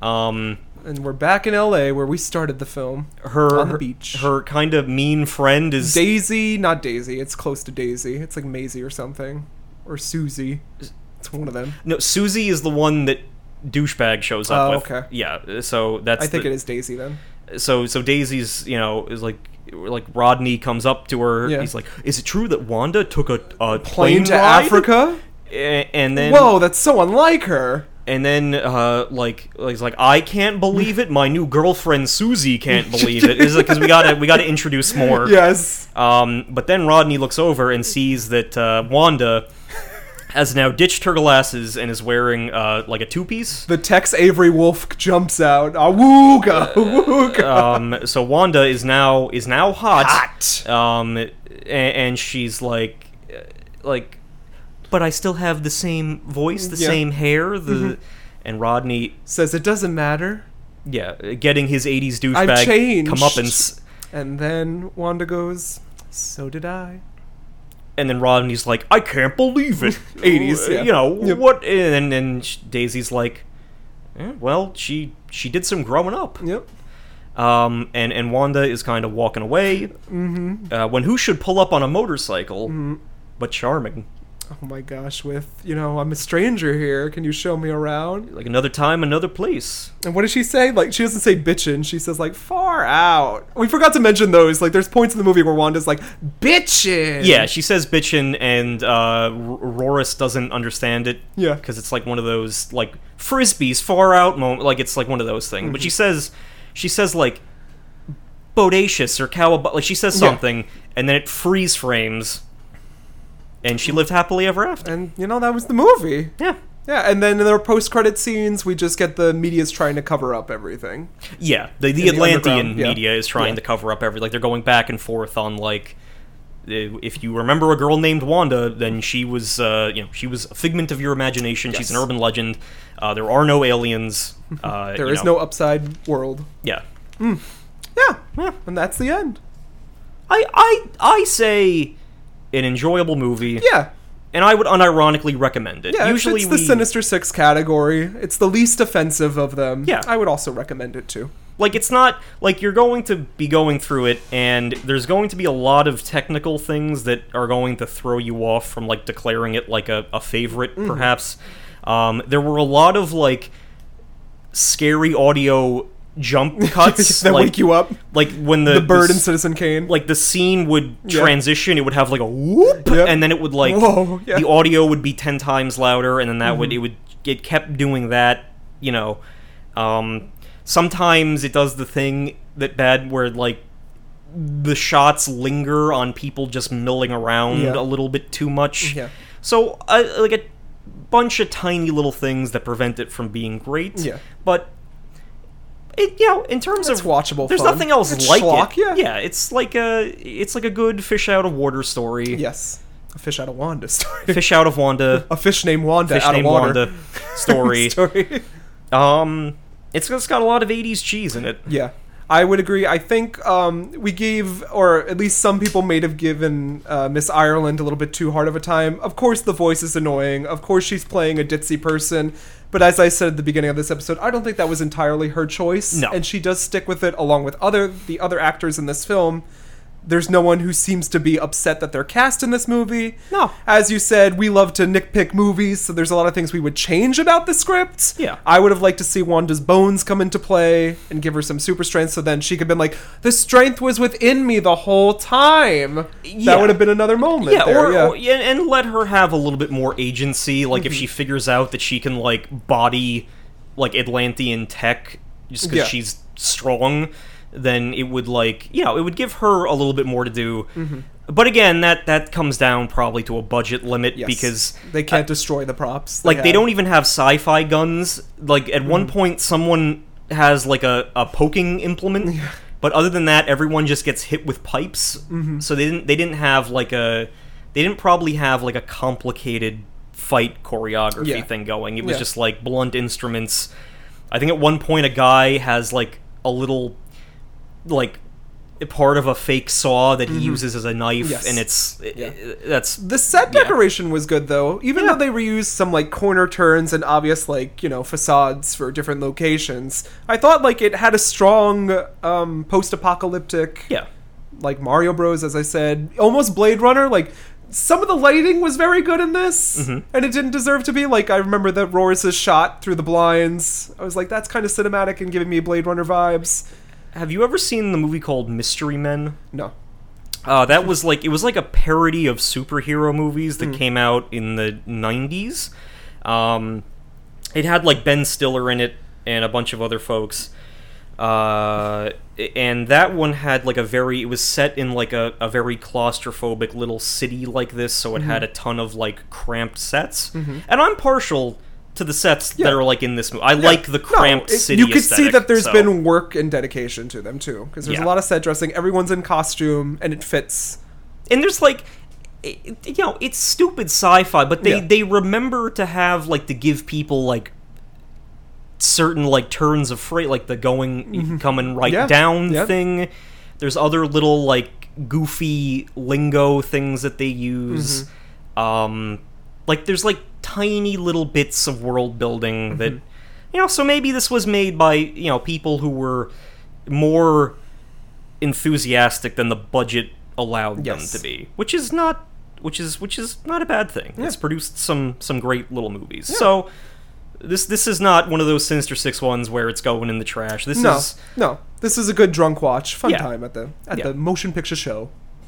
S1: Um,
S2: And we're back in L.A. where we started the film.
S1: her
S2: On the
S1: her-
S2: beach.
S1: her kind of mean friend is
S2: Daisy, not Daisy. It's close to Daisy. It's like Maisie or something, or Susie. It's one of them.
S1: No, Susie is the one that douchebag shows up
S2: Oh,
S1: with.
S2: okay.
S1: Yeah, so that's
S2: I think
S1: the-
S2: it is Daisy then.
S1: So so Daisy's, you know, is like like Rodney comes up to her.
S2: Yeah.
S1: He's like, "Is it true that Wanda took a, a
S2: Plane to
S1: ride?"
S2: Africa.
S1: A- And then
S2: Whoa, that's so unlike her.
S1: and then uh like like, he's like, "I can't believe it. My new girlfriend Susie
S2: [LAUGHS]
S1: can't believe it." Is cuz we got to we got to introduce more.
S2: Yes.
S1: Um, but then Rodney looks over and sees that uh, Wanda has now ditched her glasses and is wearing uh, like a two piece.
S2: The Tex Avery Wolf jumps out.
S1: Uh,
S2: Awooga, awooga.
S1: Um, so Wanda is now is now hot. Um, and, and she's like, uh, like, but I still have the same voice, the
S2: Yeah.
S1: same
S2: Mm-hmm.
S1: hair, the. And Rodney,
S2: Says it doesn't matter.
S1: yeah, getting his '80s
S2: I've
S1: douchebag
S2: changed.
S1: come up and s-
S2: And then Wanda goes, So did I.
S1: and then Rodney's like, I can't believe
S2: [LAUGHS]
S1: it.
S2: 80s, Oh, yeah.
S1: you know
S2: Yep.
S1: what? And then Daisy's like, "Eh, well, she she did some growing up.
S2: Yep.
S1: Um, and, and Wanda is kind of walking away
S2: Mm-hmm.
S1: uh, when who should pull up on a motorcycle but Charming.
S2: Oh my gosh, with, you know, I'm a stranger here. Can you show me around?
S1: Like another time, another place.
S2: And what does she say? Like, she doesn't say bitchin'. She says, like, far out. We forgot to mention those. Like, there's points in the movie where Wanda's like, bitchin'.
S1: Yeah, she says bitchin', and uh, R- Roris doesn't understand it.
S2: Yeah.
S1: because it's like one of those like frisbees far out moment. Like it's like one of those things. But she
S2: Mm-hmm.
S1: says, she says like bodacious or cowab. Like she says
S2: Yeah.
S1: something, and then it freeze frames, and she lived happily ever after.
S2: And, you know, that was the movie.
S1: Yeah,
S2: Yeah, and then in their post-credit scenes, we just get the media's trying to cover up everything.
S1: yeah. The, the
S2: In the
S1: Atlantean
S2: underground, yeah.
S1: media is trying
S2: Yeah.
S1: to cover up every. Like they're going back and forth on like. i- If you remember a girl named Wanda, then she was, uh, you know, she was a figment of your imagination. She's an
S2: Yes.
S1: urban legend. Uh, there are no
S2: [LAUGHS]
S1: aliens. Uh,
S2: There
S1: you
S2: is
S1: know.
S2: no upside world.
S1: Yeah,
S2: Yeah, and that's the end.
S1: I I I say an enjoyable movie.
S2: Yeah,
S1: and I would unironically recommend it.
S2: yeah. it's-
S1: Usually
S2: it's
S1: we
S2: the Sinister Six category. It's the least offensive of them.
S1: Yeah.
S2: I would also recommend it too.
S1: like it's not like you're going to be going through it, and there's going to be a lot of technical things that are going to throw you off from like declaring it like a, a favorite,
S2: Mm.
S1: perhaps. Um, there were a lot of like scary audio jump cuts
S2: [LAUGHS] that
S1: like,
S2: wake you up.
S1: like when the
S2: The bird
S1: the
S2: and
S1: s-
S2: Citizen Kane.
S1: like the scene would
S2: Yeah.
S1: transition it would have like a whoop
S2: Yep.
S1: and then it would like
S2: Whoa, yeah. Mm-hmm.
S1: the audio would be 10 times louder and then that would it would it kept doing that you know um sometimes it does the thing that bad where like the shots linger on people just milling around
S2: Yeah.
S1: a little bit too much
S2: Yeah.
S1: so uh, like a bunch of tiny little things that prevent it from being great
S2: Yeah.
S1: but it you know in terms
S2: It's
S1: of
S2: watchable
S1: there's
S2: fun.
S1: nothing else
S2: It's
S1: like
S2: schlock,
S1: it
S2: yeah.
S1: it's like a it's like a good fish out of water story
S2: yes, a fish out of Wanda story.
S1: fish out of wanda
S2: a fish named Wanda
S1: fish
S2: out
S1: named
S2: of water [LAUGHS]
S1: wanda story [LAUGHS]
S2: story.
S1: um it's it's got a lot of 80s cheese in it
S2: Yeah. I would agree. I think um, we gave, or at least some people may have given uh, Miss Ireland a little bit too hard of a time. Of course, the voice is annoying. Of course, she's playing a ditzy person. But as I said at the beginning of this episode, I don't think that was entirely her choice.
S1: No.
S2: And she does stick with it along with other the other actors in this film. There's no one who seems to be upset that they're cast in this movie.
S1: No.
S2: As you said, we love to nitpick movies, so there's a lot of things we would change about the script.
S1: Yeah.
S2: I would have liked to see Wanda's bones come into play and give her some super strength so then she could have been like, the strength was within me the whole time.
S1: Yeah.
S2: That would have been another moment.
S1: yeah,
S2: there,
S1: or,
S2: yeah. Mm-hmm.
S1: or- yeah, and let her have a little bit more agency. Like if she figures out that she can like body like Atlantean tech just because
S2: Yeah.
S1: she's strong, then it would like you know it would give her a little bit more to do.
S2: Mm-hmm.
S1: But again, that that comes down probably to a budget limit
S2: Yes.
S1: because
S2: they can't destroy the props.
S1: like they
S2: have.
S1: don't even have sci-fi guns. Like at one
S2: Mm.
S1: point, someone has like a, a poking implement, but other than that, everyone just gets hit with pipes.
S2: Mm-hmm.
S1: So they didn't they didn't have like a they didn't probably have like a complicated fight choreography
S2: Yeah.
S1: thing going. It was
S2: Yeah.
S1: just like blunt instruments. I think at one point a guy has like a little like part of a fake saw that he uses as a knife,
S2: Mm-hmm. Yes.
S1: and it's
S2: Yeah.
S1: that's
S2: The set decoration was good though, even though they reused some like corner turns and obvious like you know facades for different locations. I thought like it had a strong um, post-apocalyptic,
S1: yeah.
S2: like Mario Bros. As I said, almost Blade Runner. Like some of the lighting was very good in this,
S1: Mm-hmm.
S2: and it didn't deserve to be. Like I remember that Roris's shot through the blinds. I was like, that's kind of cinematic and giving me Blade Runner vibes.
S1: Have you ever seen the movie called Mystery Men?
S2: No,
S1: Uh, that was like it was like a parody of superhero movies
S2: Hmm.
S1: that came out in the '90s. Um, it had like Ben Stiller in it and a bunch of other folks. Uh, and that one had like a very it was set in like a, a very claustrophobic little city like this, so it
S2: Mm-hmm.
S1: had a ton of like cramped sets. And I'm partial to the sets
S2: Yeah.
S1: that are like in this movie. I like the cramped
S2: it-
S1: city.
S2: You could see
S1: aesthetic,
S2: that there's
S1: so-
S2: been work and dedication to them too, because there's
S1: Yeah.
S2: a lot of set dressing. Everyone's in costume, and it fits.
S1: and there's like it, it- you know it's stupid sci-fi but they
S2: Yeah.
S1: they remember to have like to give people like certain like turns of freight like the going coming right
S2: Mm-hmm. Yeah.
S1: down
S2: Yep.
S1: thing there's other little like goofy lingo things that they use
S2: Mm-hmm.
S1: um like there's like tiny little bits
S2: Mm-hmm.
S1: of world building that you know so maybe this was made by you know people who were more enthusiastic than the budget allowed
S5: Yes.
S1: them to be, which is not which is which is not a bad thing. It's produced some some great little movies. So this this is not one of those Sinister Six ones where it's going in the trash. This
S5: No,
S1: is
S5: no. This is a good drunk watch, fun
S1: Yeah.
S5: time at the at
S1: Yeah.
S5: the motion picture show.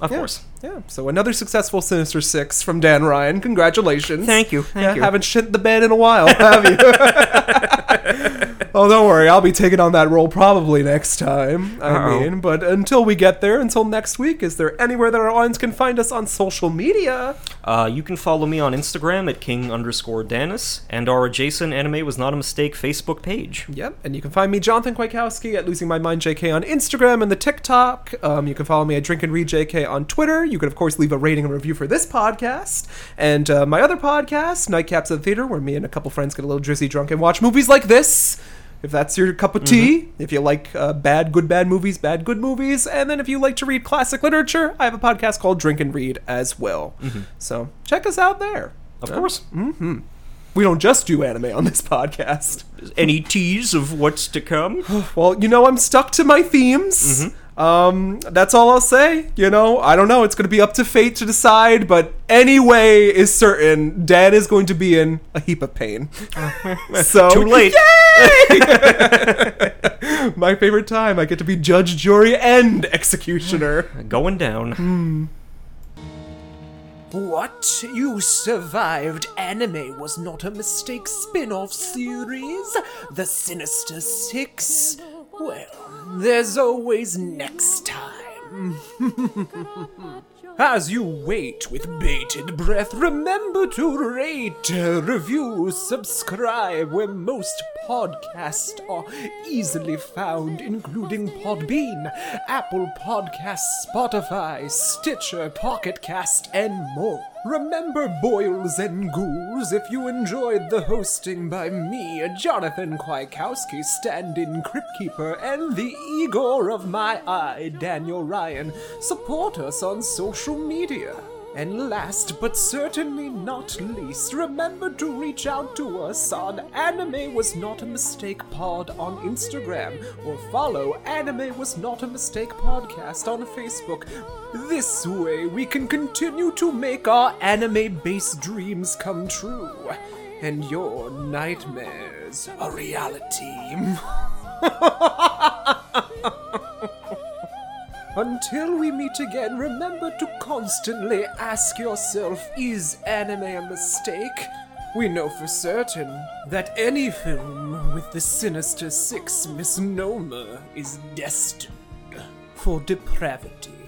S1: of
S5: Yeah.
S1: course.
S5: Yeah. So another successful Sinister Six from Dan Ryan. Congratulations.
S1: Thank you. Thank
S5: yeah,
S1: you.
S5: Haven't shit the bed in a while, have you? [LAUGHS] oh, don't worry. I'll be taking on that role probably next time. I
S1: Uh-oh.
S5: mean, but until we get there, until next week, is there anywhere that our audience can find us on social media?
S1: Uh, you can follow me on Instagram at king underscore Danis and our adjacent anime was not a mistake Facebook page.
S5: Yep, and you can find me, Jonathan Kwiatkowski, at Losing My Mind JK on Instagram and the TikTok. Um, you can follow me at Drink and Read JK on Twitter. You can, of course, leave a rating and review for this podcast and uh, my other podcast, Nightcaps at the Theater, where me and a couple friends get a little drizzy drunk and watch movies like this. If that's your cup of tea, if you like uh, bad, good, bad movies, bad, good movies, and then if you like to read classic literature, I have a podcast called Drink and Read as well. So check us out there.
S1: Of course.
S5: Mm-hmm. We don't just do anime on this [LAUGHS] podcast.
S1: Any tease of what's to come?
S5: [SIGHS] Well, you know, I'm stuck to my themes.
S1: Mm-hmm.
S5: Um, that's all I'll say. You know, I don't know. It's going to be up to fate to decide, but anyway is certain. Dan is going to be in a heap of
S1: [LAUGHS]
S5: pain. so
S1: Too late.
S5: Yay! [LAUGHS] my favorite time. I get to be judge, jury, and executioner.
S1: Going down.
S2: What? You survived? Anime was not a mistake spin off series? The Sinister Six? Well, there's always next time. As you wait with bated breath, remember to rate, review, subscribe where most podcasts are easily found, including Podbean, Apple Podcasts, Spotify, Stitcher, Pocket Cast, and more. Remember Boils and Ghouls if you enjoyed the hosting by me, Jonathan Kwiatkowski, stand-in crypt keeper, and the Igor of my eye, Daniel Ryan. Support us on social media. And last but certainly not least, remember to reach out to us on Anime Was Not a Mistake Pod on Instagram or follow Anime Was Not a Mistake Podcast on Facebook. This way we can continue to make our anime based dreams come true and your nightmares a reality. [LAUGHS] Until we meet again, remember to constantly ask yourself is anime a mistake? We know for certain that any film with the Sinister Six misnomer is destined for depravity.